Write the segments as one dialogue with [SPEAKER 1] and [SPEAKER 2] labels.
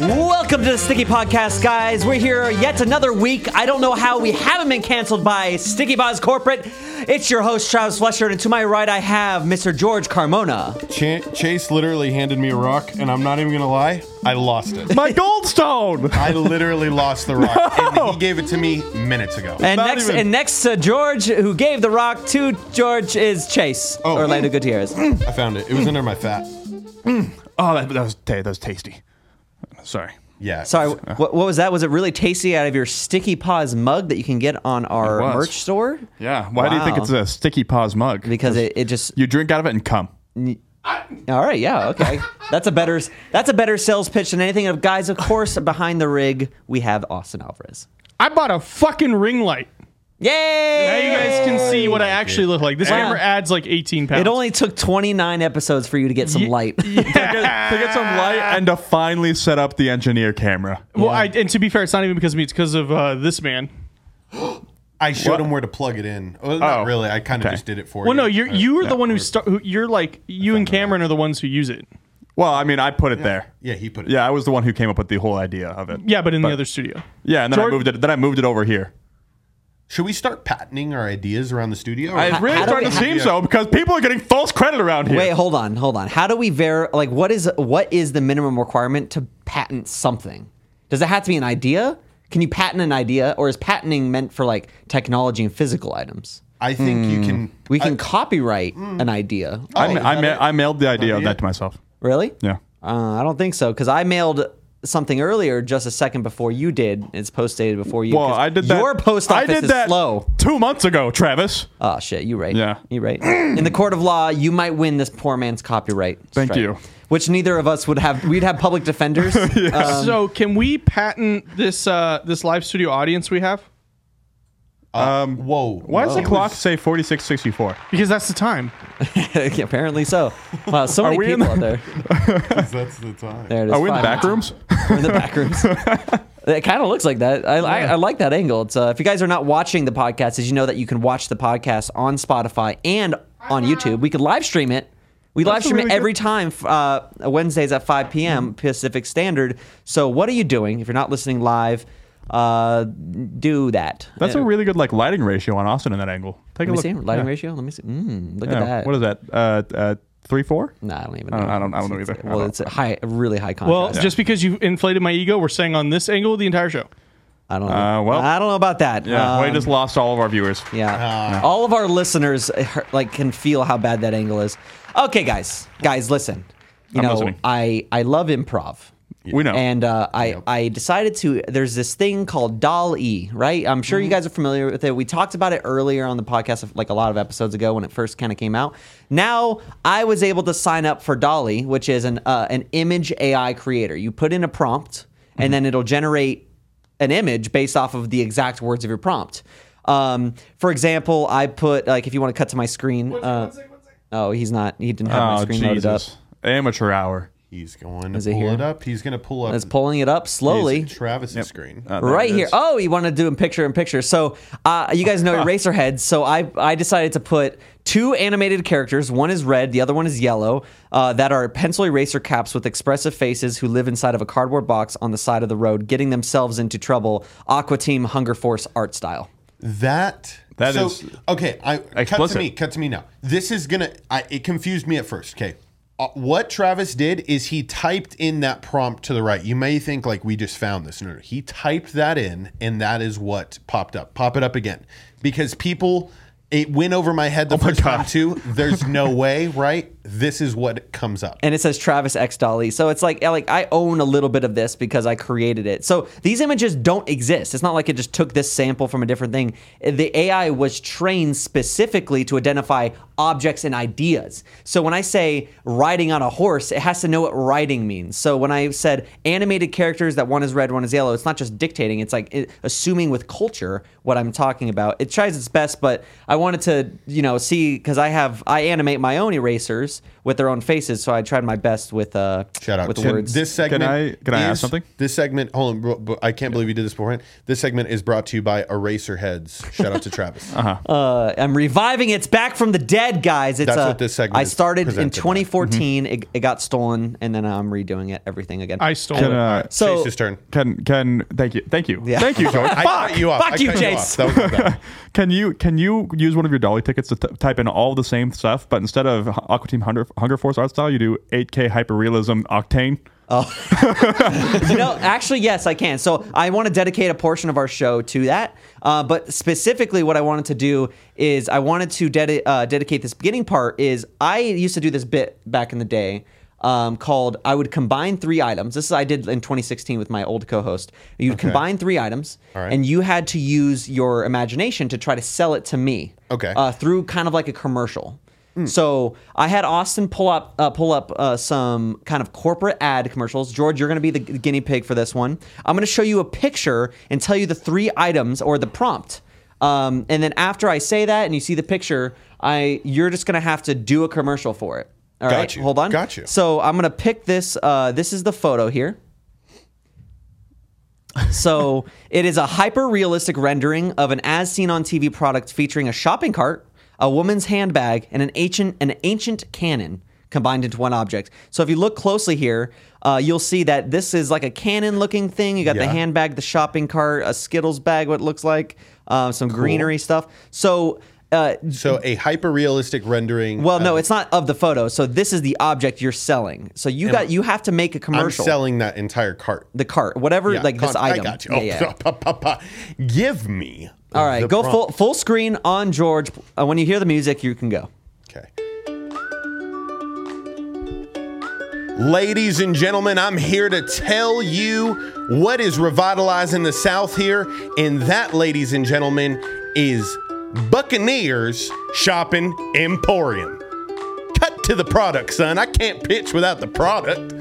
[SPEAKER 1] Welcome to the Sticky Podcast, guys. We're here yet another week. I don't know how we haven't been canceled by Sticky Boz Corporate. It's your host, Travis Flesher, and to my right, I have Mr. George Carmona.
[SPEAKER 2] Ch- Chase literally handed me a rock, and I'm not even gonna lie, I lost it.
[SPEAKER 3] My goldstone.
[SPEAKER 2] I literally lost the rock, and he gave it to me minutes ago.
[SPEAKER 1] And
[SPEAKER 3] Not
[SPEAKER 1] next,
[SPEAKER 3] even-
[SPEAKER 1] and next to George, who gave the rock to George, is Chase
[SPEAKER 2] Oh.
[SPEAKER 1] Orlando Gutierrez.
[SPEAKER 2] I found it. It was under my fat.
[SPEAKER 3] Oh, that, that was ta- that was tasty. Sorry.
[SPEAKER 2] Yeah.
[SPEAKER 1] Sorry, what, what was that? Was it really tasty out of your Sticky Paws mug that you can get on our
[SPEAKER 3] It was.
[SPEAKER 1] merch store?
[SPEAKER 3] Yeah. Why do you think
[SPEAKER 1] Wow.
[SPEAKER 3] it's a sticky paws mug?
[SPEAKER 1] Because it, it just
[SPEAKER 3] you drink out of it and come.
[SPEAKER 1] All right, yeah, okay. That's a better that's a better sales pitch than anything. Of guys, of course, behind the rig we have Austin Alvarez.
[SPEAKER 4] I bought a fucking ring light.
[SPEAKER 1] Yay!
[SPEAKER 4] Now you guys can see what I actually look like. This
[SPEAKER 1] Wow.
[SPEAKER 4] camera adds like 18 pounds.
[SPEAKER 1] It only took 29 episodes for you to get some light.
[SPEAKER 3] to get some light and to finally set up the engineer camera.
[SPEAKER 4] well, I, and to be fair, it's not even because of me. It's because of uh, this man.
[SPEAKER 2] I showed him where to plug it in. Well,
[SPEAKER 3] Oh.
[SPEAKER 2] not really. I kind of
[SPEAKER 3] Okay.
[SPEAKER 2] just did it for you.
[SPEAKER 4] Well, no, you're
[SPEAKER 2] I-
[SPEAKER 4] you are
[SPEAKER 2] yeah,
[SPEAKER 4] the one who
[SPEAKER 2] we're-
[SPEAKER 4] start. Who, you're like you and Cameron are the ones who use it.
[SPEAKER 3] Well, I mean, I put it there.
[SPEAKER 2] Yeah, he put it.
[SPEAKER 3] Yeah, I was the one who came up with the whole idea of it.
[SPEAKER 4] Yeah, but in the other studio.
[SPEAKER 3] Yeah, and then I
[SPEAKER 4] Jordan-
[SPEAKER 3] moved it. Then I moved it over here.
[SPEAKER 2] Should we start patenting our ideas around the studio? or-
[SPEAKER 3] It's really
[SPEAKER 1] how do
[SPEAKER 3] starting
[SPEAKER 1] we-
[SPEAKER 3] to seem so because people are getting false credit around here.
[SPEAKER 1] Wait, hold on, hold on. How do we ver like what is what is the minimum requirement to patent something? Does it have to be an idea? Can you patent an idea or is patenting meant for like technology and physical items?
[SPEAKER 2] I think you can.
[SPEAKER 1] We can copyright
[SPEAKER 3] Hmm.
[SPEAKER 1] an idea.
[SPEAKER 3] I, ma-
[SPEAKER 2] is
[SPEAKER 3] I,
[SPEAKER 2] that
[SPEAKER 3] ma-
[SPEAKER 2] it?
[SPEAKER 3] I mailed the idea of
[SPEAKER 2] Idea?
[SPEAKER 3] that to myself.
[SPEAKER 1] Really?
[SPEAKER 3] Yeah.
[SPEAKER 1] Uh, I don't think so because I mailed something earlier just a second before you did. It's post dated before you.
[SPEAKER 3] Well,
[SPEAKER 1] 'cause
[SPEAKER 3] I did that.
[SPEAKER 1] Your post
[SPEAKER 3] I
[SPEAKER 1] office
[SPEAKER 3] did
[SPEAKER 1] is
[SPEAKER 3] that
[SPEAKER 1] slow.
[SPEAKER 3] two months ago, Travis.
[SPEAKER 1] Oh shit, you right.
[SPEAKER 3] Yeah.
[SPEAKER 1] you right. In the court of law, you might win this poor man's copyright.
[SPEAKER 3] Thank
[SPEAKER 1] strike,
[SPEAKER 3] you.
[SPEAKER 1] Which neither of us would have. We'd have public defenders. Uh,
[SPEAKER 4] Um, so can we patent this uh, this live studio audience we have?
[SPEAKER 1] Hmm.
[SPEAKER 2] Um. Whoa.
[SPEAKER 3] Why does the
[SPEAKER 2] It
[SPEAKER 3] clock
[SPEAKER 2] was-
[SPEAKER 3] say forty six sixty four?
[SPEAKER 4] Because that's the time.
[SPEAKER 1] Uh, apparently so. Wow, so many
[SPEAKER 3] we in
[SPEAKER 1] people out there.
[SPEAKER 2] That's the time.
[SPEAKER 1] There it is.
[SPEAKER 3] Are we in the
[SPEAKER 1] five
[SPEAKER 3] back
[SPEAKER 1] minutes.
[SPEAKER 3] rooms?
[SPEAKER 1] We're in the back rooms. It kind of looks like that. I, I, I like that angle. It's, uh, if you guys are not watching the podcast, as you know that you can watch the podcast on Spotify and on YouTube. We could live stream it. We live stream
[SPEAKER 3] Uh-huh. really
[SPEAKER 1] it every
[SPEAKER 3] good- Mm-hmm.
[SPEAKER 1] time f- uh, Wednesdays at 5 p.m. Pacific Standard. So what are you doing if you're not listening live? Uh, do that. Uh,
[SPEAKER 3] That's a really good like lighting ratio on Austin in that angle.
[SPEAKER 1] Let
[SPEAKER 3] Take a
[SPEAKER 1] me
[SPEAKER 3] look.
[SPEAKER 1] see lighting
[SPEAKER 3] Yeah.
[SPEAKER 1] ratio. Let me see. Mm, look
[SPEAKER 3] Yeah.
[SPEAKER 1] at that. Mm.
[SPEAKER 3] What is that? Uh, uh, three four.
[SPEAKER 1] Nah, I don't even. Know.
[SPEAKER 3] I don't- I don't- I don't know
[SPEAKER 1] It's-
[SPEAKER 3] either. I
[SPEAKER 1] Well,
[SPEAKER 3] don't-
[SPEAKER 1] it's a high, a really high contrast.
[SPEAKER 4] Well, just because you inflated my ego, we're staying on this angle the entire show.
[SPEAKER 1] I don't know.
[SPEAKER 3] Uh, well.
[SPEAKER 1] I don't know about that.
[SPEAKER 3] Yeah, we
[SPEAKER 1] Um,
[SPEAKER 3] just lost all of our viewers.
[SPEAKER 1] Yeah. All of our listeners uh, hear- like can feel how bad that angle is. Okay, guys. Guys, listen. You
[SPEAKER 3] I'm
[SPEAKER 1] know,
[SPEAKER 3] listening.
[SPEAKER 1] I I love improv.
[SPEAKER 3] We know.
[SPEAKER 1] And uh, I, I decided to. There's this thing called Doll E, right? I'm sure you guys are familiar with it. We talked about it earlier on the podcast, like a lot of episodes ago when it first kind of came out. Now I was able to sign up for Dolly, which is an uh, an image AI creator. You put in a prompt,
[SPEAKER 3] Mm-hmm.
[SPEAKER 1] and then it'll generate an image based off of the exact words of your prompt. Um, for example, I put like if you want to cut to my screen. Uh, oh, he's not. He didn't have my
[SPEAKER 3] oh
[SPEAKER 1] screen loaded up.
[SPEAKER 3] Jesus! Amateur hour.
[SPEAKER 2] He's going to
[SPEAKER 1] it
[SPEAKER 2] pull
[SPEAKER 1] here?
[SPEAKER 2] it up. He's gonna pull up.
[SPEAKER 1] It's pulling it up slowly.
[SPEAKER 2] Travis's screen.
[SPEAKER 3] Uh, there
[SPEAKER 1] right
[SPEAKER 3] it
[SPEAKER 1] here.
[SPEAKER 3] is.
[SPEAKER 1] Oh, you want to do in picture in picture. So uh, you guys know Eraserheads. So I I decided to put two animated characters. One is red, the other one is yellow. Uh, that are pencil eraser caps with expressive faces who live inside of a cardboard box on the side of the road, getting themselves into trouble. Aqua Team Hunger Force art style.
[SPEAKER 2] That
[SPEAKER 3] That
[SPEAKER 2] that is
[SPEAKER 3] is
[SPEAKER 2] okay. I cut
[SPEAKER 3] explicit.
[SPEAKER 2] to me. Cut to me now. This is gonna. I, it confused me at first. Okay, uh, what Travis did is he typed in that prompt to the right. You may think like we just found this. No, no, he typed that in, and that is what popped up. Pop it up again, because people. It went over Oh my head the first time
[SPEAKER 3] God.
[SPEAKER 2] too. There's no way, right? This is what comes up.
[SPEAKER 1] and it says Travis X Dolly. So it's like like I own a little bit of this because I created it. So these images don't exist. It's not like it just took this sample from a different thing. The AI was trained specifically to identify objects and ideas. So when I say riding on a horse, it has to know what riding means. So when I said animated characters that one is red, one is yellow, it's not just dictating, it's like it, assuming with culture what I'm talking about. It tries its best, but I wanted to, you know, see cuz I have I animate my own erasers with their own faces, so I tried my best with uh
[SPEAKER 2] Shout out
[SPEAKER 1] with
[SPEAKER 2] to
[SPEAKER 1] words.
[SPEAKER 2] this segment.
[SPEAKER 3] I- can I ask
[SPEAKER 2] is-
[SPEAKER 3] something?
[SPEAKER 2] This segment, hold on, bro, bro, I can't believe you did this beforehand. This segment is brought to you by Eraser Heads. Shout out to Travis. uh-huh.
[SPEAKER 1] Uh, I'm reviving. It's back from the dead, guys. It's
[SPEAKER 2] That's
[SPEAKER 1] uh,
[SPEAKER 2] what this segment
[SPEAKER 1] I
[SPEAKER 2] is
[SPEAKER 1] started in
[SPEAKER 2] presented by. Mm-hmm.
[SPEAKER 1] 2014. It, it got stolen, and then I'm redoing it, everything again.
[SPEAKER 4] I stole
[SPEAKER 3] Can,
[SPEAKER 4] it.
[SPEAKER 3] uh,
[SPEAKER 1] so
[SPEAKER 2] Chase's turn.
[SPEAKER 3] can can thank you thank you thank you George.
[SPEAKER 2] I cut you off.
[SPEAKER 1] Fuck
[SPEAKER 2] I
[SPEAKER 1] you,
[SPEAKER 2] cut
[SPEAKER 1] Chase.
[SPEAKER 2] off. That was my bad.
[SPEAKER 3] Can you can you use one of your dolly tickets to t- type in all the same stuff, but instead of Aqua Team Hunger, Hunger Force art style, you do 8K hyperrealism octane?
[SPEAKER 1] Uh, you know, actually, yes, I can. So I want to dedicate a portion of our show to that. Uh, but specifically, what I wanted to do is I wanted to dedi- uh, dedicate this beginning part. Is I used to do this bit back in the day. Um, called I would combine three items. This is I did in 2016 with my old co-host. You'd combine three items,
[SPEAKER 2] right.
[SPEAKER 1] and you had to use your imagination to try to sell it to me.
[SPEAKER 2] Okay.
[SPEAKER 1] Uh, through kind of like a commercial. So I had Austin pull up uh, pull up uh, some kind of corporate ad commercials. George, you're going to be the gu- guinea pig for this one. I'm going to show you a picture and tell you the three items or the prompt. Um, and then after I say that and you see the picture, I you're just going to have to do a commercial for it. All
[SPEAKER 2] Got
[SPEAKER 1] right,
[SPEAKER 2] you.
[SPEAKER 1] hold on.
[SPEAKER 2] Got you.
[SPEAKER 1] So I'm going to pick this. Uh, this is the photo here. So it is a hyper realistic rendering of an as seen on TV product featuring a shopping cart, a woman's handbag, and an ancient an ancient cannon combined into one object. So if you look closely here, uh, you'll see that this is like a cannon looking thing. You got the
[SPEAKER 2] Yeah.
[SPEAKER 1] handbag, the shopping cart, a Skittles bag, what it looks like, uh, some greenery stuff. So. Uh,
[SPEAKER 2] So a hyper realistic rendering.
[SPEAKER 1] well, no,
[SPEAKER 2] of-
[SPEAKER 1] it's not of the photo. So this is the object you're selling. So you got you have to make a
[SPEAKER 2] I'm
[SPEAKER 1] commercial.
[SPEAKER 2] selling that entire cart.
[SPEAKER 1] the cart, whatever,
[SPEAKER 2] Yeah,
[SPEAKER 1] like this
[SPEAKER 2] con-
[SPEAKER 1] item.
[SPEAKER 2] I got you.
[SPEAKER 1] Yeah,
[SPEAKER 2] Oh,
[SPEAKER 1] yeah.
[SPEAKER 2] pa- pa- pa- pa. Give me.
[SPEAKER 1] All right,
[SPEAKER 2] the
[SPEAKER 1] go full
[SPEAKER 2] prompt.
[SPEAKER 1] full screen on George. Uh, when you hear the music, you can go.
[SPEAKER 2] Okay. Ladies and gentlemen, I'm here to tell you what is revitalizing the South here. And that, ladies and gentlemen, is Buccaneers Shopping Emporium. Cut to the product, son. I can't pitch without the product.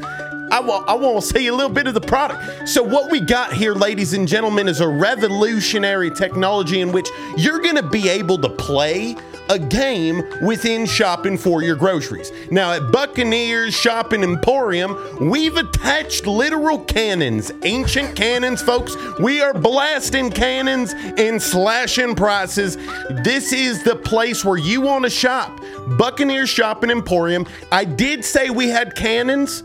[SPEAKER 2] I want, I want to see a little bit of the product. So, what we got here, ladies and gentlemen, is a revolutionary technology in which you're going to be able to play a game within shopping for your groceries. Now, at Buccaneers Shopping Emporium, we've attached literal cannons, ancient cannons, folks. We are blasting cannons and slashing prices. This is the place where you want to shop. Buccaneers Shopping Emporium. I did say we had cannons.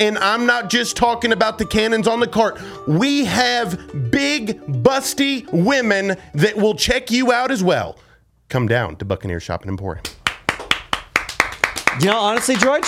[SPEAKER 2] And I'm not just talking about the cannons on the cart. We have big, busty women that will check you out as well. Come down to Buccaneer Shopping Emporium.
[SPEAKER 1] You know, honestly, George,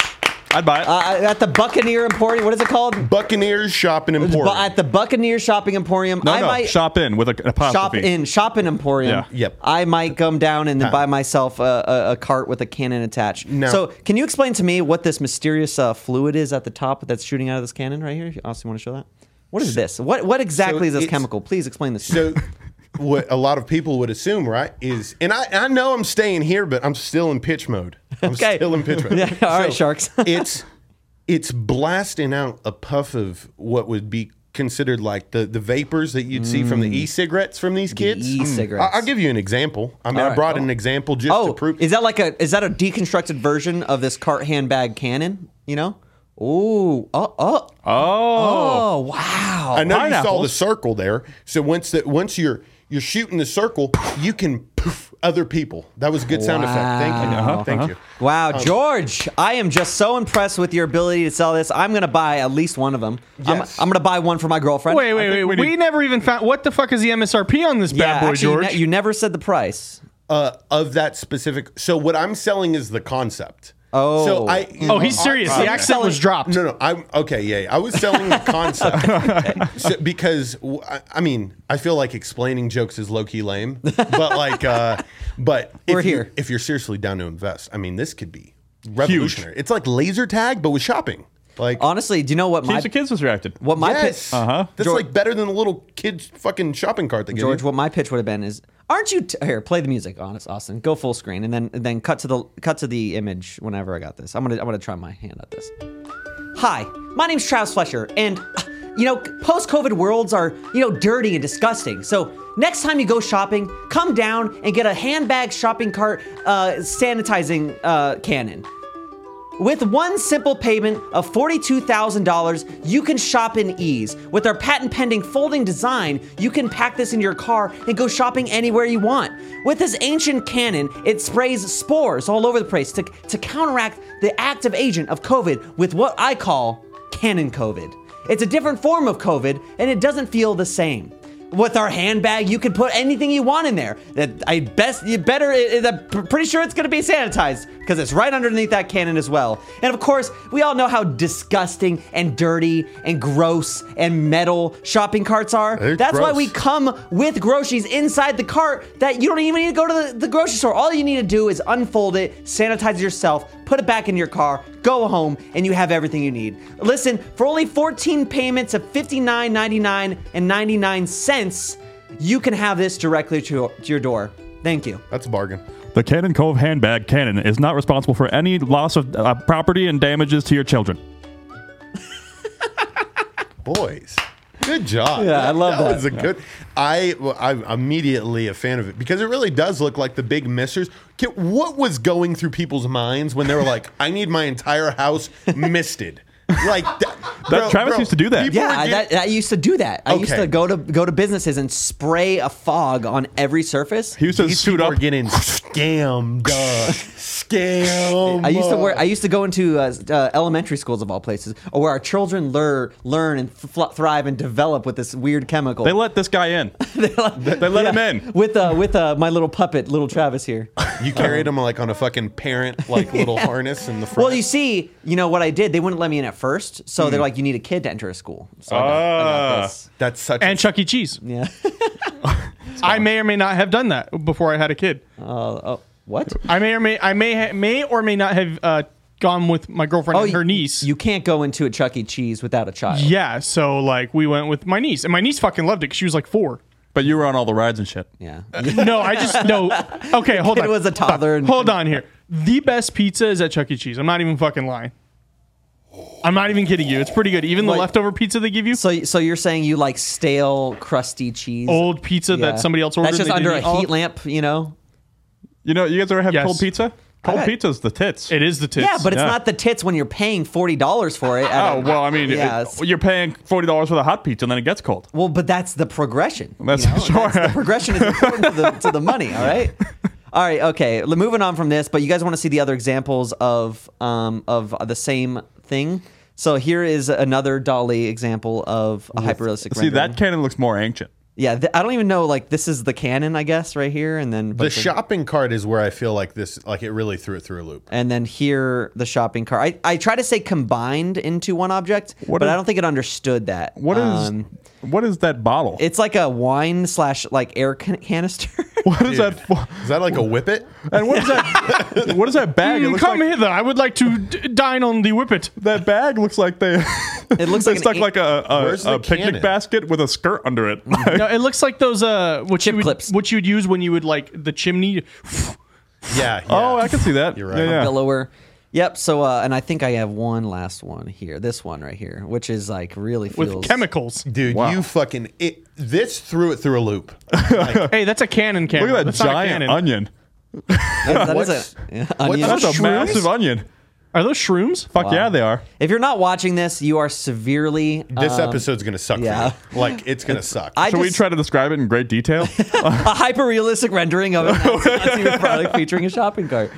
[SPEAKER 3] I'd buy it.
[SPEAKER 1] uh, at the Buccaneer Emporium, what is it called?
[SPEAKER 2] Buccaneers Shopping
[SPEAKER 1] Bu-
[SPEAKER 2] Emporium.
[SPEAKER 1] at the Buccaneer Shopping Emporium,
[SPEAKER 3] no,
[SPEAKER 1] I
[SPEAKER 3] no,
[SPEAKER 1] might
[SPEAKER 3] shop in with a, an apostrophe.
[SPEAKER 1] shop in shopping Emporium.
[SPEAKER 3] Yeah.
[SPEAKER 2] Yep.
[SPEAKER 1] I might come down and then buy myself a, a, a cart with a cannon attached.
[SPEAKER 2] No.
[SPEAKER 1] So, can you explain to me what this mysterious uh, fluid is at the top that's shooting out of this cannon right here? Austin, want to show that? What is this? What what exactly is this
[SPEAKER 2] it's-
[SPEAKER 1] chemical? Please explain this. to me.
[SPEAKER 2] so, what a lot of people would assume, right, is, and I, I know I'm staying here, but I'm still in pitch mode. I'm
[SPEAKER 1] Okay.
[SPEAKER 2] still in pitch mode.
[SPEAKER 1] Yeah, all right, sharks.
[SPEAKER 2] it's it's blasting out a puff of what would be considered like the, the vapors that you'd see from the e-cigarettes from these kids. Mm.
[SPEAKER 1] Mm. e-cigarettes.
[SPEAKER 2] I, will give you an example. I mean,
[SPEAKER 1] All
[SPEAKER 2] I
[SPEAKER 1] right,
[SPEAKER 2] brought
[SPEAKER 1] go
[SPEAKER 2] an
[SPEAKER 1] on.
[SPEAKER 2] example just to
[SPEAKER 1] Oh,
[SPEAKER 2] prove.
[SPEAKER 1] is that like a is that a deconstructed version of this cart handbag cannon? You know? Ooh, oh, oh, oh,
[SPEAKER 3] oh.
[SPEAKER 1] wow!
[SPEAKER 2] I know you saw the
[SPEAKER 3] pineapples.
[SPEAKER 2] circle there. So once that once you're you're shooting the circle, you can poof other people. That was a good sound effect. Thank you.
[SPEAKER 1] Wow. Uh-huh.
[SPEAKER 2] Thank you.
[SPEAKER 1] Wow,
[SPEAKER 4] Um,
[SPEAKER 1] George, I am just so impressed with your ability to sell this. I'm gonna buy at least one of them. I'm-
[SPEAKER 2] Yes.
[SPEAKER 1] I'm, gonna buy one for my girlfriend.
[SPEAKER 4] wait, wait, wait.
[SPEAKER 3] we
[SPEAKER 4] We,
[SPEAKER 3] need-
[SPEAKER 4] never even found. What the fuck is the MSRP on this
[SPEAKER 1] yeah,
[SPEAKER 4] bad boy,
[SPEAKER 1] actually, you
[SPEAKER 4] George?
[SPEAKER 1] ne- you never said the price.
[SPEAKER 2] Uh, of that specific. So what I'm selling is the concept.
[SPEAKER 1] Oh.
[SPEAKER 2] So I.
[SPEAKER 4] oh, he's serious.
[SPEAKER 2] I-
[SPEAKER 4] The accent was dropped.
[SPEAKER 2] No, no. I'm okay. Yeah, yeah. I was selling the concept So- because w- I, I mean, I feel like explaining jokes is low key lame, but like, uh, but
[SPEAKER 1] We're
[SPEAKER 2] if you-
[SPEAKER 1] here.
[SPEAKER 2] if you're seriously down to invest, I mean, this could be revolutionary. It's like laser tag, but with shopping. Like,
[SPEAKER 1] Honestly, do you know what my
[SPEAKER 3] Keeps the kids distracted.
[SPEAKER 1] what my pitch?
[SPEAKER 4] Uh-huh.
[SPEAKER 2] yes, uh huh. That's like better than the little kid's fucking shopping cart they get.
[SPEAKER 1] George, what my pitch would have been is Aren't you t- here? Play the music, honest Austin. Go full screen, and then and then cut to the cut to the image. Whenever I got this, I'm gonna I'm gonna try my hand at this. Hi, my name's Travis Fletcher, and uh, you know, post COVID worlds are, you know, dirty and disgusting. So next time you go shopping, come down and get a handbag shopping cart uh, sanitizing uh, cannon. With one simple payment of $42,000, you can shop in ease. With our patent pending folding design, you can pack this in your car and go shopping anywhere you want. With this ancient cannon, it sprays spores all over the place to, to counteract the active agent of COVID with what I call cannon COVID. It's a different form of COVID and it doesn't feel the same with our handbag, you can put anything you want in there. That I best, you better. it- it- I'm pretty sure it's gonna be sanitized because it's right underneath that cannon as well. And of course, we all know how disgusting and dirty and gross and metal shopping carts are.
[SPEAKER 2] They're
[SPEAKER 1] That's why
[SPEAKER 2] gross.
[SPEAKER 1] we come with groceries inside the cart that you don't even need to go to the, the grocery store. All you need to do is unfold it, sanitize it yourself, put it back in your car, go home, and you have everything you need. Listen, for only 14 payments of $59.99 and 99 cents, you can have this directly to your, to your door. Thank you.
[SPEAKER 2] That's a bargain.
[SPEAKER 3] The Cannon Cove handbag cannon is not responsible for any loss of uh, property and damages to your children.
[SPEAKER 2] Boys, good job.
[SPEAKER 1] Yeah, I love that.
[SPEAKER 2] was a good. I well, I'm immediately a fan of it because it really does look like the big missers. Ki- What was going through people's minds when they were like, "I need my entire house misted." Like that, bro,
[SPEAKER 3] Travis used to do that.
[SPEAKER 2] people
[SPEAKER 1] Yeah,
[SPEAKER 2] were
[SPEAKER 1] I,
[SPEAKER 2] do-
[SPEAKER 1] that, I used to do that. I used
[SPEAKER 2] Okay.
[SPEAKER 1] to go to go to businesses and spray a fog on every surface.
[SPEAKER 3] He used to
[SPEAKER 2] These
[SPEAKER 3] suit
[SPEAKER 2] people
[SPEAKER 3] up.
[SPEAKER 2] are getting scammed. uh, scammed.
[SPEAKER 1] I used to
[SPEAKER 2] uh.
[SPEAKER 1] work. I used to go into uh, uh, elementary schools of all places, uh, where our children learn, learn and th- thrive and develop with this weird chemical.
[SPEAKER 3] They let this guy in. they let, him in.
[SPEAKER 1] with uh, with uh, my little puppet, little Travis here.
[SPEAKER 2] You carried them like on a fucking parent like little harness in the front.
[SPEAKER 1] Well, you see, you know what I did. They wouldn't let me in at first, so
[SPEAKER 4] Hmm.
[SPEAKER 1] they're like, "You need a kid to enter a school." So I got, I got
[SPEAKER 3] Ah.
[SPEAKER 1] this.
[SPEAKER 2] that's such.
[SPEAKER 4] and Chuck E. Cheese.
[SPEAKER 1] Yeah.
[SPEAKER 4] I may or may not have done that before I had a kid.
[SPEAKER 1] Uh, oh, what?
[SPEAKER 4] I may or may I may ha- may or may not have uh, gone with my girlfriend
[SPEAKER 1] Oh,
[SPEAKER 4] and her
[SPEAKER 1] you-
[SPEAKER 4] niece.
[SPEAKER 1] You can't go into a Chuck E. Cheese without a child.
[SPEAKER 4] yeah, so like we went with my niece, and my niece fucking loved it because she was like four.
[SPEAKER 3] But you were on all the rides and shit.
[SPEAKER 1] Yeah.
[SPEAKER 4] No, I just no. Okay, hold
[SPEAKER 1] It
[SPEAKER 4] on.
[SPEAKER 1] was a toddler. And,
[SPEAKER 4] Hold on here. The best pizza is at Chuck E. Cheese. I'm not even fucking lying. I'm not even kidding you. It's pretty good. Even the
[SPEAKER 1] Like-
[SPEAKER 4] leftover pizza they give you,
[SPEAKER 1] So, so you're saying you like stale, crusty cheese?
[SPEAKER 4] old pizza
[SPEAKER 1] Yeah.
[SPEAKER 4] that somebody else ordered.
[SPEAKER 1] That's just
[SPEAKER 4] they
[SPEAKER 1] under
[SPEAKER 4] didn't
[SPEAKER 1] a
[SPEAKER 4] eat all
[SPEAKER 1] heat
[SPEAKER 4] of-
[SPEAKER 1] lamp, you know.
[SPEAKER 3] You know, you guys ever have
[SPEAKER 4] Yes.
[SPEAKER 3] cold pizza? Cold
[SPEAKER 1] had-
[SPEAKER 3] pizza's the tits.
[SPEAKER 4] It is the tits.
[SPEAKER 1] yeah, but it's
[SPEAKER 3] yeah.
[SPEAKER 1] not the tits when you're paying forty dollars for it. at
[SPEAKER 3] oh
[SPEAKER 1] a-
[SPEAKER 3] well, I mean, it- oh,
[SPEAKER 1] yeah. it's-
[SPEAKER 3] you're paying forty dollars for the hot pizza and then it gets cold.
[SPEAKER 1] well, but that's the progression. you
[SPEAKER 3] That's
[SPEAKER 1] know?
[SPEAKER 3] sure.
[SPEAKER 1] That's the progression is important to the to the money. All right. All right. Okay. l- Moving on from this, but you guys want to see the other examples of um of the same thing. So here is another Dolly example of a hyperrealistic.
[SPEAKER 3] See,
[SPEAKER 1] rendering.
[SPEAKER 3] that cannon looks more ancient.
[SPEAKER 1] Yeah, th- I don't even know. Like this is the canon, I guess, right here, and then
[SPEAKER 2] the shopping cart is where I feel like this, like it really threw it through a loop.
[SPEAKER 1] and then here the shopping cart. I, I try to say combined into one object,
[SPEAKER 3] What
[SPEAKER 1] but I
[SPEAKER 3] is-
[SPEAKER 1] I don't think it understood that.
[SPEAKER 3] What is
[SPEAKER 1] Um,
[SPEAKER 3] what is that bottle?
[SPEAKER 1] it's like a wine slash like air can- canister.
[SPEAKER 3] what is that? for-
[SPEAKER 2] Is that like a whippet?
[SPEAKER 3] And what is that? what is that bag? It
[SPEAKER 4] Mm,
[SPEAKER 3] looks
[SPEAKER 4] come
[SPEAKER 3] like,
[SPEAKER 4] hither. I would like to d- dine on the whippet.
[SPEAKER 3] That bag looks like they.
[SPEAKER 1] It looks
[SPEAKER 3] they
[SPEAKER 1] like an
[SPEAKER 3] stuck
[SPEAKER 1] a-
[SPEAKER 3] like a, a,
[SPEAKER 2] Where's the
[SPEAKER 3] a picnic
[SPEAKER 2] cannon?
[SPEAKER 3] basket with a skirt under it.
[SPEAKER 4] No, it looks like those uh, what
[SPEAKER 1] Chip
[SPEAKER 4] you would,
[SPEAKER 1] clips.
[SPEAKER 4] what you would use when you would like the chimney.
[SPEAKER 2] Yeah. yeah.
[SPEAKER 3] Oh, I can see that.
[SPEAKER 2] You're right.
[SPEAKER 3] Yeah, yeah.
[SPEAKER 1] billower. Yep. So, uh, and I think I have one last one here. This one right here, which is like really
[SPEAKER 4] with
[SPEAKER 1] feels
[SPEAKER 4] chemicals.
[SPEAKER 2] dude,
[SPEAKER 3] Wow.
[SPEAKER 2] you fucking it. This threw it through a loop.
[SPEAKER 4] Hey, that's a cannon camera.
[SPEAKER 3] Look at that
[SPEAKER 4] that's not a
[SPEAKER 3] giant
[SPEAKER 4] cannon.
[SPEAKER 3] onion.
[SPEAKER 1] That- that is
[SPEAKER 2] What's-
[SPEAKER 1] a- onion.
[SPEAKER 2] what's
[SPEAKER 3] That's a massive onion.
[SPEAKER 4] Are those shrooms?
[SPEAKER 3] Fuck yeah, they are.
[SPEAKER 1] If you're not watching this, you are severely.
[SPEAKER 2] This
[SPEAKER 1] um,
[SPEAKER 2] episode's gonna suck.
[SPEAKER 1] yeah.
[SPEAKER 2] For you. Like it's gonna suck.
[SPEAKER 1] I
[SPEAKER 3] Should we
[SPEAKER 1] just-
[SPEAKER 3] try to describe it in great detail?
[SPEAKER 1] a hyper realistic rendering of an Nazi product featuring a shopping cart.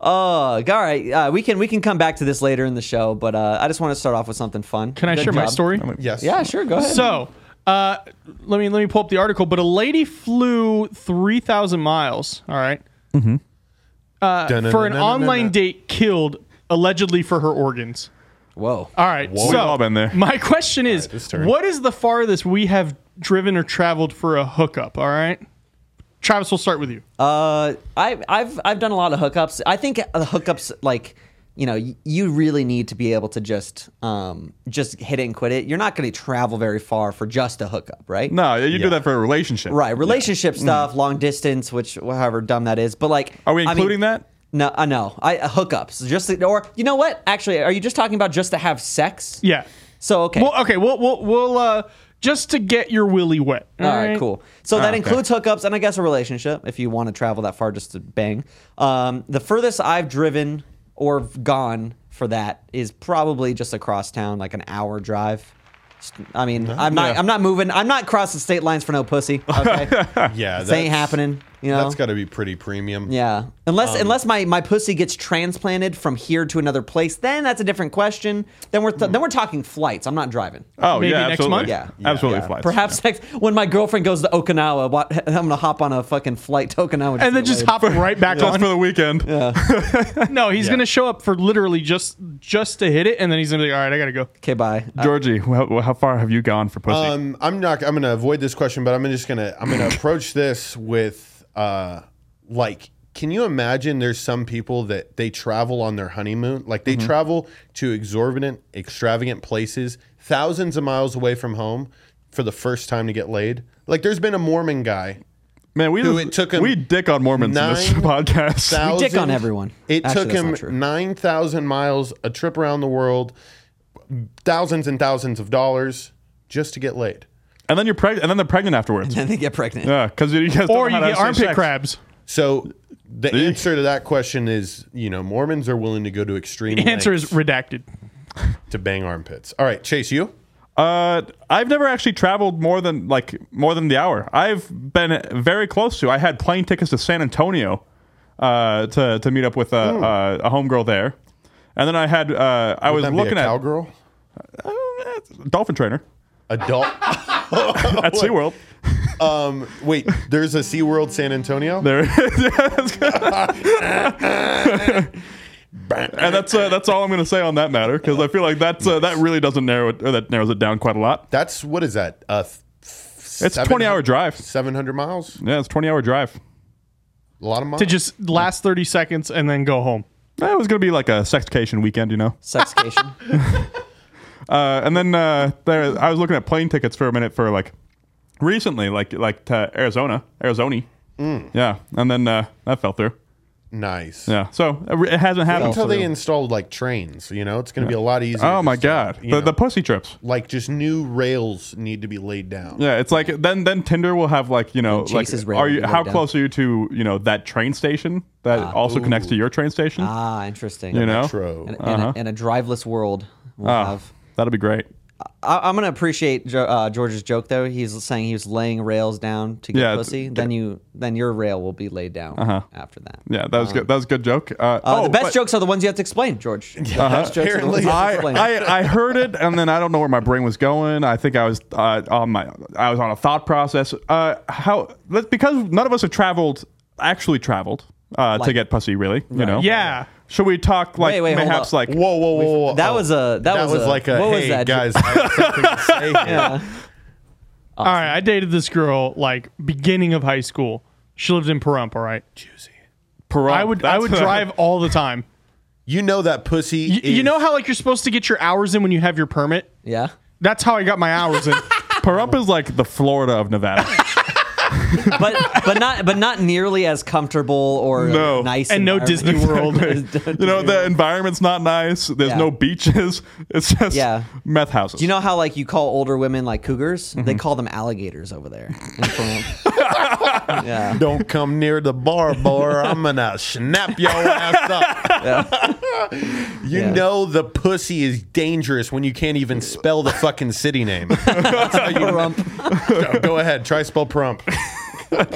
[SPEAKER 1] Oh, all right. Uh, we can we can come back to this later in the show, but uh, I just want to start off with something fun.
[SPEAKER 4] Can I
[SPEAKER 1] Good
[SPEAKER 4] share my
[SPEAKER 1] job.
[SPEAKER 4] story?
[SPEAKER 2] yes.
[SPEAKER 1] Yeah, sure. Go ahead.
[SPEAKER 4] So, uh, let me let me pull up the article. But a lady flew three thousand miles. All right, for an online date killed allegedly for her organs.
[SPEAKER 1] whoa.
[SPEAKER 4] All right,
[SPEAKER 3] We've
[SPEAKER 4] so
[SPEAKER 3] all been there.
[SPEAKER 4] my question is,
[SPEAKER 2] this turn.
[SPEAKER 4] what is the farthest we have driven or traveled for a hookup? All right, Travis, we'll start with you.
[SPEAKER 1] Uh, I I've I've done a lot of hookups. I think the hookups like you know, y- you really need to be able to just um, just hit it and quit it. You're not going to travel very far for just a hookup, right?
[SPEAKER 3] No, you do that for a relationship.
[SPEAKER 1] Right, relationship stuff, long distance, which however dumb that is, but like,
[SPEAKER 3] Mm. Are we
[SPEAKER 1] I mean-
[SPEAKER 3] including that?
[SPEAKER 1] No, uh, no, I uh, hookups, just to- or you know what? Actually, are you just talking about just to have sex?
[SPEAKER 4] Yeah.
[SPEAKER 1] So okay,
[SPEAKER 4] Well, okay. We'll we'll, we'll uh, just to get your willy wet.
[SPEAKER 1] All right, cool. So that
[SPEAKER 3] Ah, okay.
[SPEAKER 1] includes hookups and I guess a relationship if you want to travel that far just to bang. Um, the furthest I've driven or gone for that is probably just across town, like an hour drive. Just- I mean, I'm not, I'm not moving, I'm not crossing state lines for no pussy. Okay, this
[SPEAKER 2] Yeah, that's
[SPEAKER 1] ain't happening. You know,
[SPEAKER 2] That's got to be pretty premium.
[SPEAKER 1] yeah, unless unless my, my pussy gets transplanted from here to another place, then that's a different question. Then we're th- then we're talking flights. I'm not driving.
[SPEAKER 3] Oh
[SPEAKER 4] Maybe
[SPEAKER 3] yeah,
[SPEAKER 4] next
[SPEAKER 3] absolutely.
[SPEAKER 4] month?
[SPEAKER 1] Yeah.
[SPEAKER 3] absolutely.
[SPEAKER 2] Yeah.
[SPEAKER 3] Flights.
[SPEAKER 1] Perhaps next, when my girlfriend goes to Okinawa, what, I'm gonna hop on a fucking flight to Okinawa
[SPEAKER 4] And
[SPEAKER 1] to
[SPEAKER 4] then
[SPEAKER 1] get
[SPEAKER 4] just
[SPEAKER 1] laid.
[SPEAKER 4] hop right back
[SPEAKER 3] Just
[SPEAKER 4] on.
[SPEAKER 3] for the weekend.
[SPEAKER 4] No, he's gonna show up for literally just just to hit it, and then he's gonna be like, all right, I gotta go.
[SPEAKER 1] Okay, bye. Uh,
[SPEAKER 3] Georgie, how, how far have you gone for pussy?
[SPEAKER 2] Um, I'm not. I'm going to avoid this question, but I'm just going to. I'm going to approach this with, uh, like, can you imagine? There's some people that they travel on their honeymoon, like
[SPEAKER 1] Mm-hmm.
[SPEAKER 2] they travel to exorbitant, extravagant places, thousands of miles away from home, for the first time to get laid. Like, there's been a Mormon guy.
[SPEAKER 3] Man, we
[SPEAKER 2] who it took him
[SPEAKER 3] we dick on Mormons in this
[SPEAKER 2] nine
[SPEAKER 3] podcast.
[SPEAKER 1] We dick on
[SPEAKER 2] 1,000
[SPEAKER 1] everyone.
[SPEAKER 2] It
[SPEAKER 1] Actually, that's not
[SPEAKER 2] took
[SPEAKER 1] true.
[SPEAKER 2] him nine thousand miles, a trip around the world, thousands and thousands of dollars just to get laid.
[SPEAKER 3] and then you're pregnant, and then they're pregnant afterwards.
[SPEAKER 1] and they get pregnant.
[SPEAKER 3] yeah, because you guys
[SPEAKER 4] Or
[SPEAKER 3] don't know
[SPEAKER 4] you
[SPEAKER 3] how to
[SPEAKER 4] get
[SPEAKER 3] have
[SPEAKER 4] armpit
[SPEAKER 3] sex.
[SPEAKER 4] crabs
[SPEAKER 2] So the answer to that question is, you know, Mormons are willing to go to extreme
[SPEAKER 4] Answer is
[SPEAKER 2] lengths
[SPEAKER 4] redacted.
[SPEAKER 2] to bang armpits. All right, Chase, you
[SPEAKER 3] Uh, I've never actually traveled more than like more than the hour. I've been very close to. I had plane tickets to San Antonio, uh, to to meet up with a
[SPEAKER 2] Hmm.
[SPEAKER 3] uh, a homegirl there, and then I had uh, I was
[SPEAKER 2] That'd
[SPEAKER 3] looking
[SPEAKER 2] be a
[SPEAKER 3] at
[SPEAKER 2] cowgirl,
[SPEAKER 3] uh, dolphin trainer
[SPEAKER 2] adult. Oh,
[SPEAKER 3] at SeaWorld.
[SPEAKER 2] um, wait, there's a SeaWorld San Antonio.
[SPEAKER 3] There, and that's uh, that's all I'm going to say on that matter because I feel like that's uh, that really doesn't narrow it, or that narrows it down quite a lot.
[SPEAKER 2] That's what is that? Uh,
[SPEAKER 3] It's a 20 hour drive.
[SPEAKER 2] Seven hundred miles.
[SPEAKER 3] Yeah, it's 20 hour drive.
[SPEAKER 2] A lot of miles.
[SPEAKER 4] To just last thirty seconds and then go home.
[SPEAKER 3] That Eh, was going to be like a sexcation weekend, you know.
[SPEAKER 1] Sexcation.
[SPEAKER 3] Uh, and then uh, there, I was looking at plane tickets for a minute for like recently, like like to Arizona, Arizona.
[SPEAKER 1] Mm.
[SPEAKER 3] Yeah, and then uh, that fell through.
[SPEAKER 2] nice.
[SPEAKER 3] Yeah, so it re- it hasn't happened.
[SPEAKER 2] Until they
[SPEAKER 3] So-
[SPEAKER 2] installed like trains, you know, it's going to be a lot easier.
[SPEAKER 3] oh my
[SPEAKER 2] just to,
[SPEAKER 3] god,
[SPEAKER 2] you
[SPEAKER 3] the,
[SPEAKER 2] know,
[SPEAKER 3] the pussy trips.
[SPEAKER 2] like just new rails need to be laid down.
[SPEAKER 3] Yeah, it's like then then Tinder will have like you know like
[SPEAKER 1] Chase's rail
[SPEAKER 3] are you
[SPEAKER 1] laid
[SPEAKER 3] how
[SPEAKER 1] down.
[SPEAKER 3] close are you to you know that train station that also connects to your train station?
[SPEAKER 1] ah, interesting.
[SPEAKER 3] you know,
[SPEAKER 2] Metro.
[SPEAKER 1] In, in a, in a driveless world, we'll have.
[SPEAKER 3] that'll be great.
[SPEAKER 1] I, I'm gonna appreciate jo- uh, George's joke though. He's saying he was laying rails down to get
[SPEAKER 3] Yeah, it's-
[SPEAKER 1] pussy. Then you, then your rail will be laid down after that.
[SPEAKER 3] Yeah, that was good. That was a good joke. Uh,
[SPEAKER 1] Ah. Uh,
[SPEAKER 3] oh,
[SPEAKER 1] the best
[SPEAKER 3] but
[SPEAKER 1] jokes are the ones you have to explain, George. The best jokes are the ones you have to
[SPEAKER 3] I,
[SPEAKER 1] explain.
[SPEAKER 3] I, I heard it and then I don't know where my brain was going. I think I was uh, on my I was on a thought process. Uh, how let, because none of us have traveled actually traveled uh, to
[SPEAKER 1] Like-
[SPEAKER 3] get pussy really. You know.
[SPEAKER 4] Yeah.
[SPEAKER 3] Should we talk like
[SPEAKER 1] Wait, wait, hold
[SPEAKER 3] perhaps
[SPEAKER 1] up.
[SPEAKER 3] like
[SPEAKER 2] Whoa, whoa, whoa! whoa. Oh.
[SPEAKER 1] that was a- that was a-
[SPEAKER 2] like a
[SPEAKER 1] what was
[SPEAKER 2] hey
[SPEAKER 1] that, Ju-
[SPEAKER 2] guys, I have something to say here.
[SPEAKER 4] All right, I dated this girl like beginning of high school. She lived in Pahrump. All right,
[SPEAKER 3] Perump?
[SPEAKER 4] I would I
[SPEAKER 3] That's-
[SPEAKER 4] would drive all the time.
[SPEAKER 2] You know that pussy.
[SPEAKER 4] You,
[SPEAKER 2] is,
[SPEAKER 4] you know how like you're supposed to get your hours in when you have your permit.
[SPEAKER 1] yeah.
[SPEAKER 4] That's how I got my hours in.
[SPEAKER 3] Perump is like the Florida of Nevada.
[SPEAKER 1] but but not but not nearly as comfortable or like,
[SPEAKER 3] No.
[SPEAKER 1] nice
[SPEAKER 4] And no
[SPEAKER 1] environment.
[SPEAKER 4] Disney World.
[SPEAKER 3] you know the environment's not nice. There's
[SPEAKER 1] Yeah.
[SPEAKER 3] no beaches. It's just
[SPEAKER 1] Yeah.
[SPEAKER 3] meth houses.
[SPEAKER 1] you know how like you call older women like cougars? They call them alligators over there. in Peru. yeah.
[SPEAKER 2] don't come near the bar, bar. I'm gonna snap your ass up. you
[SPEAKER 1] Yeah.
[SPEAKER 2] know the pussy is dangerous when you can't even spell the fucking city name. That's how you-
[SPEAKER 1] Rump.
[SPEAKER 2] Go- Go ahead, try spell prump.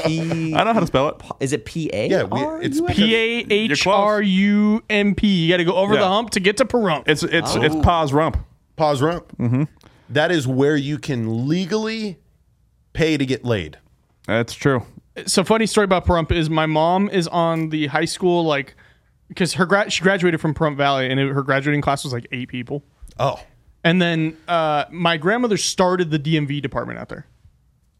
[SPEAKER 1] P-
[SPEAKER 3] I know how to spell it.
[SPEAKER 1] is it P A?
[SPEAKER 2] Yeah, we- it's
[SPEAKER 1] R U S?
[SPEAKER 4] P A H R U M P. You got to go over
[SPEAKER 3] Yeah.
[SPEAKER 4] the hump to get to Pahrump.
[SPEAKER 3] It's it's
[SPEAKER 1] Oh.
[SPEAKER 3] it's Pa's rump.
[SPEAKER 2] Pause rump.
[SPEAKER 1] Mm-hmm.
[SPEAKER 2] That is where you can legally pay to get laid.
[SPEAKER 3] That's true.
[SPEAKER 4] so funny story about Pahrump is my mom is on the high school like because her gra- she graduated from Pahrump Valley and it, her graduating class was like eight people.
[SPEAKER 2] Oh,
[SPEAKER 4] And then uh, my grandmother started the DMV department out there.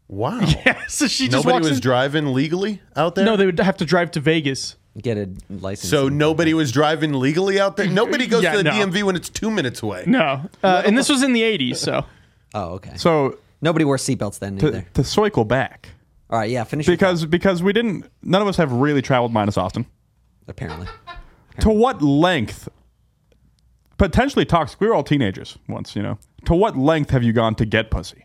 [SPEAKER 2] wow.
[SPEAKER 4] so she just
[SPEAKER 2] Nobody
[SPEAKER 4] walks
[SPEAKER 2] was
[SPEAKER 4] in-
[SPEAKER 2] driving legally out there.
[SPEAKER 4] No, they would have to drive to Vegas
[SPEAKER 1] Get a license.
[SPEAKER 2] So nobody was driving legally out there. Nobody goes
[SPEAKER 4] Yeah,
[SPEAKER 2] to the
[SPEAKER 4] no.
[SPEAKER 2] DMV when it's two minutes away.
[SPEAKER 4] No, uh, and this was in the '80s, so
[SPEAKER 1] oh, okay.
[SPEAKER 3] So
[SPEAKER 1] Nobody wore seatbelts then
[SPEAKER 3] to,
[SPEAKER 1] either.
[SPEAKER 3] to cycle back
[SPEAKER 1] All right, yeah, finish your
[SPEAKER 3] because because we didn't none of us have really traveled minus Austin.
[SPEAKER 1] thought, apparently.
[SPEAKER 3] To what length? Potentially toxic. We were all teenagers once, you know. To what length have you gone to get pussy?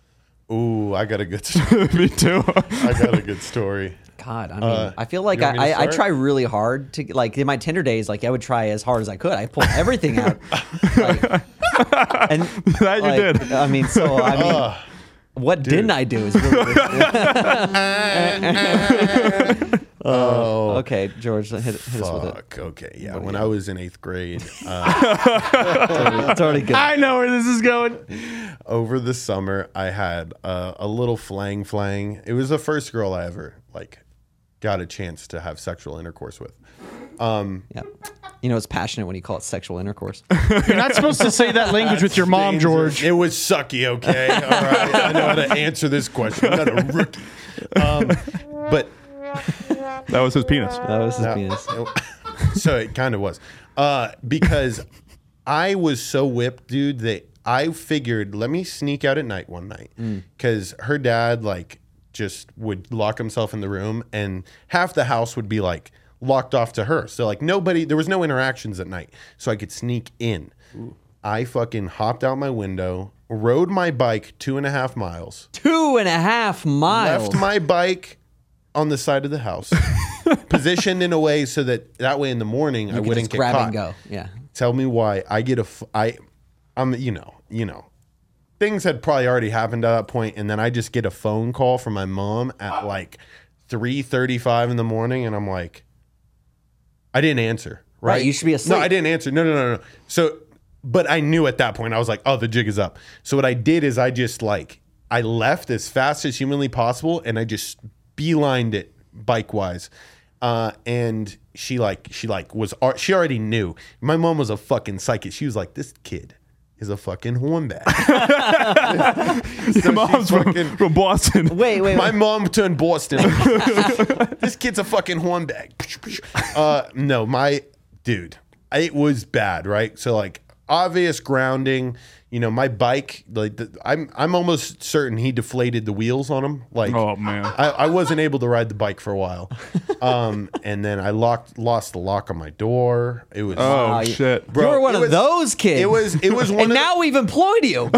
[SPEAKER 2] Ooh, I got a good. Story.
[SPEAKER 3] Me too.
[SPEAKER 2] I got a good story.
[SPEAKER 1] God, I mean, I feel like
[SPEAKER 2] Uh, you want me
[SPEAKER 1] I,
[SPEAKER 2] to
[SPEAKER 1] I, I
[SPEAKER 2] start?
[SPEAKER 1] try really hard to like in my Tinder days. Like I would try as hard as I could. I pulled everything out. Like, and
[SPEAKER 3] That you did.
[SPEAKER 1] I mean, so I mean,
[SPEAKER 2] Uh,
[SPEAKER 1] what didn't I do? Is really oh. Okay, George, hit, hit us with it.
[SPEAKER 2] Fuck. Okay. Yeah. When I was in eighth grade, uh,
[SPEAKER 1] It's already good.
[SPEAKER 4] I know where this is going.
[SPEAKER 2] over the summer, I had uh, a little flang flang. It was the first girl I ever like got a chance to have sexual intercourse with.
[SPEAKER 1] Yeah. You know, it's passionate when you call it sexual intercourse.
[SPEAKER 4] You're not supposed to say that language with your mom, George.
[SPEAKER 2] It was sucky, okay? All right. I know how to answer this question. I'm not a rookie. Um, but
[SPEAKER 3] that was his penis.
[SPEAKER 1] That was his penis.
[SPEAKER 2] it- so it kind of was. Uh, because I was so whipped, dude, that I figured, let me sneak out at night one night. Because her dad, like, just would lock himself in the room, and half the house would be, like, locked off to her. So, like, nobody, there was no interactions at night. So I could sneak in. I fucking hopped out my window, rode my bike two and a half miles
[SPEAKER 1] Two and a half miles.
[SPEAKER 2] left my bike on the side of the house, positioned in a way so that that way in the morning I
[SPEAKER 1] You could
[SPEAKER 2] wouldn't
[SPEAKER 1] just
[SPEAKER 2] get
[SPEAKER 1] grab
[SPEAKER 2] caught.
[SPEAKER 1] and go. Yeah.
[SPEAKER 2] Tell me why I get a f- I, I'm you know you know, things had probably already happened at that point, and then I just get a phone call from my mom at like three thirty-five in the morning, and I'm like, I didn't answer. Right,
[SPEAKER 1] Right, you should be asleep.
[SPEAKER 2] No, I didn't answer. No, no, no, no. So, but I knew at that point I was like, oh, the jig is up. So what I did is I just like I left as fast as humanly possible, and I just beelined it bike wise. Uh, and she like she like was ar- she already knew. My mom was a fucking psychic. She was like, this kid is a fucking hornbat.
[SPEAKER 3] Your mom's from,
[SPEAKER 2] fucking-
[SPEAKER 3] from Boston.
[SPEAKER 1] Wait, wait,
[SPEAKER 2] My
[SPEAKER 1] wait.
[SPEAKER 2] mom turned Boston. this kid's a fucking hornbag. Uh, no, my dude, it was bad, right? So like obvious grounding. You know, my bike, like the, I'm, I'm almost certain he deflated the wheels on him. Like,
[SPEAKER 3] Oh man.
[SPEAKER 2] I, I wasn't able to ride the bike for a while, um, and then I locked, lost the lock on my door. It was
[SPEAKER 3] Oh
[SPEAKER 1] you-
[SPEAKER 3] shit.
[SPEAKER 1] You
[SPEAKER 2] Bro,
[SPEAKER 1] were one
[SPEAKER 2] it
[SPEAKER 1] of
[SPEAKER 2] was-
[SPEAKER 1] those kids.
[SPEAKER 2] it was, it was
[SPEAKER 1] and
[SPEAKER 2] one. of the-
[SPEAKER 1] now we've employed you.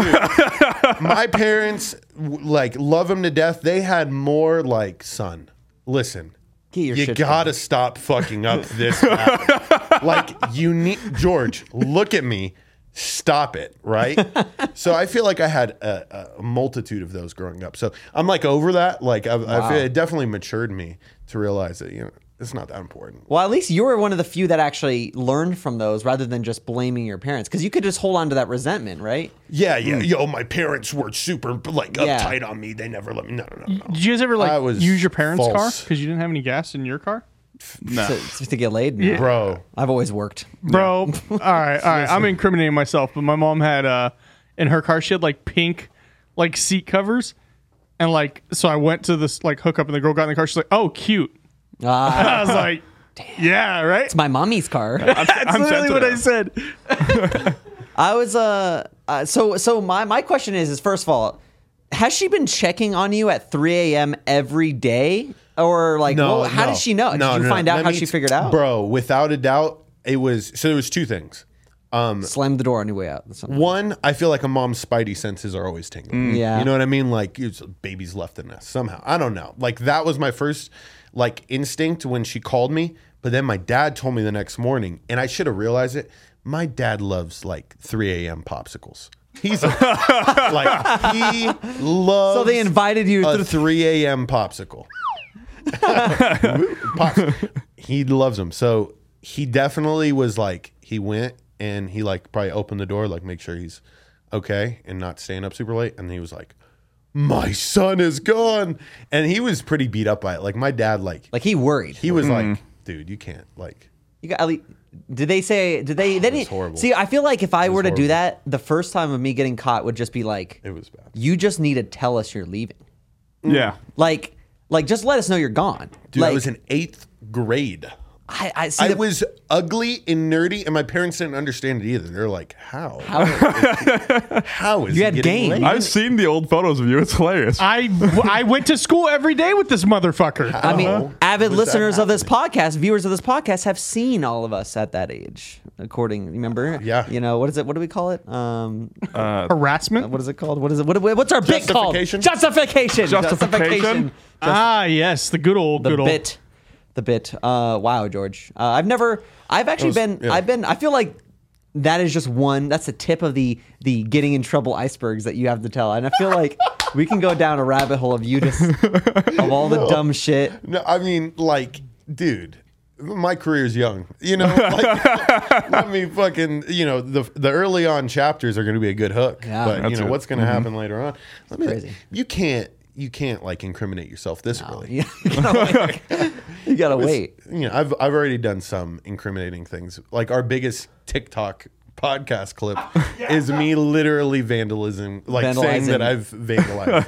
[SPEAKER 2] my parents w- like love him to death. They had more like son. Listen,
[SPEAKER 1] Get your
[SPEAKER 2] you
[SPEAKER 1] shit
[SPEAKER 2] gotta stop fucking up this. bad. like you need George. Look at me. Stop it, right? so I feel like I had a, a multitude of those growing up. So I'm like over that. Like I've, I feel it definitely matured me to realize that you know it's not that important.
[SPEAKER 1] Well, at least you were one of the few that actually learned from those rather than just blaming your parents because you could just hold on to that resentment, right?
[SPEAKER 2] Yeah, yeah. Yo, my parents were super like
[SPEAKER 1] Hmm. Yeah.
[SPEAKER 2] uptight on me. They never let me. No, no, no, no.
[SPEAKER 4] Did you guys ever
[SPEAKER 2] I
[SPEAKER 4] like
[SPEAKER 2] was
[SPEAKER 4] use your parents' car
[SPEAKER 2] false.
[SPEAKER 4] because you didn't have any gas in your car?
[SPEAKER 3] No.
[SPEAKER 1] To, to get laid. now.
[SPEAKER 2] Bro,
[SPEAKER 1] I've always worked.
[SPEAKER 4] Bro, all right, all right. I'm incriminating myself, but my mom had uh in her car she had like pink like seat covers. And like so I went to this like hookup and the girl got in the car, she's like, Oh, cute.
[SPEAKER 1] Ah,
[SPEAKER 4] I was like, Yeah, right?
[SPEAKER 1] it's my mommy's car.
[SPEAKER 4] That's literally what I
[SPEAKER 3] sensitive.
[SPEAKER 4] said.
[SPEAKER 1] I was uh, uh so so my my question is is first of all, has she been checking on you at 3 a.m. every day or like well, how did she know? Did
[SPEAKER 2] No,
[SPEAKER 1] you
[SPEAKER 2] no,
[SPEAKER 1] find
[SPEAKER 2] no.
[SPEAKER 1] out
[SPEAKER 2] Let
[SPEAKER 1] how
[SPEAKER 2] me
[SPEAKER 1] she
[SPEAKER 2] t-
[SPEAKER 1] figured out?
[SPEAKER 2] Bro, without a doubt, it was so there was two things.
[SPEAKER 1] Slammed the door on your way out. That's something.
[SPEAKER 2] One, I feel like a mom's spidey senses are always tingling.
[SPEAKER 1] Mm. Yeah.
[SPEAKER 2] You know what I mean? Like it's baby's left the nest somehow. I don't know. Like that was my first like instinct when she called me, but then my dad told me the next morning, and I should have realized it. My dad loves like 3 a.m. popsicles. He's a, like he loves
[SPEAKER 1] So they invited you
[SPEAKER 2] a
[SPEAKER 1] to
[SPEAKER 2] 3 a.m. popsicle. Pops. He loves them. So he definitely was like, he went and he like probably opened the door, like make sure he's okay and not staying up super late. And he was like, my son is gone. And he was pretty beat up by it. Like my dad, like,
[SPEAKER 1] like he worried.
[SPEAKER 2] he was like, dude, you can't like,
[SPEAKER 1] You got at least, did they say did they they didn't
[SPEAKER 2] horrible.
[SPEAKER 1] see I feel like if I were to do
[SPEAKER 2] horrible.
[SPEAKER 1] that, the first time of me getting caught would just be like
[SPEAKER 2] it was bad.
[SPEAKER 1] you just need to tell us you're leaving.
[SPEAKER 3] Yeah.
[SPEAKER 1] Like like just let us know you're gone.
[SPEAKER 2] Dude,
[SPEAKER 1] like
[SPEAKER 2] I was in eighth grade.
[SPEAKER 1] I, I see.
[SPEAKER 2] I
[SPEAKER 1] the-
[SPEAKER 2] was ugly and nerdy, and my parents didn't understand it either. They're like, "How? How is
[SPEAKER 1] You
[SPEAKER 2] it
[SPEAKER 1] had
[SPEAKER 2] getting
[SPEAKER 1] game.
[SPEAKER 2] laid?
[SPEAKER 3] I've seen the old photos of you. It's hilarious.
[SPEAKER 4] I, I went to school every day with this motherfucker.
[SPEAKER 1] I mean,
[SPEAKER 2] Oh.
[SPEAKER 1] avid
[SPEAKER 2] Was that
[SPEAKER 1] listeners of this podcast, viewers of this podcast, have seen all of us at that age. According, remember?
[SPEAKER 2] Yeah.
[SPEAKER 1] You know what is it? What do we call it? Um,
[SPEAKER 4] Harassment.
[SPEAKER 1] what is it called? What is it? What, what's our bit called?
[SPEAKER 2] Justification?
[SPEAKER 1] Justification.
[SPEAKER 3] Justification?
[SPEAKER 4] Ah, yes, the good old,
[SPEAKER 1] The
[SPEAKER 4] good old.
[SPEAKER 1] bit. The bit. Uh, wow, George. Uh, I've never. I've actually
[SPEAKER 2] That was-
[SPEAKER 1] been.
[SPEAKER 2] yeah.
[SPEAKER 1] I've been. I feel like. That is just one. That's the tip of the the getting in trouble icebergs that you have to tell, and I feel like we can go down a rabbit hole of you just of all the dumb shit.
[SPEAKER 2] No, I mean, like, dude, my career's young. You know, like, let me fucking, you know, the the early on chapters are going to be a good hook.
[SPEAKER 1] Yeah. Mm-hmm.
[SPEAKER 2] but you
[SPEAKER 3] That's
[SPEAKER 2] know
[SPEAKER 3] it.
[SPEAKER 2] what's going to happen later on. Let me.
[SPEAKER 1] crazy.
[SPEAKER 2] You can't. You can't like incriminate yourself this early.
[SPEAKER 1] you gotta wait. You gotta wait.
[SPEAKER 2] You know, I've I've already done some incriminating things. Like our biggest TikTok podcast clip is me literally vandalism, like saying
[SPEAKER 1] Vandalizing.
[SPEAKER 2] that I've vandalized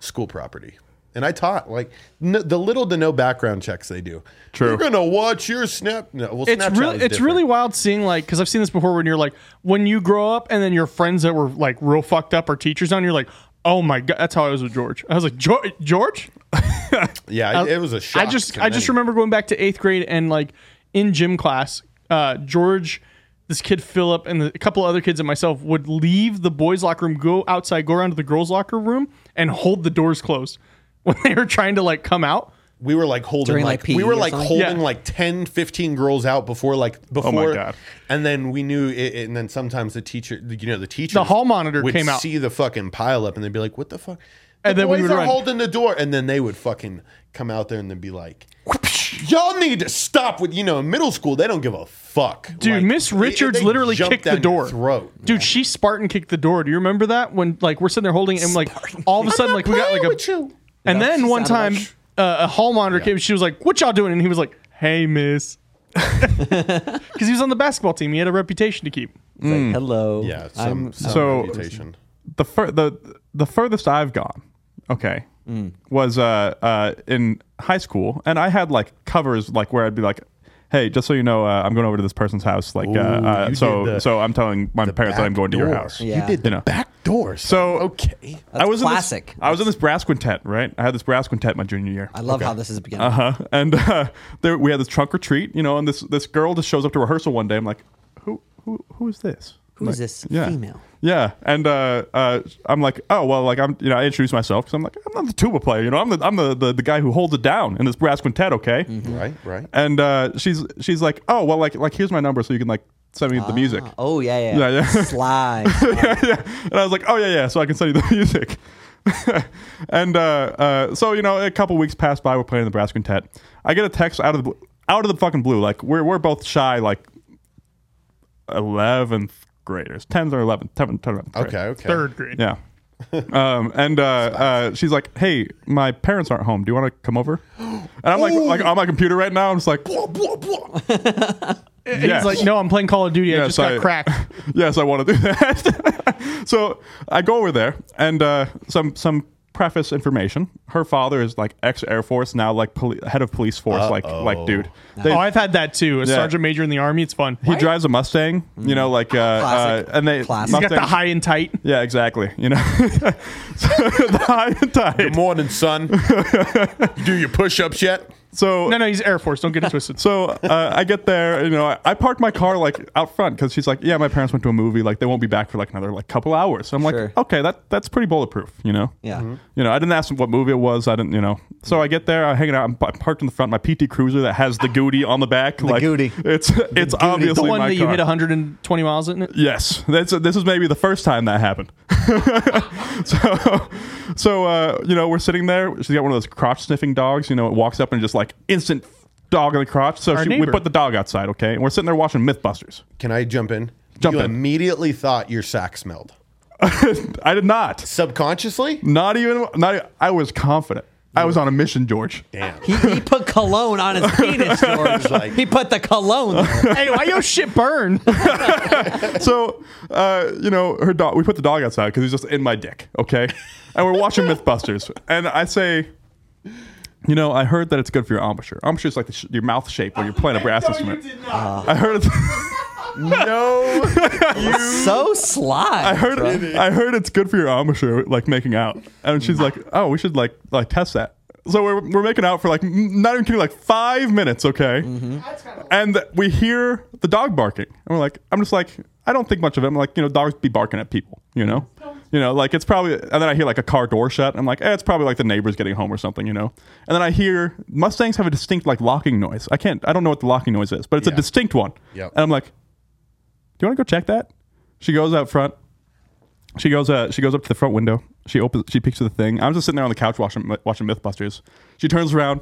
[SPEAKER 2] school property. And I taught like no, the little to no background checks they do.
[SPEAKER 3] True.
[SPEAKER 2] You're gonna watch your snap. No, well,
[SPEAKER 4] It's
[SPEAKER 2] Snapchat
[SPEAKER 4] really,
[SPEAKER 2] is
[SPEAKER 4] it's
[SPEAKER 2] different.
[SPEAKER 4] really wild seeing like because I've seen this before when you're like when you grow up and then your friends that were like real fucked up are teachers on you're like oh my god that's how I was with George I was like George George
[SPEAKER 2] yeah. it- it was a shock.
[SPEAKER 4] I just
[SPEAKER 2] to
[SPEAKER 4] I just
[SPEAKER 2] many.
[SPEAKER 4] remember going back to eighth grade and like in gym class, uh, George, this kid Philip, and the, a couple other kids and myself would leave the boys' locker room, go outside, go around to the girls' locker room, and hold the doors closed when they were trying to like come out.
[SPEAKER 2] we were like holding
[SPEAKER 1] During,
[SPEAKER 2] like,
[SPEAKER 1] like, PE
[SPEAKER 2] we were
[SPEAKER 1] or
[SPEAKER 2] like
[SPEAKER 1] something?
[SPEAKER 2] holding
[SPEAKER 4] Yeah. Oh
[SPEAKER 2] like 10 15 girls out before like before
[SPEAKER 3] God.
[SPEAKER 2] and then we knew it, and then sometimes the teacher you know the teacher
[SPEAKER 4] The hall monitor
[SPEAKER 2] would
[SPEAKER 4] came out.
[SPEAKER 2] see the fucking pile up and they'd be like what the fuck
[SPEAKER 4] And
[SPEAKER 2] The
[SPEAKER 4] then we
[SPEAKER 2] boys
[SPEAKER 4] would
[SPEAKER 2] are
[SPEAKER 4] run.
[SPEAKER 2] holding the door and then they would fucking come out there and they'd be like y'all need to stop with you know in middle school they don't give a fuck
[SPEAKER 4] Dude,
[SPEAKER 2] Like,
[SPEAKER 4] Miss
[SPEAKER 2] they-
[SPEAKER 4] Richards
[SPEAKER 2] they
[SPEAKER 4] literally
[SPEAKER 2] jump
[SPEAKER 4] kicked the
[SPEAKER 2] down your
[SPEAKER 4] door.
[SPEAKER 2] throat
[SPEAKER 4] Dude, she Spartan kicked the door. Do you remember that when like we're sitting there holding it and like all of a sudden like we got like
[SPEAKER 2] Playing
[SPEAKER 4] a
[SPEAKER 2] with you.
[SPEAKER 4] and
[SPEAKER 1] That's
[SPEAKER 4] then one time
[SPEAKER 1] sounded
[SPEAKER 4] uh,
[SPEAKER 1] like-
[SPEAKER 4] a hall monitor came. She was like, "What y'all doing?" And he was like, "Hey, miss," because he was on the basketball team. He had a reputation to keep.
[SPEAKER 1] It's like, hello.
[SPEAKER 2] mm. yeah um,
[SPEAKER 1] I'm-
[SPEAKER 2] some, some
[SPEAKER 3] So-
[SPEAKER 2] reputation.
[SPEAKER 3] the fur- the the furthest I've gone, okay,
[SPEAKER 2] Mm.
[SPEAKER 3] was uh, uh, in high school, and I had like covers like where I'd be like, "Hey, just so you know, uh, I'm going over to this person's house." Like, uh, uh,
[SPEAKER 2] you
[SPEAKER 3] so
[SPEAKER 2] did the-
[SPEAKER 3] so I'm telling my parents that I'm going to your house.
[SPEAKER 1] Yeah.
[SPEAKER 2] you did the
[SPEAKER 3] You know.
[SPEAKER 2] back door
[SPEAKER 3] So
[SPEAKER 2] okay
[SPEAKER 3] I was
[SPEAKER 1] classic.
[SPEAKER 3] In this, I was in this brass quintet, right? I had this brass quintet my junior year.
[SPEAKER 1] I love how this is beginning.
[SPEAKER 3] Uh huh. And uh, there we had this trunk retreat, you know, and this this girl just shows up to rehearsal one day. I'm like, who who who is this?
[SPEAKER 1] Who
[SPEAKER 3] like,
[SPEAKER 1] is this
[SPEAKER 3] yeah.
[SPEAKER 1] female?
[SPEAKER 3] Yeah, and uh, uh, I'm like, oh well, like I'm, you know, I introduce myself because I'm like, I'm not the tuba player, you know, I'm the I'm the, the, the guy who holds it down in this brass quintet, okay?
[SPEAKER 1] Mm-hmm.
[SPEAKER 2] Right, right.
[SPEAKER 3] And uh, she's she's like, oh well, like like here's my number, so you can like send me the music.
[SPEAKER 2] Uh-huh.
[SPEAKER 1] Ah, oh yeah, yeah,
[SPEAKER 3] Yeah, yeah.
[SPEAKER 1] Sly.
[SPEAKER 3] and I was like, oh yeah, yeah, so I can send you the music. and uh, uh, so you know, a couple weeks passed by. We're playing the brass quintet. I get a text out of the bl- out of the fucking blue. Like we're we're both shy, like eleventh graders, tenth or eleventh, tenth or eleventh.
[SPEAKER 2] Okay, okay.
[SPEAKER 4] Third grade.
[SPEAKER 3] Yeah. Um, and uh, uh, she's like, "Hey, my parents aren't home. Do you want to come over?" And I'm like, like on my computer right now. I'm just like,
[SPEAKER 4] And
[SPEAKER 3] Yes.
[SPEAKER 4] He's like, no, I'm playing Call of Duty. I
[SPEAKER 3] Yes,
[SPEAKER 4] just got
[SPEAKER 3] I-
[SPEAKER 4] cracked.
[SPEAKER 3] yes, I want to do that. so I go over there, and uh, some some preface information. Her father is like ex Air Force, now like poli- head of police force, like like dude. They-
[SPEAKER 4] oh, I've had that too. A
[SPEAKER 3] Yeah.
[SPEAKER 4] sergeant major in the army. It's fun.
[SPEAKER 3] he drives a Mustang, you know, like uh, uh,
[SPEAKER 1] Classic.
[SPEAKER 3] and they
[SPEAKER 1] Classic.
[SPEAKER 4] He's got the
[SPEAKER 3] Mustangs-
[SPEAKER 4] high and tight.
[SPEAKER 3] Yeah, exactly. You know, So, the high and tight.
[SPEAKER 2] Good morning, son. you do your push ups yet?
[SPEAKER 3] So
[SPEAKER 4] No, no, he's Air Force. Don't get it twisted.
[SPEAKER 3] So uh, I get there, you know, I, I park my car like out front because she's like, "Yeah, my parents went to a movie. Like, they won't be back for like another like couple hours." So I'm
[SPEAKER 1] Sure.
[SPEAKER 3] like, "Okay, that that's pretty bulletproof," you know.
[SPEAKER 1] Yeah.
[SPEAKER 4] Mm-hmm.
[SPEAKER 1] Mhm.
[SPEAKER 3] You know, I didn't ask them what movie it was. I didn't, you know. So I get there, I'm hanging out. I'm, i parked in the front. My PT Cruiser that has the Goody on the back. The like,
[SPEAKER 1] Goody.
[SPEAKER 3] It's it's obviously
[SPEAKER 4] the one
[SPEAKER 3] my
[SPEAKER 4] that you
[SPEAKER 3] car.
[SPEAKER 4] hit 120 miles in it.
[SPEAKER 3] Yes, that's this is maybe the first time that happened. so, so uh, you know, we're sitting there. She's got one of those crotch sniffing dogs. You know, it walks up and just like instant dog in the crotch. So
[SPEAKER 4] Our
[SPEAKER 3] she, we
[SPEAKER 4] neighbor.
[SPEAKER 3] put the dog outside. Okay, and we're sitting there watching MythBusters.
[SPEAKER 2] Can I jump in?
[SPEAKER 3] Jump
[SPEAKER 2] you
[SPEAKER 3] in.
[SPEAKER 2] immediately thought your sack smelled.
[SPEAKER 3] I did not,
[SPEAKER 2] Subconsciously?
[SPEAKER 3] not even, not. Even, I was confident. I was on a mission, George.
[SPEAKER 2] Damn.
[SPEAKER 1] he, he put cologne on his penis, George.
[SPEAKER 2] Like-
[SPEAKER 1] he put the cologne. There.
[SPEAKER 4] hey, why your shit burn?
[SPEAKER 3] so uh, you know her dog we put the dog outside because he's just in my dick okay and we're watching mythbusters and i say You know, I heard that it's good for your embouchure. Embouchure is like the sh- your mouth shape when you're playing a brass instrument. I heard it's,
[SPEAKER 2] No,
[SPEAKER 1] so sly.
[SPEAKER 3] I heard I heard it's good for your embouchure, like making out. And she's like, "Oh, we should like like test that." So we're, we're making out for like n- not even kidding, like five minutes, okay? And th- we hear the dog barking, and we're like, "I'm just like, I don't think much of it. I'm like, you know, dogs be barking at people, you know, you know, like it's probably." And then I hear like a car door shut. I'm like, eh, "It's probably like the neighbors getting home or something, you know." And then I hear Mustangs have a distinct like locking noise. I can't, I don't know what the locking noise is, but it's a
[SPEAKER 2] Yeah.
[SPEAKER 3] distinct one.
[SPEAKER 2] Yep.
[SPEAKER 3] And I'm like, do you want to go check that? She goes out front. She goes. Uh, she goes up to the front window. She opens. She peeks at the thing. I'm just sitting there on the couch watching watching MythBusters. She turns around.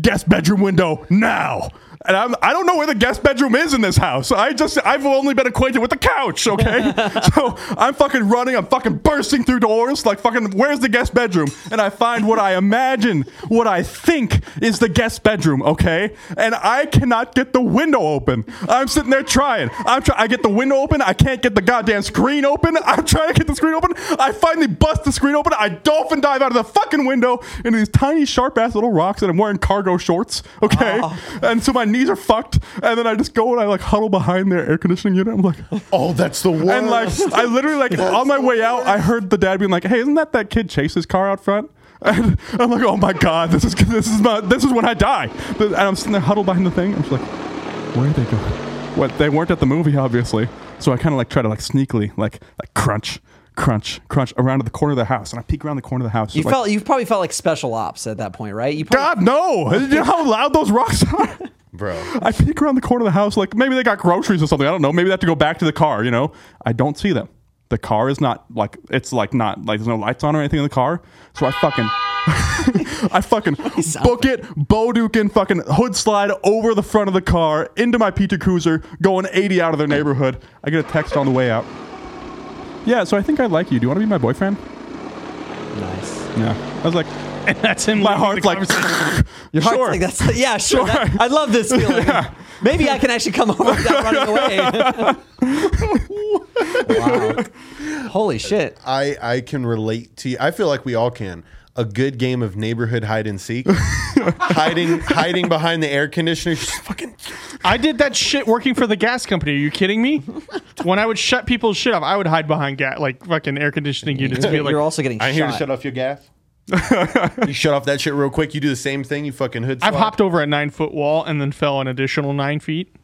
[SPEAKER 3] Guest bedroom window now. And I'm. I don't know where the guest bedroom is in this house. I just. I've only been acquainted with the couch. Okay. so I'm fucking running. I'm fucking bursting through doors. Like fucking. Where's the guest bedroom? And I find what I imagine, what I think is the guest bedroom. Okay. And I cannot get the window open. I'm sitting there trying. I'm trying. I get the window open. I can't get the goddamn screen open. I'm trying to get the screen open. I finally bust the screen open. I dolphin dive out of the fucking window into these tiny sharp ass little rocks, and I'm wearing cargo shorts. Okay, and so my knees are fucked. And then I just go and I like huddle behind their air conditioning unit. I'm like,
[SPEAKER 2] oh, that's the worst.
[SPEAKER 3] and like I literally like on my way out, I heard the dad being like, "Hey, isn't that that kid Chase's car out front?" And I'm like, "Oh my god, this is this is my this is when I die." And I'm sitting there huddled behind the thing. I'm just like, "Where are they going?" What they weren't at the movie, obviously. So I kind of like try to like sneakily like like crunch, crunch, crunch around to the corner of the house, and I peek around the corner of the house.
[SPEAKER 1] you
[SPEAKER 3] like,
[SPEAKER 1] felt you probably felt like special ops at that point, right? You probably,
[SPEAKER 3] God no! You know how loud those rocks are.
[SPEAKER 2] bro.
[SPEAKER 3] I peek around the corner of the house, like maybe they got groceries or something. I don't know. Maybe they have to go back to the car, you know? I don't see them. The car is not like, it's like not, like there's no lights on or anything in the car. So I fucking, I fucking book it, Bodukin, fucking hood slide over the front of the car into my Peter Cruiser, going 80 out of their neighborhood. I get a text on the way out. Yeah, so I think I like you. Do you want to be my boyfriend?
[SPEAKER 1] nice.
[SPEAKER 3] Yeah. I was like,
[SPEAKER 4] And that's him.
[SPEAKER 3] my heart's
[SPEAKER 4] leading the
[SPEAKER 3] like,
[SPEAKER 4] conversation.
[SPEAKER 3] your
[SPEAKER 1] Heart's
[SPEAKER 3] sure.
[SPEAKER 1] like, that's- yeah, sure. that- I love this feeling. Maybe I can actually come over without running away. wow. Holy shit.
[SPEAKER 2] I I can relate to you. I feel like we all can. A good game of neighborhood hide and seek, hiding hiding behind the air conditioner. Just fucking
[SPEAKER 4] I did that shit working for the gas company. Are you kidding me? when I would shut people's shit off, I would hide behind gas, like fucking air conditioning units. and be like,
[SPEAKER 1] You're also getting
[SPEAKER 2] I'm here to
[SPEAKER 1] shot.
[SPEAKER 2] shut off your gas. you shut off that shit real quick. You do the same thing. You fucking hood.
[SPEAKER 4] I've
[SPEAKER 2] swap.
[SPEAKER 4] hopped over a nine foot wall and then fell an additional nine feet.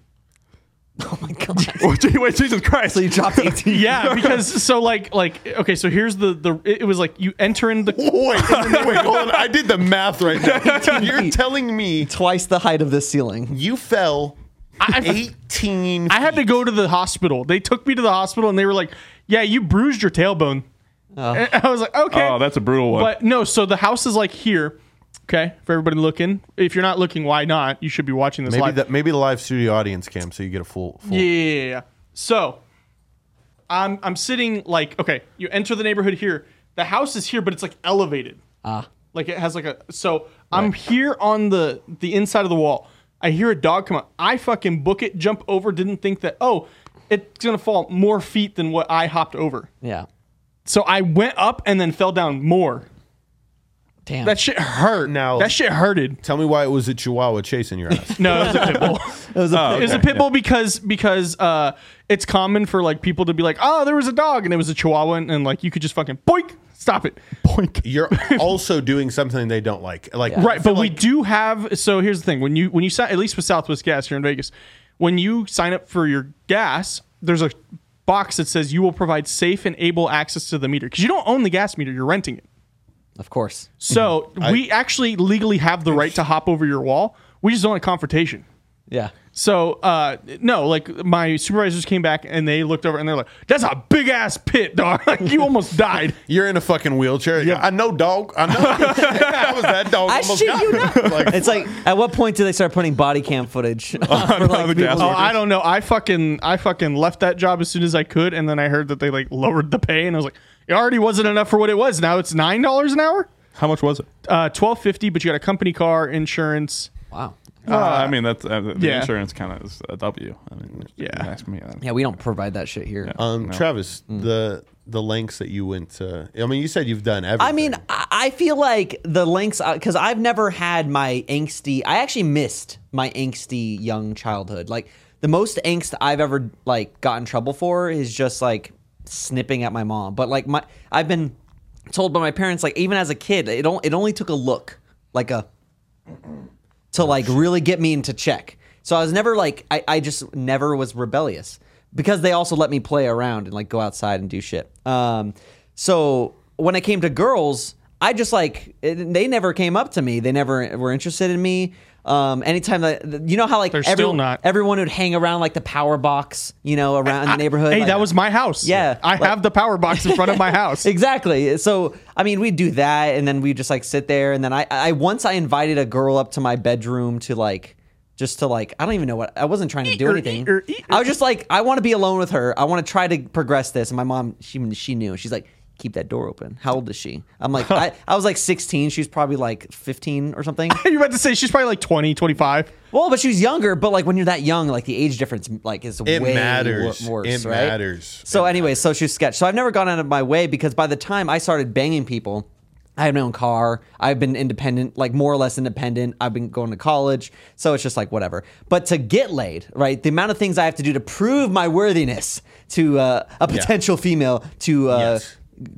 [SPEAKER 1] Oh my god.
[SPEAKER 3] Oh, gee, Wait, Jesus Christ.
[SPEAKER 1] So you dropped 18.
[SPEAKER 4] Yeah, because so like like okay, so here's the the it was like you enter in the
[SPEAKER 2] Wait, wait, hold on. I did the math right now. You're telling me
[SPEAKER 1] Twice the height of this ceiling.
[SPEAKER 2] you fell
[SPEAKER 4] I,
[SPEAKER 2] 18.
[SPEAKER 4] I had to go to the hospital. They took me to the hospital and they were like, "Yeah, you bruised your tailbone." And I was like, "Okay."
[SPEAKER 3] Oh, that's a brutal one.
[SPEAKER 4] But no, so the house is like here. Okay, for everybody looking. If you're not looking, why not? You should be watching this
[SPEAKER 2] maybe
[SPEAKER 4] live.
[SPEAKER 2] the, maybe the live studio audience cam, so you get a full. full
[SPEAKER 4] Yeah, yeah, yeah, yeah. So I'm I'm sitting like okay, you enter the neighborhood here. The house is here, but it's like elevated. Ah. Like it has like a so I'm here on the the inside of the wall. I hear a dog come up. I fucking book it, jump over, didn't think that oh, it's gonna fall more feet than what I hopped over.
[SPEAKER 1] Yeah.
[SPEAKER 4] So I went up and then fell down more.
[SPEAKER 1] Damn.
[SPEAKER 4] That shit hurt.
[SPEAKER 2] Now-
[SPEAKER 4] that shit hurted.
[SPEAKER 2] Tell me why it was a chihuahua chasing your ass.
[SPEAKER 4] No, it was a pit bull.
[SPEAKER 1] it was a
[SPEAKER 3] Oh,
[SPEAKER 4] It was a
[SPEAKER 3] okay.
[SPEAKER 4] pit bull because because uh, it's common for like people to be like, oh, there was a dog and it was a chihuahua and, and, like you could just fucking boink, stop it, boink.
[SPEAKER 2] You're also doing something they don't like. Like I
[SPEAKER 4] Right,
[SPEAKER 2] feel
[SPEAKER 4] but we
[SPEAKER 2] like-
[SPEAKER 4] do have. So here's the thing: when you when you sign, at least with Southwest Gas here in Vegas, when you sign up for your gas, there's a box that says you will provide safe and able access to the meter because you don't own the gas meter, you're renting it.
[SPEAKER 1] of course.
[SPEAKER 4] So
[SPEAKER 3] Mm-hmm.
[SPEAKER 4] we actually legally have the right to hop over your wall. We just don't want confrontation.
[SPEAKER 1] Yeah.
[SPEAKER 4] So uh, no, like my supervisors came back and they looked over and they're like, "That's a big ass pit, dog. Like you almost died."
[SPEAKER 2] You're in a fucking wheelchair. I know, dog. I know. that was that dog.
[SPEAKER 1] I
[SPEAKER 2] almost
[SPEAKER 1] shit
[SPEAKER 2] got
[SPEAKER 1] you
[SPEAKER 2] me.
[SPEAKER 1] not.
[SPEAKER 2] Like,
[SPEAKER 1] It's like, at what point do they start putting body cam footage? for, like,
[SPEAKER 3] the gas
[SPEAKER 1] people-
[SPEAKER 4] Oh, I don't know. I fucking I fucking left that job as soon as I could, and then I heard that they like lowered the pay, and I was like, "It already wasn't enough for what it was. Now it's nine dollars an hour,
[SPEAKER 1] Uh,
[SPEAKER 3] How much was it?
[SPEAKER 4] uh, twelve fifty, but you got a company car, insurance,
[SPEAKER 1] wow.
[SPEAKER 3] Well, I mean, that's uh, the
[SPEAKER 4] yeah.
[SPEAKER 3] insurance kind of is a W. I mean,
[SPEAKER 4] Yeah.
[SPEAKER 3] you Ask me. that.
[SPEAKER 1] Yeah, we don't provide that shit here.
[SPEAKER 2] Um, Travis, the the lengths that you went to. I mean, you said you've done everything.
[SPEAKER 1] I mean, I I feel like the links because I've never had my angsty. I actually missed my angsty young childhood. Like the most angst I've ever like got in trouble for is just like snipping at my mom. But like my, I've been told by my parents like even as a kid, it on, it only took a look, like a
[SPEAKER 4] Oh,
[SPEAKER 1] to like really get me into check. So I was never like I, I just never was rebellious because they also let me play around and like go outside and do shit. Um, so when it came to girls, I just like it, they never came up to me. They never were interested in me. Um, anytime that you know how like
[SPEAKER 4] They're still not.
[SPEAKER 1] everyone would hang around like the power box, you know, around the neighborhood.
[SPEAKER 4] Hey,
[SPEAKER 1] like-
[SPEAKER 4] that was my house.
[SPEAKER 1] Yeah.
[SPEAKER 4] I
[SPEAKER 1] Like-
[SPEAKER 4] have the power box in front of my house.
[SPEAKER 1] Exactly. So I mean, we do that, and then we just like sit there, and then I, I once I invited a girl up to my bedroom to like, just to like, I don't even know what I wasn't trying to do
[SPEAKER 4] er,
[SPEAKER 1] anything.
[SPEAKER 4] eat er, eat
[SPEAKER 1] I was just like, I want to be alone with her. I want to try to progress this. And my mom, she she knew. She's like, keep that door open. How old is she? I'm like, I, I was like 16. She's probably like 15 or something.
[SPEAKER 4] You're about to say she's probably like 20, 25.
[SPEAKER 1] well, but she was younger. But like when you're that young, like the age difference like is
[SPEAKER 2] it
[SPEAKER 1] way
[SPEAKER 2] matters.
[SPEAKER 1] wo- worse.
[SPEAKER 2] it
[SPEAKER 1] right?
[SPEAKER 2] matters.
[SPEAKER 1] So anyway, so she was sketch. So I've never gone out of my way because by the time I started banging people, I had my own car. I've been independent, like more or less independent. I've been going to college, so it's just like whatever. But to get laid, right? The amount of things I have to do to prove my worthiness to uh, a potential female to uh,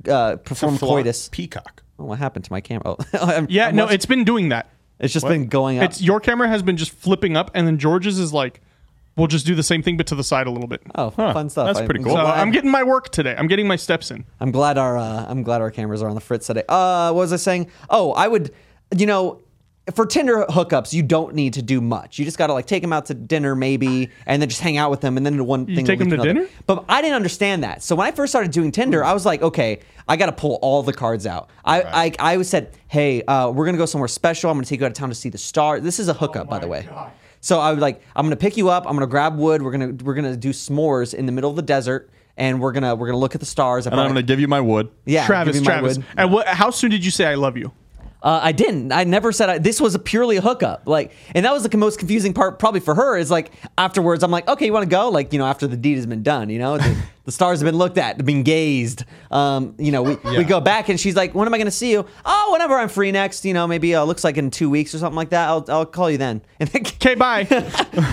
[SPEAKER 1] uh, perform
[SPEAKER 2] Fla-
[SPEAKER 1] coitus.
[SPEAKER 2] Peacock.
[SPEAKER 1] Oh, what happened to my camera? Oh, I'm-
[SPEAKER 4] Yeah,
[SPEAKER 1] I'm
[SPEAKER 4] no,
[SPEAKER 1] watching-
[SPEAKER 4] it's been doing that.
[SPEAKER 1] it's just been going up.
[SPEAKER 4] It's your camera has been just flipping up, and then George's is like, we'll just do the same thing but to the side a little bit.
[SPEAKER 1] oh, fun stuff.
[SPEAKER 3] that's
[SPEAKER 1] I'm
[SPEAKER 3] pretty cool.
[SPEAKER 4] So
[SPEAKER 1] glad-
[SPEAKER 4] I'm getting my work today. I'm getting my steps in.
[SPEAKER 1] I'm glad our uh, I'm glad our cameras are on the fritz today. Uh, what was I saying? Oh, I would, you know, for Tinder hookups, you don't need to do much. You just gotta like take them out to dinner maybe, and then just hang out with them, and then one thing.
[SPEAKER 4] take
[SPEAKER 1] will lead
[SPEAKER 4] them to
[SPEAKER 1] another.
[SPEAKER 4] dinner?
[SPEAKER 1] But I didn't understand that. So when I first started doing Tinder, I was like, okay, I gotta pull all the cards out. I I, I always said, hey, uh, we're gonna go somewhere special. I'm gonna take you out of town to see the star. This is a hookup, by the way. So I was like, I'm gonna pick you up. I'm gonna grab wood. We're gonna we're gonna do s'mores in the middle of the desert. And we're gonna we're gonna look at the stars. I
[SPEAKER 3] And I'm
[SPEAKER 1] brought-
[SPEAKER 3] going to give you my wood.
[SPEAKER 1] yeah,
[SPEAKER 4] Travis,
[SPEAKER 1] give me my
[SPEAKER 4] Travis.
[SPEAKER 1] wood.
[SPEAKER 4] And what, how soon did you say I love you?
[SPEAKER 1] Uh, I didn't. I never said I, this was a purely a hookup. Like, and that was the most confusing part, probably for her, is like afterwards. I'm like, okay, you want to go? Like, you know, after the deed has been done, you know, the, the stars have been looked at, been gazed. Um, you know, we, we go back, and she's like, when am I going to see you? Oh, whenever I'm free next. You know, maybe uh, looks like in two weeks or something like that. I'll I'll call you then. And then
[SPEAKER 4] Okay, bye.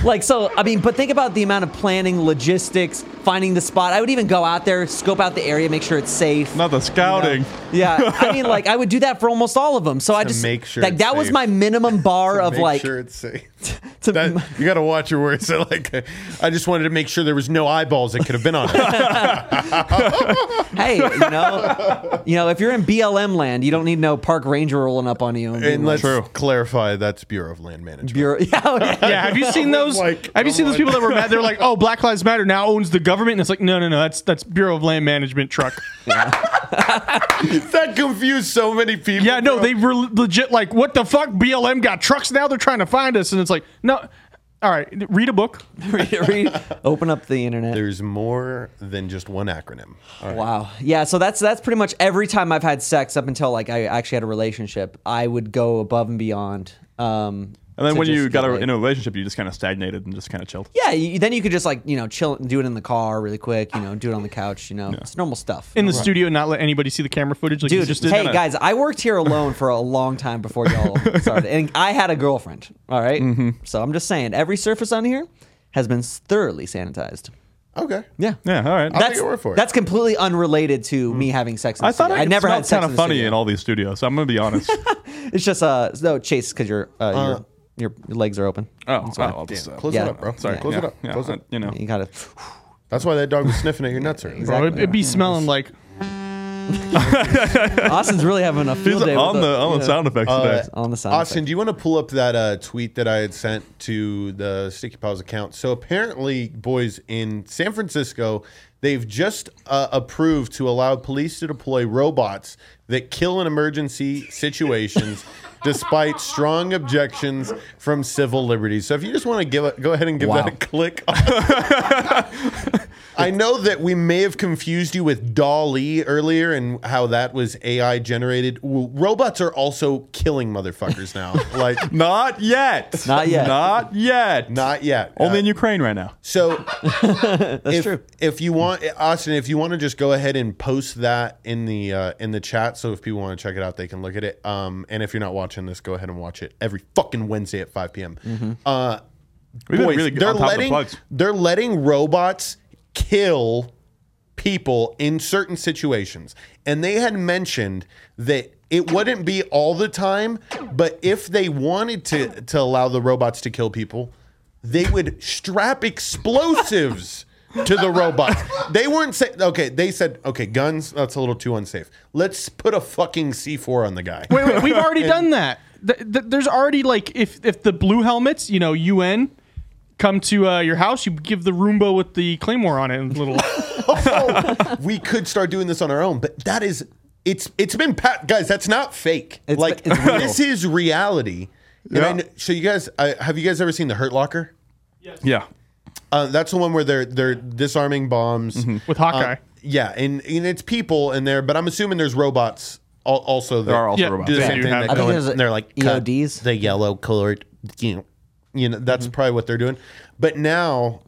[SPEAKER 1] like so i mean but think about the amount of planning logistics finding the spot i would even go out there scope out the area make sure it's safe
[SPEAKER 3] Not the scouting.
[SPEAKER 1] yeah i mean like i would do that for almost all of them so i just
[SPEAKER 2] make sure
[SPEAKER 1] like
[SPEAKER 2] it's
[SPEAKER 1] that was
[SPEAKER 2] safe.
[SPEAKER 1] my minimum bar of
[SPEAKER 2] Make
[SPEAKER 1] like
[SPEAKER 2] sure it's safe.
[SPEAKER 1] to,
[SPEAKER 2] That- you got to watch your words. So, like, I just wanted to make sure there was no eyeballs that could have been on it.
[SPEAKER 1] hey you know you know if you're in blm land you don't need no park ranger rolling up on you and being
[SPEAKER 2] and let's
[SPEAKER 3] True.
[SPEAKER 2] clarify that's Bureau of Land Management.
[SPEAKER 1] like, "You're- yeah, okay.
[SPEAKER 4] Yeah, have you seen those?
[SPEAKER 2] like,
[SPEAKER 4] have
[SPEAKER 2] I'm
[SPEAKER 4] you seen those
[SPEAKER 2] like-
[SPEAKER 4] people that were mad? They're like, "Oh, Black Lives Matter now owns the government," and it's like, "No, no, no, that's that's Bureau of Land Management truck."
[SPEAKER 2] that confused so many people.
[SPEAKER 4] Yeah, no,
[SPEAKER 2] bro.
[SPEAKER 4] they were legit like, "What the fuck? BLM got trucks now? They're trying to find us," and it's like, "No, all right, read a book."
[SPEAKER 1] Read- read- open up the internet
[SPEAKER 2] There's more than just one acronym.
[SPEAKER 1] Wow. Yeah. So that's that's pretty much every time I've had sex up until like I actually had a relationship. I would go above and beyond. Um,
[SPEAKER 3] And then
[SPEAKER 1] to
[SPEAKER 3] when you
[SPEAKER 1] just
[SPEAKER 3] got
[SPEAKER 1] get
[SPEAKER 3] a,
[SPEAKER 1] laid.
[SPEAKER 3] in a relationship, you just kind of stagnated and just kind of chilled.
[SPEAKER 1] yeah, you, then you could just like you know chill, do it in the car really quick. You know, do it on the couch. You know, it's normal stuff.
[SPEAKER 4] In the studio, not let anybody see the camera footage. Like you
[SPEAKER 1] Dude,
[SPEAKER 4] just did.
[SPEAKER 1] hey
[SPEAKER 3] kinda-
[SPEAKER 1] guys, I worked here alone for a long time before y'all started, and I had a girlfriend. All right? so I'm just saying, every surface on here has been thoroughly sanitized.
[SPEAKER 2] Okay.
[SPEAKER 1] Yeah,
[SPEAKER 3] Yeah, all right.
[SPEAKER 2] I'll
[SPEAKER 1] that's
[SPEAKER 2] take your word for it.
[SPEAKER 1] that's completely unrelated to me having sex. In the
[SPEAKER 3] I thought
[SPEAKER 1] studio.
[SPEAKER 3] I,
[SPEAKER 1] I never had sex.
[SPEAKER 3] kind
[SPEAKER 1] in
[SPEAKER 3] of
[SPEAKER 1] the
[SPEAKER 3] funny
[SPEAKER 1] studio.
[SPEAKER 3] in all these studios. I'm going to be honest. Oh,
[SPEAKER 1] It's just uh no chase because your, uh, your your legs are open.
[SPEAKER 3] Oh, wow, I'll just, uh,
[SPEAKER 2] Close
[SPEAKER 1] Yeah.
[SPEAKER 2] it up, bro.
[SPEAKER 1] Sorry,
[SPEAKER 2] Close it
[SPEAKER 3] yeah,
[SPEAKER 2] up.
[SPEAKER 3] yeah,
[SPEAKER 2] Close it
[SPEAKER 3] uh,
[SPEAKER 2] up.
[SPEAKER 3] You know,
[SPEAKER 1] You gotta.
[SPEAKER 2] That's why that dog was sniffing at your nuts earlier.
[SPEAKER 1] exactly.
[SPEAKER 4] Bro, it'd, it'd be smelling like.
[SPEAKER 1] Austin's really having a
[SPEAKER 3] he's
[SPEAKER 1] field day
[SPEAKER 3] on
[SPEAKER 1] with
[SPEAKER 3] the on the
[SPEAKER 1] yeah.
[SPEAKER 3] sound effects today.
[SPEAKER 1] on the sound.
[SPEAKER 2] Austin,
[SPEAKER 1] effect.
[SPEAKER 2] do you want to pull up that uh, tweet that I had sent to the Sticky Paws account? So apparently, boys in San Francisco, They've just uh, approved to allow police to deploy robots that kill in emergency situations, despite strong objections from civil liberties. So, if you just want to give it, go ahead and give
[SPEAKER 1] Wow.
[SPEAKER 2] that a click. I know that we may have confused you with Dolly earlier and how that was AI generated. W- Robots are also killing motherfuckers now. like,
[SPEAKER 3] Not yet.
[SPEAKER 1] Not yet.
[SPEAKER 3] Not yet.
[SPEAKER 2] not yet.
[SPEAKER 3] Only
[SPEAKER 2] Uh,
[SPEAKER 3] in Ukraine right now.
[SPEAKER 2] so if,
[SPEAKER 1] true.
[SPEAKER 2] If you want, Austin, if you want to just go ahead and post that in the uh, in the chat, so if people want to check it out, they can look at it. Um, and if you're not watching this, go ahead and watch it every fucking Wednesday at 5 p.m. Uh,
[SPEAKER 3] Mm-hmm. We've been
[SPEAKER 2] boys,
[SPEAKER 3] really good
[SPEAKER 2] they're
[SPEAKER 3] on top of the
[SPEAKER 2] letting
[SPEAKER 3] plugs.
[SPEAKER 2] they're letting robots kill people in certain situations, and they had mentioned that. It wouldn't be all the time, but if they wanted to to allow the robots to kill people, they would strap explosives to the robots. They weren't saying, okay, they said, okay, guns, that's a little too unsafe. Let's put a fucking C4 on the guy.
[SPEAKER 4] Wait, wait, we've already done that. Th- th- there's already like if if the blue helmets, you know, UN come to uh, your house, you give the Roomba with the claymore on it and little.
[SPEAKER 2] Oh, we could start doing this on our own, but that is, it's it's been, pat- guys, that's not fake.
[SPEAKER 1] It's-
[SPEAKER 2] like,
[SPEAKER 1] it's real.
[SPEAKER 2] this is reality. And I
[SPEAKER 3] Yeah.
[SPEAKER 2] kn- so you guys, I, have you guys ever seen The Hurt Locker?
[SPEAKER 3] Yeah.
[SPEAKER 2] Uh, that's the one where they're they're disarming bombs
[SPEAKER 1] Mm-hmm.
[SPEAKER 4] With Hawkeye.
[SPEAKER 1] Um,
[SPEAKER 2] yeah, and, and it's people in there, but I'm assuming there's robots al- also. There
[SPEAKER 3] are also
[SPEAKER 4] Yeah.
[SPEAKER 3] robots.
[SPEAKER 2] do the
[SPEAKER 4] They
[SPEAKER 2] same
[SPEAKER 4] do
[SPEAKER 2] thing.
[SPEAKER 4] have
[SPEAKER 2] They
[SPEAKER 4] that.
[SPEAKER 2] go
[SPEAKER 1] I think
[SPEAKER 2] in
[SPEAKER 1] there's, like, E
[SPEAKER 2] and they're like cut
[SPEAKER 1] EODs.
[SPEAKER 2] the yellow colored. You know, you know that's
[SPEAKER 3] Mm-hmm.
[SPEAKER 2] probably what they're doing. But now,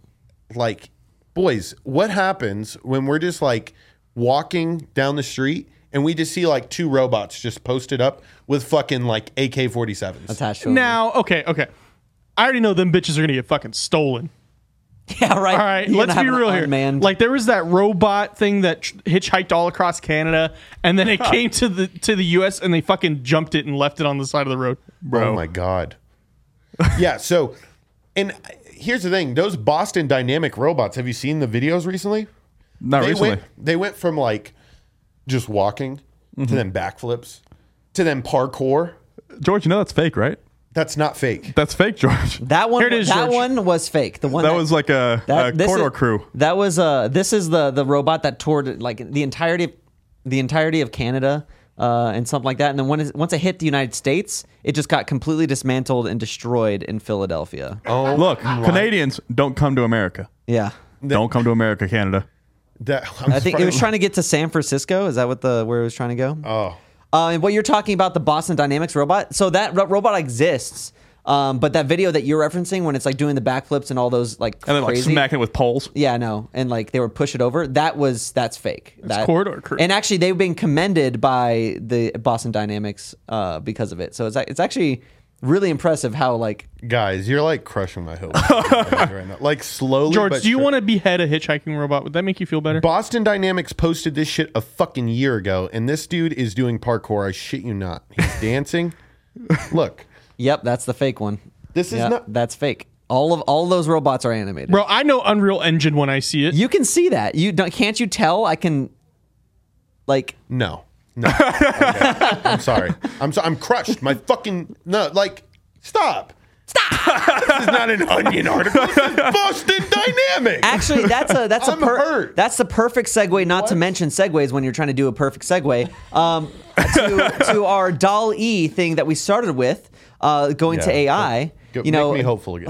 [SPEAKER 2] like, boys, what happens when we're just like walking down the street and we just see like two robots just posted up with fucking like AK forty sevens?
[SPEAKER 1] attached to them.
[SPEAKER 4] now, okay, okay. I already know them bitches are gonna get fucking stolen.
[SPEAKER 1] Yeah, right.
[SPEAKER 4] All right,
[SPEAKER 1] You're
[SPEAKER 4] let's
[SPEAKER 1] gonna
[SPEAKER 4] be
[SPEAKER 1] have an
[SPEAKER 4] real here.
[SPEAKER 1] unmanned-
[SPEAKER 4] Like there was that robot thing that tr- hitchhiked all across Canada, and then it came to the to the U.S. and they fucking jumped it and left it on the side of the road.
[SPEAKER 2] Oh my god. yeah. So, and uh, here's the thing: those Boston Dynamic robots. Have you seen the videos recently?
[SPEAKER 3] Not
[SPEAKER 2] they
[SPEAKER 3] recently.
[SPEAKER 2] went they went from like just walking
[SPEAKER 4] Mm-hmm.
[SPEAKER 2] to then backflips to then parkour.
[SPEAKER 3] George, you know that's fake, right?
[SPEAKER 2] That's not fake.
[SPEAKER 3] That's fake, George.
[SPEAKER 1] that one.
[SPEAKER 4] Here it is,
[SPEAKER 1] that
[SPEAKER 4] George.
[SPEAKER 1] one was fake. The one
[SPEAKER 3] That was like a,
[SPEAKER 1] that-
[SPEAKER 3] a
[SPEAKER 1] this
[SPEAKER 3] corridor
[SPEAKER 1] is-
[SPEAKER 3] Uh, crew.
[SPEAKER 1] That was uh this is the the robot that toured like the entirety of the entirety of Canada uh, and something like that. And then when it, once it hit the United States, it just got completely dismantled and destroyed in Philadelphia. Oh
[SPEAKER 3] Look, Canadians don't come to America.
[SPEAKER 1] yeah.
[SPEAKER 3] don't come to America, Canada.
[SPEAKER 2] That,
[SPEAKER 1] I think it was trying to get to San Francisco. Is that what the where it was trying to go?
[SPEAKER 2] Oh.
[SPEAKER 1] Uh, and what you're talking about, the Boston Dynamics robot. So that ro- robot exists, um, but that video that you're referencing, when it's like doing the backflips and all those like
[SPEAKER 3] And then like
[SPEAKER 1] crazy,
[SPEAKER 3] smacking it with poles.
[SPEAKER 1] Yeah, no, and like they would push it over. That was that's fake. That
[SPEAKER 4] corridor crew.
[SPEAKER 1] And actually, they've been commended by the Boston Dynamics uh, because of it. So it's it's actually really impressive how like
[SPEAKER 2] guys, you're like crushing my hopes right now. Like slowly.
[SPEAKER 4] George,
[SPEAKER 2] but
[SPEAKER 4] do you
[SPEAKER 2] sure.
[SPEAKER 4] want to behead a hitchhiking robot? Would that make you feel better?
[SPEAKER 2] Boston Dynamics posted this shit a fucking year ago, and this dude is doing parkour. I shit you not. He's dancing. Look,
[SPEAKER 1] yep, that's the fake one.
[SPEAKER 2] This is
[SPEAKER 1] Yeah,
[SPEAKER 2] not-
[SPEAKER 1] that's fake. All of all those robots are animated.
[SPEAKER 4] Bro, I know Unreal Engine when I see it.
[SPEAKER 1] You can see that. You don't, can't you tell? I can like
[SPEAKER 2] no, no. Okay. I'm sorry. I'm so, I'm crushed. My fucking no. Like, stop. Stop. this is not an onion article. This is Boston Dynamics.
[SPEAKER 1] Actually, that's a that's a
[SPEAKER 2] I'm
[SPEAKER 1] per-
[SPEAKER 2] hurt.
[SPEAKER 1] that's the perfect segue. Not to mention segues when you're trying to do a perfect segue. Um, to, to our Doll E thing that we started with, uh, going to
[SPEAKER 2] Yeah.
[SPEAKER 1] AI.
[SPEAKER 2] Go-
[SPEAKER 1] you know,
[SPEAKER 2] make me hopeful again.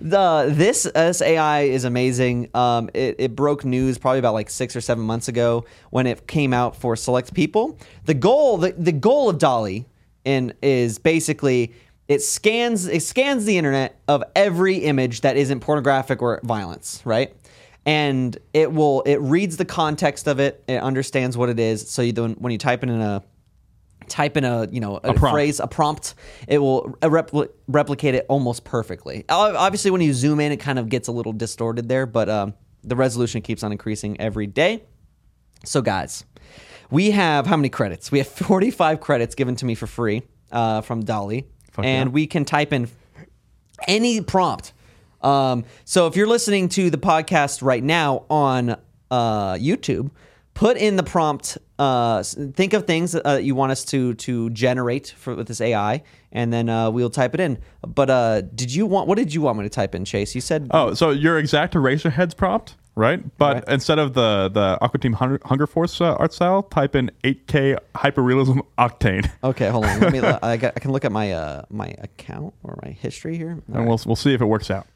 [SPEAKER 1] the this this AI is amazing. Um, it, it broke news probably about like six or seven months ago when it came out for select people. The goal the, the goal of Dolly in is basically it scans it scans the internet of every image that isn't pornographic or violence, right? And it will it reads the context of it. It understands what it is. So you then when you type it in a type in a you know a,
[SPEAKER 3] prompt.
[SPEAKER 1] phrase a prompt it will repli- replicate it almost perfectly Ob- obviously when you zoom in it kind of gets a little distorted there but um, the resolution keeps on increasing every day so guys we have how many credits we have 45 credits given to me for free uh, from dolly and we can type in any prompt. Um, so if you're listening to the podcast right now on uh, YouTube, put in the prompt. Uh, s- think of things that uh, you want us to to generate for, with this AI, and then uh, we'll type it in. But uh, did you want? What did you want me to type in, Chase? You said
[SPEAKER 3] Oh, so your exact eraser heads prompt right? But
[SPEAKER 1] Right.
[SPEAKER 3] instead of the the Aqua Team Hunger, Hunger Force uh, art style, type in 8K hyperrealism octane,
[SPEAKER 1] Okay, hold on. Let me. I, got, I can look at my uh my account or my history here.
[SPEAKER 3] and we'll we'll see if it works out.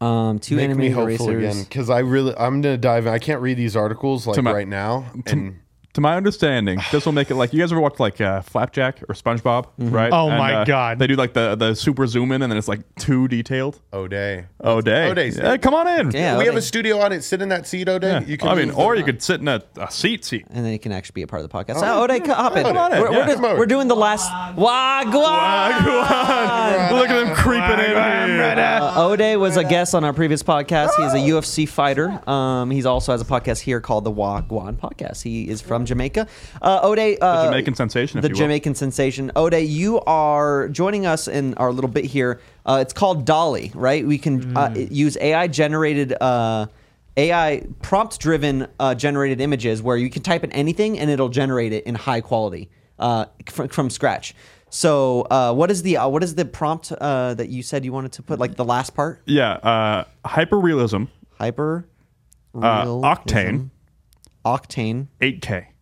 [SPEAKER 1] Um, two
[SPEAKER 2] Make me
[SPEAKER 1] animated
[SPEAKER 2] hopeful
[SPEAKER 1] racers.
[SPEAKER 2] again because I really I'm gonna dive in. I can't read these articles like
[SPEAKER 3] my-
[SPEAKER 2] right now. And
[SPEAKER 3] To my understanding, this will make it like you guys ever watch like uh, Flapjack or SpongeBob, right? uh,
[SPEAKER 4] Oh my God.
[SPEAKER 3] They do like the the super zoom in, and then it's like too detailed.
[SPEAKER 2] O'Day,
[SPEAKER 3] Oh day,
[SPEAKER 2] O'Day's
[SPEAKER 3] Yeah, come on in.
[SPEAKER 1] Yeah,
[SPEAKER 2] we have a
[SPEAKER 1] okay.
[SPEAKER 2] studio audience. Sit in that seat, O'Day.
[SPEAKER 3] Yeah.
[SPEAKER 2] You can
[SPEAKER 3] I mean,
[SPEAKER 2] move
[SPEAKER 3] or
[SPEAKER 2] the-
[SPEAKER 3] you could sit in a, a seat seat.
[SPEAKER 1] and then you can actually be a part of the podcast. Oh, Ode, co- hop in.
[SPEAKER 2] Come on
[SPEAKER 3] in,
[SPEAKER 1] We're,
[SPEAKER 3] yeah.
[SPEAKER 1] we're, just-
[SPEAKER 2] Come over.
[SPEAKER 1] we're doing the last. Wagwan!
[SPEAKER 3] Look at them creeping in. here.
[SPEAKER 1] Uh, Ode was a guest on our previous podcast. He's a UFC fighter. Um, he's also has a podcast here called the Wagwan Podcast. He is from Jamaica. Uh, Ode, uh,
[SPEAKER 3] Jamaican sensation, if
[SPEAKER 1] the
[SPEAKER 3] you will.
[SPEAKER 1] Jamaican sensation. Ode, you are joining us in our little bit here. Uh, it's called Dolly, right? We can uh,
[SPEAKER 3] Mm.
[SPEAKER 1] use AI generated. Uh, AI prompt driven uh, generated images where you can type in anything and it'll generate it in high quality uh, from, from scratch. So uh, what is the uh, what is the prompt uh, that you said you wanted to put like the last part?
[SPEAKER 3] Yeah, uh, hyperrealism,
[SPEAKER 1] Hyper
[SPEAKER 3] uh,
[SPEAKER 1] real-
[SPEAKER 3] octane,
[SPEAKER 1] octane
[SPEAKER 3] 8K.
[SPEAKER 1] octane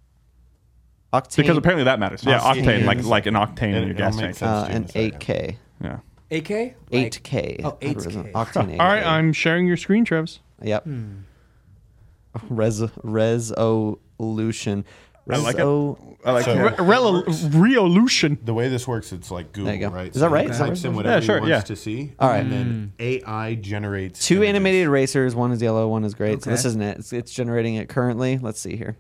[SPEAKER 1] Uh,
[SPEAKER 3] Because apparently that matters. Yeah,
[SPEAKER 1] Octane.
[SPEAKER 3] octane, like like an
[SPEAKER 2] It-
[SPEAKER 3] octane in your
[SPEAKER 2] it'll
[SPEAKER 3] gas
[SPEAKER 2] make sense.
[SPEAKER 3] tank.
[SPEAKER 1] uh, and 8K.
[SPEAKER 3] Yeah.
[SPEAKER 5] AK?
[SPEAKER 1] Eight K.
[SPEAKER 5] Oh, 8K.
[SPEAKER 1] Octane.
[SPEAKER 4] All right,
[SPEAKER 1] 8K.
[SPEAKER 4] I'm sharing your screen, Travis.
[SPEAKER 1] Yep. Res resolution.
[SPEAKER 3] I like
[SPEAKER 1] Reso-
[SPEAKER 3] it. I like
[SPEAKER 2] So-
[SPEAKER 3] it.
[SPEAKER 2] Re-
[SPEAKER 4] Rel- Reolution.
[SPEAKER 2] The way this works, it's like Google,
[SPEAKER 1] you go.
[SPEAKER 2] right?
[SPEAKER 1] Is that right?
[SPEAKER 2] It
[SPEAKER 1] Is that
[SPEAKER 2] types
[SPEAKER 1] right?
[SPEAKER 2] in whatever
[SPEAKER 3] Yeah, sure,
[SPEAKER 2] it wants
[SPEAKER 3] yeah. Hmm.
[SPEAKER 2] to see. All right. And then AI generates
[SPEAKER 1] Two
[SPEAKER 2] images.
[SPEAKER 1] animated racers. One is yellow. One is great. So this
[SPEAKER 5] Okay.
[SPEAKER 1] isn't it. It's, it's generating it currently. Let's see here.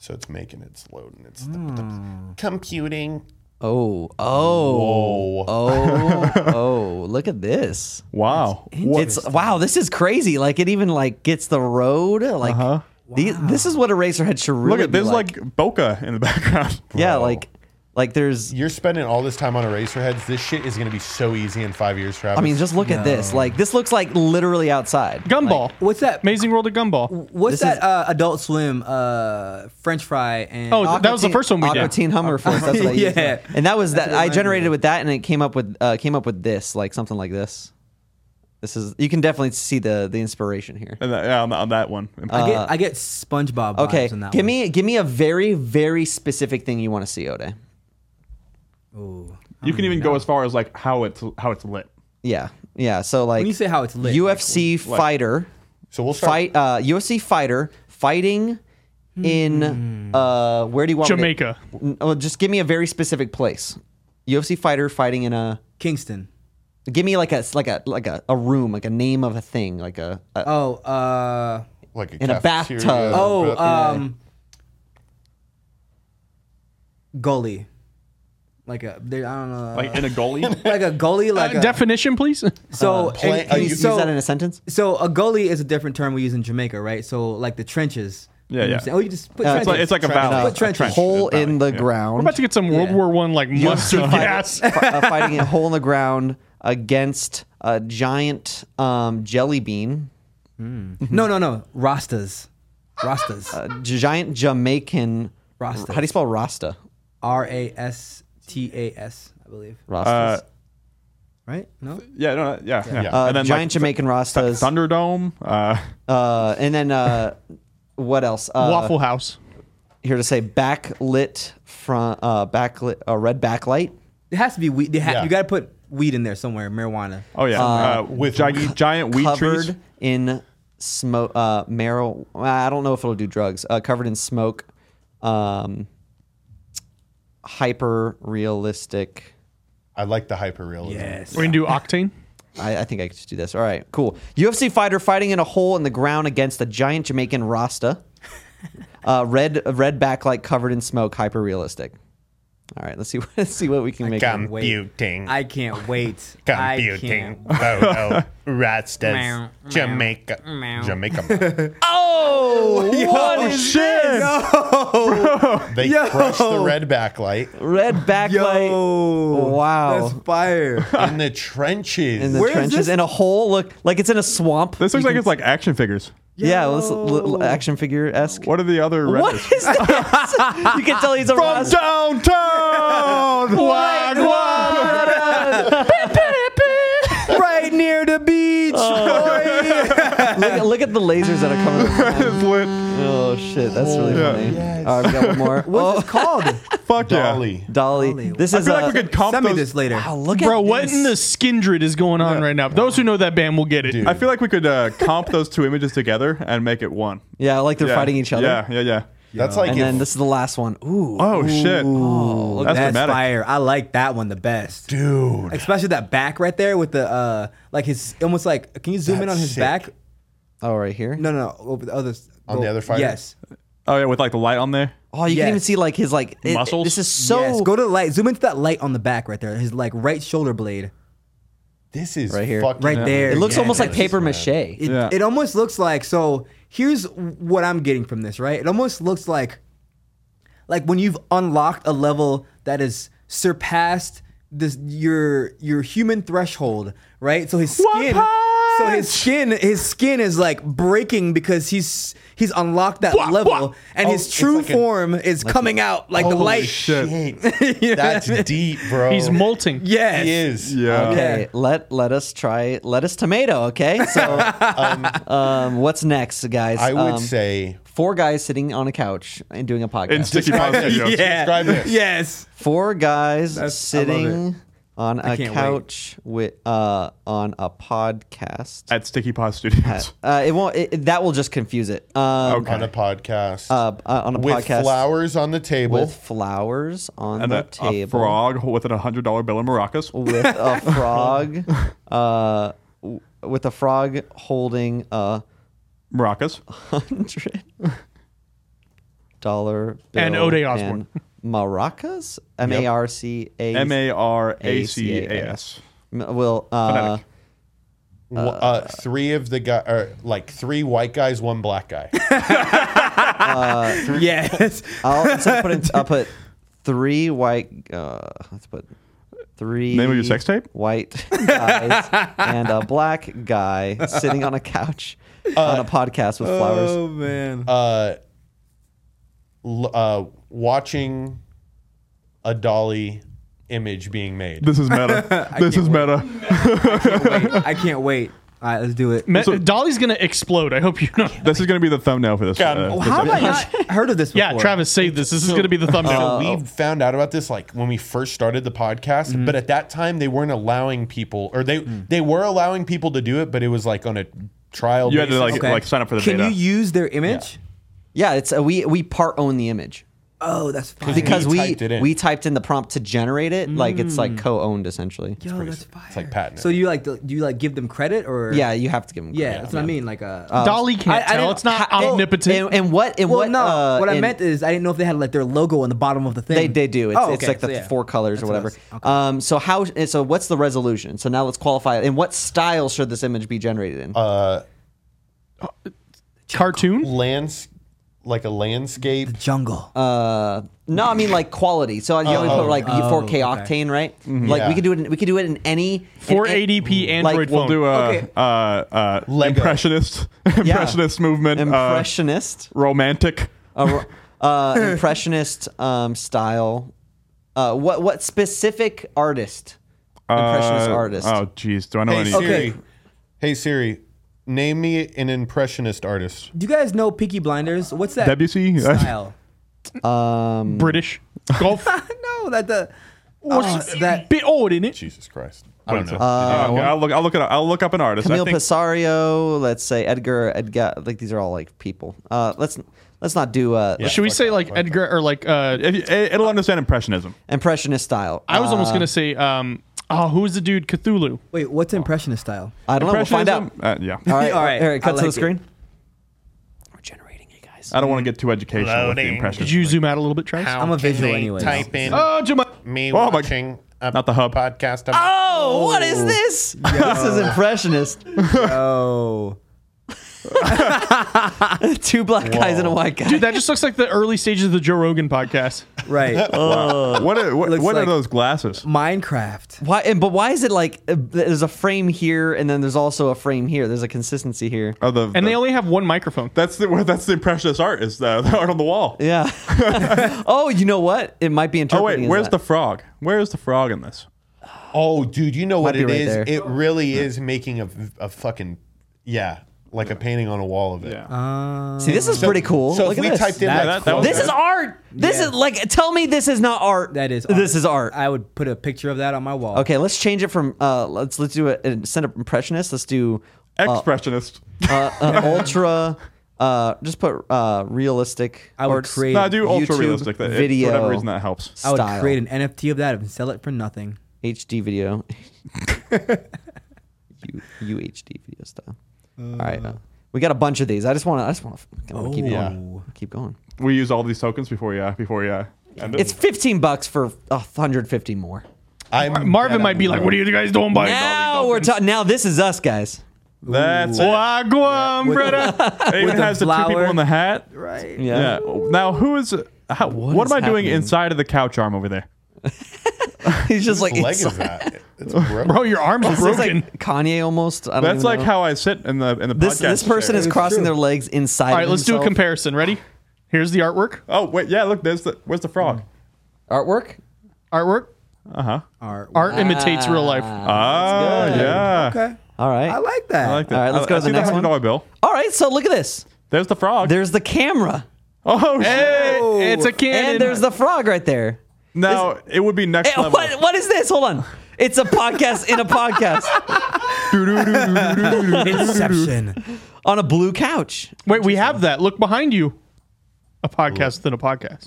[SPEAKER 2] So it's making it's loading. It's the,
[SPEAKER 1] Hmm.
[SPEAKER 2] computing.
[SPEAKER 1] Oh, oh,
[SPEAKER 2] Oh,
[SPEAKER 1] oh, oh! Look at this.
[SPEAKER 3] Wow.
[SPEAKER 1] It's wow. This is crazy. Like it even like gets the road. Like the- this is what a racer head should really
[SPEAKER 3] Look at
[SPEAKER 1] be
[SPEAKER 3] there's like, bokeh in the background.
[SPEAKER 1] yeah,
[SPEAKER 2] bro.
[SPEAKER 1] like like there's
[SPEAKER 2] you're spending all this time on eraser heads. This shit is gonna be so easy in five years, Travis.
[SPEAKER 1] I mean, just look at this. Like this looks like literally outside.
[SPEAKER 4] Gumball.
[SPEAKER 5] What's that?
[SPEAKER 4] Amazing World of Gumball.
[SPEAKER 5] What's
[SPEAKER 1] This
[SPEAKER 5] that?
[SPEAKER 1] is-
[SPEAKER 5] uh, Adult Swim, uh, French Fry, and
[SPEAKER 4] Oh, that was the
[SPEAKER 1] Aquatine-
[SPEAKER 4] first one we did.
[SPEAKER 1] Aquatine Hummer Force. That's what I used.
[SPEAKER 5] Yeah.
[SPEAKER 1] And that was
[SPEAKER 5] That's
[SPEAKER 1] that
[SPEAKER 5] what it
[SPEAKER 1] I
[SPEAKER 5] reminded me
[SPEAKER 1] generated
[SPEAKER 5] of.
[SPEAKER 1] with that, and it came up with uh, came up with this, like something like this. This is you can definitely see the the inspiration here.
[SPEAKER 3] And that- yeah, on, on that
[SPEAKER 1] Uh,
[SPEAKER 3] one. Uh,
[SPEAKER 5] Oh, I get I get SpongeBob.
[SPEAKER 1] Okay,
[SPEAKER 5] vibes in that
[SPEAKER 1] give
[SPEAKER 5] one.
[SPEAKER 1] me give me a very very specific thing you want to see, Ode.
[SPEAKER 5] Ooh.
[SPEAKER 3] you can even go as far as like how it's how it's lit.
[SPEAKER 1] Yeah, yeah. So like
[SPEAKER 5] When you say how it's lit,
[SPEAKER 1] UFC fighter
[SPEAKER 2] so we'll start.
[SPEAKER 1] fight uh, UFC fighter fighting in
[SPEAKER 5] Hmm.
[SPEAKER 1] uh where do you want me to-
[SPEAKER 4] Jamaica.
[SPEAKER 1] N- oh, just give me a very specific place. UFC fighter fighting in a
[SPEAKER 5] Kingston.
[SPEAKER 1] Give me like a like a like a, a room, like a name of a thing, like a, a
[SPEAKER 5] Oh, uh,
[SPEAKER 2] like a
[SPEAKER 1] in a
[SPEAKER 2] cafeteria,
[SPEAKER 1] bathtub.
[SPEAKER 5] oh,
[SPEAKER 2] but-
[SPEAKER 5] um, goalie. Like a, there- I don't
[SPEAKER 1] Uh,
[SPEAKER 5] know,
[SPEAKER 3] Like
[SPEAKER 5] like,
[SPEAKER 3] in a goalie.
[SPEAKER 5] a goalie,
[SPEAKER 4] Uh,
[SPEAKER 5] like a,
[SPEAKER 4] definition, please.
[SPEAKER 5] so.
[SPEAKER 2] play-
[SPEAKER 5] and-
[SPEAKER 2] uh,
[SPEAKER 1] can
[SPEAKER 5] and
[SPEAKER 1] you
[SPEAKER 5] so,
[SPEAKER 1] use that in a sentence?
[SPEAKER 5] so a goalie is a different term we use in Jamaica, right? So like the trenches.
[SPEAKER 3] Yeah,
[SPEAKER 5] You know
[SPEAKER 3] yeah.
[SPEAKER 5] what I'm saying? Oh, you just put
[SPEAKER 1] Uh,
[SPEAKER 5] trenches.
[SPEAKER 3] It's like it's like a
[SPEAKER 2] Trench.
[SPEAKER 3] valley.
[SPEAKER 5] Put trenches.
[SPEAKER 3] A trench.
[SPEAKER 1] Hole
[SPEAKER 3] Valley,
[SPEAKER 1] in the
[SPEAKER 3] yeah.
[SPEAKER 1] ground.
[SPEAKER 4] We're about to get some World
[SPEAKER 5] Yeah.
[SPEAKER 4] War One like mustard
[SPEAKER 1] UFC fighter,
[SPEAKER 4] gas.
[SPEAKER 1] fi- uh, fighting a hole in the ground against a giant um, jelly bean,
[SPEAKER 5] No, no, no. Rastas. Rastas.
[SPEAKER 1] a uh, giant Jamaican.
[SPEAKER 5] Rasta.
[SPEAKER 1] How do you spell Rasta?
[SPEAKER 5] R A S T A S, I believe.
[SPEAKER 1] Rastas.
[SPEAKER 5] Right? No?
[SPEAKER 3] Yeah, no, yeah, yeah.
[SPEAKER 1] Uh,
[SPEAKER 3] and then
[SPEAKER 1] giant
[SPEAKER 3] like,
[SPEAKER 1] Jamaican
[SPEAKER 3] th-
[SPEAKER 1] Rastas.
[SPEAKER 3] Thunderdome. Uh,
[SPEAKER 1] uh, and then uh, what else? Uh,
[SPEAKER 4] Waffle House.
[SPEAKER 1] Here to say backlit front, uh, backlit, uh, red backlight.
[SPEAKER 5] It has to be weed. They ha-
[SPEAKER 2] Yeah.
[SPEAKER 5] You got to put weed in there somewhere, marijuana.
[SPEAKER 3] oh yeah. Uh, with gi- giant weed
[SPEAKER 1] covered
[SPEAKER 3] trees.
[SPEAKER 1] in smoke uh marrow I don't know if it'll do drugs uh, covered in smoke um hyper realistic
[SPEAKER 2] I like the hyper realism.
[SPEAKER 5] Yes.
[SPEAKER 4] We're gonna do Octane.
[SPEAKER 1] I, I think I could just do this all right cool UFC fighter fighting in a hole in the ground against a giant Jamaican Rasta uh red red backlight covered in smoke hyper realistic all right let's see let's see what we can make of it.
[SPEAKER 2] Computing.
[SPEAKER 5] I can't wait. I
[SPEAKER 2] Computing.
[SPEAKER 5] can't.
[SPEAKER 2] Photo. Rastas.
[SPEAKER 5] Meow,
[SPEAKER 2] Jamaica.
[SPEAKER 5] meow.
[SPEAKER 2] Jamaica.
[SPEAKER 1] oh what is
[SPEAKER 3] Shit.
[SPEAKER 2] They crushed the red backlight
[SPEAKER 1] red backlight
[SPEAKER 5] Yo.
[SPEAKER 1] Wow.
[SPEAKER 5] That's fire.
[SPEAKER 2] in the trenches.
[SPEAKER 1] in the
[SPEAKER 5] Where is
[SPEAKER 1] trenches
[SPEAKER 5] this?
[SPEAKER 1] in a hole look like it's in a swamp
[SPEAKER 3] This looks like it's like action figures.
[SPEAKER 1] Yeah, let's l-
[SPEAKER 5] Yo.
[SPEAKER 1] l- action figure esque.
[SPEAKER 3] What are the other red?
[SPEAKER 1] What is this? you can tell he's a
[SPEAKER 3] From
[SPEAKER 1] Rasta.
[SPEAKER 3] downtown. Wag, wag.
[SPEAKER 5] right near the beach. boy.
[SPEAKER 2] Oh.
[SPEAKER 1] Look, at- look at the lasers that are coming. out of my-
[SPEAKER 3] It's lit.
[SPEAKER 1] oh shit, that's really
[SPEAKER 3] Yeah.
[SPEAKER 1] funny. All right, we got one more. Oh,
[SPEAKER 5] What's it called?
[SPEAKER 3] Fuck yeah.
[SPEAKER 2] Dolly.
[SPEAKER 1] Dolly.
[SPEAKER 5] Dolly.
[SPEAKER 1] This
[SPEAKER 3] I
[SPEAKER 1] is
[SPEAKER 3] feel
[SPEAKER 1] uh,
[SPEAKER 3] like we could comp
[SPEAKER 5] Send me
[SPEAKER 3] those.
[SPEAKER 5] this later.
[SPEAKER 1] wow, look
[SPEAKER 4] Bro,
[SPEAKER 1] at
[SPEAKER 4] what
[SPEAKER 1] this.
[SPEAKER 4] in the skindred is going on right now? Those who know that band will get it.
[SPEAKER 2] Dude.
[SPEAKER 4] I-
[SPEAKER 3] I feel like we could uh, comp those two images together and make it one.
[SPEAKER 1] Yeah, like they're
[SPEAKER 3] Yeah.
[SPEAKER 1] fighting each other.
[SPEAKER 3] Yeah, yeah, yeah.
[SPEAKER 2] That's like
[SPEAKER 1] And
[SPEAKER 2] if-
[SPEAKER 1] then this is the last one. Ooh.
[SPEAKER 3] Oh shit. that's,
[SPEAKER 5] That's
[SPEAKER 3] dramatic.
[SPEAKER 5] fire. I like that one the best.
[SPEAKER 2] dude.
[SPEAKER 5] Especially that back right there with the uh like his almost like can you zoom in
[SPEAKER 2] That's
[SPEAKER 5] on his
[SPEAKER 2] sick.
[SPEAKER 5] back?
[SPEAKER 1] Oh, right here.
[SPEAKER 5] No, no, no, over the other s-
[SPEAKER 2] On the other fighter?
[SPEAKER 5] Yes.
[SPEAKER 3] Oh yeah, with like the light on there.
[SPEAKER 1] Oh, you can even
[SPEAKER 5] Yes.
[SPEAKER 1] see like his like it-
[SPEAKER 3] Muscles?
[SPEAKER 1] This is so.
[SPEAKER 5] yes. Go to the light. Zoom into that light on the back right there. His like right shoulder blade.
[SPEAKER 2] This is
[SPEAKER 1] Right here.
[SPEAKER 2] fucking-
[SPEAKER 5] Right there.
[SPEAKER 1] it looks
[SPEAKER 5] Yes.
[SPEAKER 1] almost like paper mache.
[SPEAKER 5] It,
[SPEAKER 3] Yeah.
[SPEAKER 5] it almost looks like so. Here's what I'm getting from this, right? It almost looks like, like when you've unlocked a level that has surpassed this your your human threshold, right? So his skin, so his skin, his skin is like breaking because he's he's unlocked that level, and
[SPEAKER 2] Oh,
[SPEAKER 5] his
[SPEAKER 2] it's
[SPEAKER 5] true
[SPEAKER 2] like a-
[SPEAKER 5] form is coming out like the
[SPEAKER 2] Holy
[SPEAKER 5] light.
[SPEAKER 2] shit. That's deep, bro.
[SPEAKER 4] He's molting.
[SPEAKER 5] yes.
[SPEAKER 2] He is.
[SPEAKER 3] Yeah.
[SPEAKER 1] Okay,
[SPEAKER 5] Yeah.
[SPEAKER 1] let let us try lettuce tomato. Okay, so um, what's next, guys?
[SPEAKER 2] I would
[SPEAKER 1] Um,
[SPEAKER 2] say
[SPEAKER 1] four guys sitting on a couch and doing a podcast.
[SPEAKER 3] And sticky pasta jokes.
[SPEAKER 5] Yeah.
[SPEAKER 2] Describe this.
[SPEAKER 5] Yes.
[SPEAKER 1] four guys
[SPEAKER 5] I love
[SPEAKER 1] sitting on a
[SPEAKER 5] can't wait.
[SPEAKER 1] couch with uh on a podcast.
[SPEAKER 3] At Sticky Pod Studios.
[SPEAKER 1] Uh, it won't. It, it- that will just confuse it. Um,
[SPEAKER 3] Okay.
[SPEAKER 2] on a podcast.
[SPEAKER 1] uh, uh, on a
[SPEAKER 2] with
[SPEAKER 1] podcast
[SPEAKER 2] flowers on the table.
[SPEAKER 1] with flowers on
[SPEAKER 3] and
[SPEAKER 1] the
[SPEAKER 3] a, a
[SPEAKER 1] table.
[SPEAKER 3] frog with a hundred dollar bill in maracas.
[SPEAKER 1] with a frog, uh, w- with a frog holding a
[SPEAKER 3] Maracas.
[SPEAKER 1] hundred dollar bill
[SPEAKER 4] And O'Day Osborne.
[SPEAKER 1] and maracas, M A R C A
[SPEAKER 3] M A R A C A S.
[SPEAKER 1] M- Will uh,
[SPEAKER 3] Phonetic.
[SPEAKER 2] Wh- uh, three of the guy, or like three white guys, one black guy.
[SPEAKER 5] Yes.
[SPEAKER 1] I'll instead of putting I'll put three white. Uh, let's put three.
[SPEAKER 3] Name of your sex tape?
[SPEAKER 1] White guys and a black guy sitting on a couch
[SPEAKER 3] Uh,
[SPEAKER 1] on a podcast with flowers.
[SPEAKER 5] Oh man.
[SPEAKER 2] Uh, l- uh, watching a dolly image being made.
[SPEAKER 3] This is meta. this is meta.
[SPEAKER 5] I can't wait. All right, let's do it.
[SPEAKER 4] Ma- Dolly's gonna explode. I hope you know.
[SPEAKER 3] This is gonna be the thumbnail for this.
[SPEAKER 2] God,
[SPEAKER 3] uh,
[SPEAKER 5] Oh,
[SPEAKER 3] this
[SPEAKER 5] How have I
[SPEAKER 3] episode.
[SPEAKER 5] not heard of this before?
[SPEAKER 4] Yeah, Travis, save this. This is gonna be the thumbnail.
[SPEAKER 2] So we found out about this like when we first started the podcast, but at that time they weren't allowing people, or they they were allowing people to do it, but it was like on a trial.
[SPEAKER 3] You had to,
[SPEAKER 2] basis.
[SPEAKER 3] like- sign up for the
[SPEAKER 5] Can
[SPEAKER 3] beta.
[SPEAKER 5] you use their image?
[SPEAKER 1] Yeah, it's uh, we we part own the image.
[SPEAKER 5] Oh, that's fine.
[SPEAKER 1] because
[SPEAKER 2] We
[SPEAKER 1] we
[SPEAKER 2] typed it in.
[SPEAKER 1] we typed in the prompt to generate it. Like it's like co-owned essentially.
[SPEAKER 5] Mm. Yo, that's
[SPEAKER 2] sick.
[SPEAKER 5] fire.
[SPEAKER 2] It's like patented.
[SPEAKER 5] So you like do you like give them credit or
[SPEAKER 1] Yeah, you have to give them.
[SPEAKER 5] yeah,
[SPEAKER 1] credit.
[SPEAKER 5] that's what I mean like a
[SPEAKER 4] Dolly can't
[SPEAKER 5] uh, I- I
[SPEAKER 4] tell.
[SPEAKER 5] didn't- oh,
[SPEAKER 4] It's not
[SPEAKER 1] How-
[SPEAKER 4] omnipotent.
[SPEAKER 1] And, and what and
[SPEAKER 5] well
[SPEAKER 1] what?
[SPEAKER 5] no
[SPEAKER 1] uh,
[SPEAKER 5] what I
[SPEAKER 1] and
[SPEAKER 5] meant is I didn't know if they had like their logo on the bottom of the thing.
[SPEAKER 1] They, they do. It's,
[SPEAKER 5] Oh,
[SPEAKER 1] it's
[SPEAKER 5] okay.
[SPEAKER 1] like the
[SPEAKER 5] So, yeah.
[SPEAKER 1] four colors or
[SPEAKER 5] That's what
[SPEAKER 1] whatever.
[SPEAKER 5] it was. Okay.
[SPEAKER 1] Um, so how? and So what's the resolution? So now let's qualify. it. And what style should this image be generated in?
[SPEAKER 2] uh,
[SPEAKER 4] Cartoon.
[SPEAKER 2] lands like a landscape.
[SPEAKER 5] jungle.
[SPEAKER 1] Uh, no, I mean like quality. So you only put like 4K
[SPEAKER 5] okay.
[SPEAKER 1] octane, right? Like we
[SPEAKER 2] Yeah.
[SPEAKER 1] could do it. In, we could do it in any
[SPEAKER 4] 480p
[SPEAKER 1] in- like,
[SPEAKER 4] Android
[SPEAKER 3] We'll
[SPEAKER 4] phone.
[SPEAKER 3] do a
[SPEAKER 5] Okay.
[SPEAKER 3] uh, uh,
[SPEAKER 2] Lego.
[SPEAKER 3] impressionist, impressionist movement, uh,
[SPEAKER 1] impressionist.
[SPEAKER 3] romantic.
[SPEAKER 1] a, uh, impressionist um, style. Uh, what what specific artist? Impressionist
[SPEAKER 3] Uh,
[SPEAKER 1] artist.
[SPEAKER 3] Oh, jeez, do I know
[SPEAKER 2] Hey
[SPEAKER 3] any?
[SPEAKER 2] Siri.
[SPEAKER 5] Okay.
[SPEAKER 2] Hey Siri, name me an impressionist artist.
[SPEAKER 5] do you guys know Peaky Blinders? What's that
[SPEAKER 3] Debussy?
[SPEAKER 5] style?
[SPEAKER 1] Um,
[SPEAKER 4] British golf.
[SPEAKER 5] no, that the
[SPEAKER 4] What's
[SPEAKER 5] oh, that
[SPEAKER 4] bit old in it?
[SPEAKER 2] Jesus Christ.
[SPEAKER 3] I don't know. okay, I'll look. I'll look it up. I'll look up an artist. I
[SPEAKER 1] Camille
[SPEAKER 3] think
[SPEAKER 1] Pisario. Let's say Edgar. Edgar. Like these are all like people. Uh, let's let's not do uh,
[SPEAKER 4] Should we say like Edgar or like uh?
[SPEAKER 3] if you- it- it'll understand impressionism.
[SPEAKER 1] impressionist style.
[SPEAKER 4] I was
[SPEAKER 1] Uh,
[SPEAKER 4] almost gonna say um. Oh, who's the dude? Cthulhu.
[SPEAKER 5] Wait, what's impressionist style?
[SPEAKER 1] I don't know. We'll find out.
[SPEAKER 3] Impressionism? Uh, yeah.
[SPEAKER 1] All right. All
[SPEAKER 5] All
[SPEAKER 1] right.
[SPEAKER 5] right,
[SPEAKER 1] All right. Cut
[SPEAKER 5] I
[SPEAKER 1] to the
[SPEAKER 5] like it.
[SPEAKER 1] screen. We're generating you guys.
[SPEAKER 3] I don't want to get too educational with the
[SPEAKER 2] Loading.
[SPEAKER 4] Did
[SPEAKER 3] impressionist.
[SPEAKER 4] you zoom out a little bit, Travis?
[SPEAKER 5] I'm a visual anyway.
[SPEAKER 2] Type in
[SPEAKER 4] Oh, Jemima.
[SPEAKER 2] me
[SPEAKER 3] Oh my-
[SPEAKER 2] watching a
[SPEAKER 3] Not the hub.
[SPEAKER 2] podcast.
[SPEAKER 1] Oh, what is this? This is impressionist.
[SPEAKER 5] Oh.
[SPEAKER 1] Two black guys and a white guy.
[SPEAKER 4] Dude, that just looks like the early stages of the Joe Rogan podcast.
[SPEAKER 5] Right.
[SPEAKER 3] uh, what are, what,
[SPEAKER 5] Looks
[SPEAKER 3] what are
[SPEAKER 5] like-
[SPEAKER 3] those glasses?
[SPEAKER 5] Minecraft.
[SPEAKER 1] Why? And, but why is it like uh, there's a frame here and then there's also a frame here? There's a consistency here.
[SPEAKER 3] Are the,
[SPEAKER 4] And
[SPEAKER 3] the-
[SPEAKER 4] they only have one microphone.
[SPEAKER 3] that's the well, that's the impressionist art is the, the art on the wall.
[SPEAKER 1] Yeah. oh, you know what? It might be
[SPEAKER 3] Oh
[SPEAKER 1] interpreting.
[SPEAKER 3] wait,
[SPEAKER 1] as
[SPEAKER 3] where's
[SPEAKER 1] that.
[SPEAKER 3] the frog? Where is the frog in this?
[SPEAKER 2] Oh, dude, you know what
[SPEAKER 1] be
[SPEAKER 2] it
[SPEAKER 1] right
[SPEAKER 2] is?
[SPEAKER 1] there.
[SPEAKER 2] It really is making a, a fucking yeah. like a painting on a wall of it.
[SPEAKER 3] Yeah.
[SPEAKER 1] Uh, See, this is pretty cool.
[SPEAKER 2] So
[SPEAKER 1] Look
[SPEAKER 2] if
[SPEAKER 1] at
[SPEAKER 2] we
[SPEAKER 1] this.
[SPEAKER 2] typed in
[SPEAKER 3] That-
[SPEAKER 2] like,
[SPEAKER 3] that- that was
[SPEAKER 1] this is art. This
[SPEAKER 5] Yeah.
[SPEAKER 1] is like tell me this is not art.
[SPEAKER 5] That is
[SPEAKER 1] This is art.
[SPEAKER 5] I would put a picture of that on my wall.
[SPEAKER 1] Okay, let's change it from uh let's let's do a, a send up impressionist. Let's do uh,
[SPEAKER 3] Expressionist.
[SPEAKER 1] uh, uh, ultra uh just put uh realistic
[SPEAKER 5] I would
[SPEAKER 1] or just
[SPEAKER 5] create-
[SPEAKER 3] no, I do ultra
[SPEAKER 1] YouTube
[SPEAKER 3] realistic. That,
[SPEAKER 1] video.
[SPEAKER 3] For whatever reason, that helps.
[SPEAKER 5] I would
[SPEAKER 1] style.
[SPEAKER 5] create an NFT of that and sell it for nothing.
[SPEAKER 1] HD video. U, UHD video style. All right. Uh, we got a bunch of these. I just want to I just want to keep going. Keep going.
[SPEAKER 3] We use all these tokens before yeah, before yeah. And
[SPEAKER 1] It's 15 bucks for 150 more.
[SPEAKER 2] I'm
[SPEAKER 4] Marvin might be like, "What are you guys doing?" By
[SPEAKER 1] Now we're ta- now this is us guys.
[SPEAKER 3] that's it.
[SPEAKER 4] Ah,
[SPEAKER 3] Wagwan, brother. It even
[SPEAKER 5] the
[SPEAKER 3] has the two people
[SPEAKER 5] flower.
[SPEAKER 3] in the hat.
[SPEAKER 5] Right.
[SPEAKER 1] Yeah.
[SPEAKER 3] Yeah. Now who is? How, what,
[SPEAKER 1] is
[SPEAKER 3] am I doing
[SPEAKER 1] happening?
[SPEAKER 3] inside of the couch arm over there?
[SPEAKER 1] He's just like
[SPEAKER 2] What leg
[SPEAKER 1] it's,
[SPEAKER 2] is that? It's broken.
[SPEAKER 4] Bro, your arms are
[SPEAKER 1] it's
[SPEAKER 4] broken.
[SPEAKER 1] like Kanye almost. I don't
[SPEAKER 3] That's
[SPEAKER 1] even
[SPEAKER 3] like
[SPEAKER 1] know.
[SPEAKER 3] how I sit in the in the
[SPEAKER 1] this
[SPEAKER 3] podcast.
[SPEAKER 1] this person
[SPEAKER 3] chair.
[SPEAKER 1] is crossing their legs inside.
[SPEAKER 4] All right, let's do a
[SPEAKER 1] compare
[SPEAKER 4] comparison. Ready? Here's the artwork.
[SPEAKER 3] Oh wait, yeah. Look, there's the where's the frog?
[SPEAKER 1] Hmm. artwork.
[SPEAKER 4] Artwork.
[SPEAKER 5] Art.
[SPEAKER 1] Ah.
[SPEAKER 4] Art imitates real life.
[SPEAKER 1] Oh.
[SPEAKER 3] Ah,
[SPEAKER 1] good.
[SPEAKER 3] yeah.
[SPEAKER 5] Okay.
[SPEAKER 1] All right.
[SPEAKER 5] I like that.
[SPEAKER 3] I like that.
[SPEAKER 1] All right, let's
[SPEAKER 3] I-
[SPEAKER 1] go
[SPEAKER 3] I
[SPEAKER 1] to the
[SPEAKER 3] see
[SPEAKER 1] next one.
[SPEAKER 3] hundred dollar bill.
[SPEAKER 1] All right. So look at this.
[SPEAKER 3] There's the frog.
[SPEAKER 1] There's the camera
[SPEAKER 3] oh, shit.
[SPEAKER 5] Oh.
[SPEAKER 4] It's a
[SPEAKER 1] and,
[SPEAKER 4] cannon.
[SPEAKER 1] there's the frog right there.
[SPEAKER 3] Now it would be next
[SPEAKER 1] Eh,
[SPEAKER 3] level.
[SPEAKER 1] what what is this? Hold on. It's a podcast in a podcast
[SPEAKER 5] Inception.
[SPEAKER 1] on a blue couch.
[SPEAKER 4] Wait, we have that. Look behind you. A podcast than a podcast.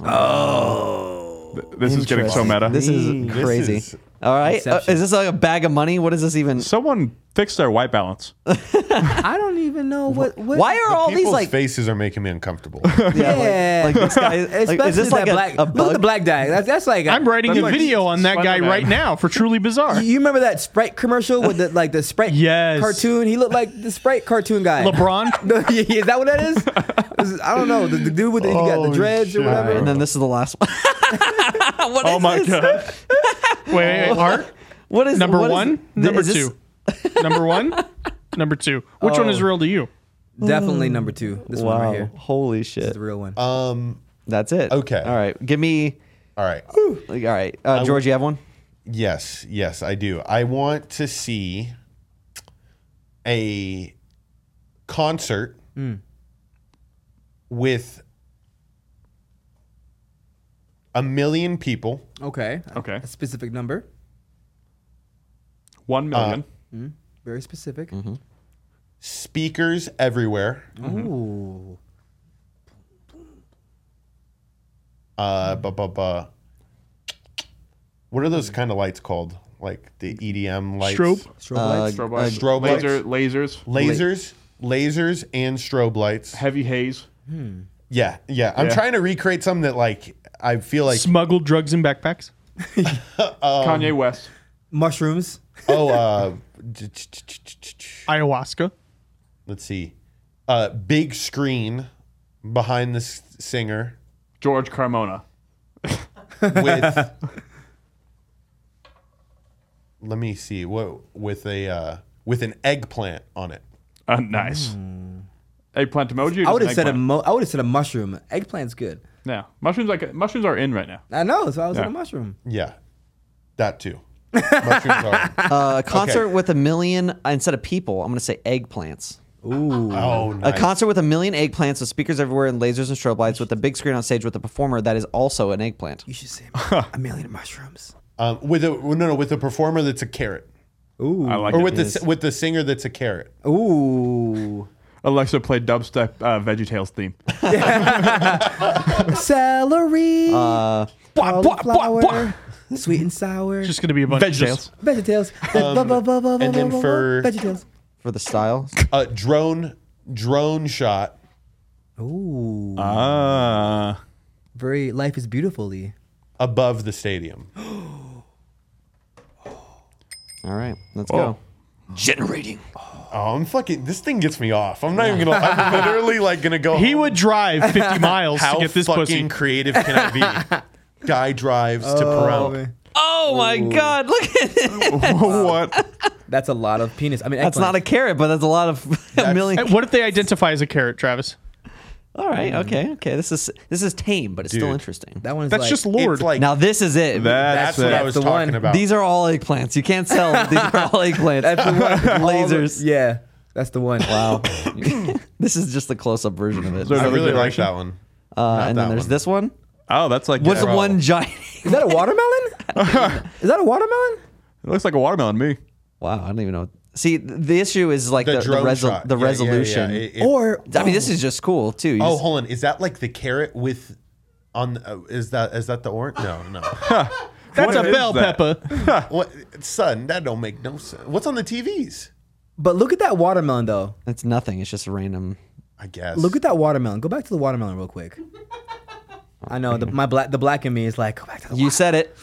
[SPEAKER 3] This is getting so meta.
[SPEAKER 1] This is crazy.
[SPEAKER 2] is-
[SPEAKER 1] All right. Uh,
[SPEAKER 5] Inception.
[SPEAKER 1] is this like a bag of money? What is this even?
[SPEAKER 3] Someone fix their white balance.
[SPEAKER 5] I don't even know what. what
[SPEAKER 1] Why are all these
[SPEAKER 2] People's
[SPEAKER 1] like?
[SPEAKER 2] faces are making me uncomfortable.
[SPEAKER 1] Yeah. like-
[SPEAKER 5] Yeah.
[SPEAKER 1] Like, this guy.
[SPEAKER 5] Especially
[SPEAKER 1] Like, is this like
[SPEAKER 5] that
[SPEAKER 1] a,
[SPEAKER 5] black.
[SPEAKER 1] a
[SPEAKER 5] look at the
[SPEAKER 1] bug?
[SPEAKER 5] black guy. That's, that's like.
[SPEAKER 4] I'm writing
[SPEAKER 3] That's
[SPEAKER 4] a
[SPEAKER 3] like
[SPEAKER 4] video on that guy
[SPEAKER 3] Spider-Man.
[SPEAKER 4] right now for Truly Bizarre.
[SPEAKER 5] You remember that Sprite commercial with the like the Sprite
[SPEAKER 4] Yes.
[SPEAKER 5] cartoon? He looked like the Sprite cartoon guy.
[SPEAKER 4] LeBron.
[SPEAKER 5] No, yeah, is that what that is? Is- I don't know. The, the dude with the, he got the
[SPEAKER 2] Oh,
[SPEAKER 5] dreads or
[SPEAKER 2] shit.
[SPEAKER 1] All right,
[SPEAKER 5] whatever.
[SPEAKER 1] and then this is the last one. What
[SPEAKER 3] Oh
[SPEAKER 1] is
[SPEAKER 3] my
[SPEAKER 1] this?
[SPEAKER 3] god.
[SPEAKER 4] Wait, wait, wait, art.
[SPEAKER 1] What is
[SPEAKER 4] Number
[SPEAKER 1] what is-
[SPEAKER 4] one.
[SPEAKER 1] th-
[SPEAKER 4] number
[SPEAKER 1] is this-
[SPEAKER 4] two. number one. Number two. Which one is real to you?
[SPEAKER 5] Definitely number two. This one right
[SPEAKER 1] Wow!
[SPEAKER 5] here.
[SPEAKER 1] Holy shit!
[SPEAKER 5] The real one.
[SPEAKER 2] um,
[SPEAKER 1] That's it.
[SPEAKER 2] Okay.
[SPEAKER 1] All right. Give me.
[SPEAKER 2] all right.
[SPEAKER 1] All right, uh, George, you have one.
[SPEAKER 2] Yes, yes, I do. I want to see a concert
[SPEAKER 3] Mm.
[SPEAKER 2] with a million people.
[SPEAKER 5] okay.
[SPEAKER 3] Okay.
[SPEAKER 5] A specific number.
[SPEAKER 3] One million.
[SPEAKER 5] Very specific.
[SPEAKER 2] speakers everywhere.
[SPEAKER 5] Ooh.
[SPEAKER 2] Uh,
[SPEAKER 3] Mm-hmm.
[SPEAKER 2] bu- bu- bu- What are those kind of lights called? Like the EDM lights?
[SPEAKER 3] Strobe.
[SPEAKER 5] Strobe
[SPEAKER 1] Uh,
[SPEAKER 5] lights.
[SPEAKER 3] Strobe
[SPEAKER 2] Uh, strobe
[SPEAKER 3] Laser, lasers.
[SPEAKER 2] Lasers, lasers, and strobe lights.
[SPEAKER 3] Heavy haze.
[SPEAKER 2] Yeah, yeah. I'm
[SPEAKER 3] Yeah.
[SPEAKER 2] trying to recreate something that like I feel like.
[SPEAKER 4] Smuggled drugs in backpacks.
[SPEAKER 3] Kanye West.
[SPEAKER 5] Mushrooms.
[SPEAKER 2] oh, uh, ch- ch- ch- ch- ch- ch-
[SPEAKER 4] Ayahuasca.
[SPEAKER 2] let's see. Uh, big screen behind the s- singer
[SPEAKER 3] George Carmona.
[SPEAKER 2] with. let me see what with a uh, with an eggplant on it.
[SPEAKER 3] Uh, nice. Eggplant emoji.
[SPEAKER 5] I would have said a
[SPEAKER 3] a.
[SPEAKER 5] mo- I would have said a mushroom. Eggplant's good.
[SPEAKER 3] Yeah. Mushrooms like mushrooms are in right now.
[SPEAKER 5] I know, so I was
[SPEAKER 3] Yeah.
[SPEAKER 5] in a mushroom.
[SPEAKER 2] Yeah, that too. Mushrooms are.
[SPEAKER 1] a Uh, concert with a million instead of people. I'm gonna say eggplants.
[SPEAKER 2] Oh,
[SPEAKER 1] A
[SPEAKER 2] nice.
[SPEAKER 1] concert with a million eggplants with speakers everywhere and lasers and strobe lights with a big screen on stage with a performer that is also an eggplant.
[SPEAKER 5] You should say a million mushrooms.
[SPEAKER 2] um, with a no, no, with a performer that's a carrot,
[SPEAKER 5] Ooh.
[SPEAKER 3] I like
[SPEAKER 2] or
[SPEAKER 3] it.
[SPEAKER 2] with the s- with the singer that's a carrot.
[SPEAKER 5] Oh. Ooh. Ooh.
[SPEAKER 3] Alexa played dubstep uh, VeggieTales theme.
[SPEAKER 5] Celery.
[SPEAKER 1] Uh,
[SPEAKER 4] Bwah, bwah, bwah, bwah.
[SPEAKER 5] cauliflower. Sweet and sour.
[SPEAKER 4] Just gonna be a bunch of just-
[SPEAKER 3] VeggieTales.
[SPEAKER 5] VeggieTales.
[SPEAKER 2] and then for-
[SPEAKER 5] VeggieTales.
[SPEAKER 1] for the style.
[SPEAKER 2] A drone drone shot.
[SPEAKER 5] Ooh.
[SPEAKER 3] Ah.
[SPEAKER 5] Very life is beautifully.
[SPEAKER 2] above the stadium.
[SPEAKER 1] All right, let's go.
[SPEAKER 3] Oh.
[SPEAKER 1] Generating.
[SPEAKER 2] Oh, I'm fucking. This thing gets me off. I'm not even gonna. I'm literally like gonna go.
[SPEAKER 4] He
[SPEAKER 2] home.
[SPEAKER 4] would drive 50 miles
[SPEAKER 2] How
[SPEAKER 4] to get this
[SPEAKER 2] fucking
[SPEAKER 4] pussy.
[SPEAKER 2] creative can I be? Guy drives to Perel.
[SPEAKER 1] Oh my God! Look at it.
[SPEAKER 3] what?
[SPEAKER 5] That's a lot of penis. I mean,
[SPEAKER 1] That's not a carrot, but that's a lot of a
[SPEAKER 4] Hey,
[SPEAKER 1] million.
[SPEAKER 4] Eh, What if they identify as a carrot, Travis?
[SPEAKER 1] All right, okay, okay. This is this is tame, but it's still
[SPEAKER 2] Dude.
[SPEAKER 1] interesting.
[SPEAKER 5] That one's
[SPEAKER 4] That's
[SPEAKER 5] like,
[SPEAKER 4] just Lord.
[SPEAKER 2] It's like
[SPEAKER 1] Now this is it.
[SPEAKER 2] that's
[SPEAKER 3] That's,
[SPEAKER 2] what
[SPEAKER 3] it.
[SPEAKER 2] I was
[SPEAKER 5] the
[SPEAKER 2] talking
[SPEAKER 5] one.
[SPEAKER 2] about.
[SPEAKER 1] These are all eggplants. You can't sell. These are all eggplants.
[SPEAKER 5] That's the one.
[SPEAKER 1] Lasers.
[SPEAKER 5] Yeah. That's the one.
[SPEAKER 1] Wow. this is just the close up version of it.
[SPEAKER 3] there
[SPEAKER 1] Uh,
[SPEAKER 2] I
[SPEAKER 3] another
[SPEAKER 2] really like
[SPEAKER 3] generation?
[SPEAKER 2] that one.
[SPEAKER 1] and then
[SPEAKER 2] that
[SPEAKER 1] there's
[SPEAKER 2] one.
[SPEAKER 1] this one.
[SPEAKER 3] Oh, that's like
[SPEAKER 1] What's
[SPEAKER 3] yeah,
[SPEAKER 1] one giant?
[SPEAKER 5] Is that a watermelon? Is that a watermelon?
[SPEAKER 3] it looks like a watermelon to me.
[SPEAKER 1] wow, I don't even know. See, th- the issue is like the, the,
[SPEAKER 2] drone
[SPEAKER 1] resol-
[SPEAKER 2] shot.
[SPEAKER 1] the
[SPEAKER 2] Yeah, yeah, yeah.
[SPEAKER 1] resolution.
[SPEAKER 2] It- it-
[SPEAKER 5] Or
[SPEAKER 1] I mean, this is just cool too. You
[SPEAKER 2] oh,
[SPEAKER 1] just-
[SPEAKER 2] hold on. Is that like the carrot with on? The, oh, is that is that the orange? No, no.
[SPEAKER 4] That's
[SPEAKER 3] What
[SPEAKER 4] a
[SPEAKER 3] is
[SPEAKER 4] bell
[SPEAKER 3] that?
[SPEAKER 4] pepper.
[SPEAKER 2] what son? That don't make no sense. What's on the TVs?
[SPEAKER 5] but look at that watermelon though.
[SPEAKER 1] it's nothing. It's just random.
[SPEAKER 2] I guess.
[SPEAKER 5] Look at that watermelon. Go back to the watermelon real quick. I know the, my black the black in me is like go back to the
[SPEAKER 1] You said it.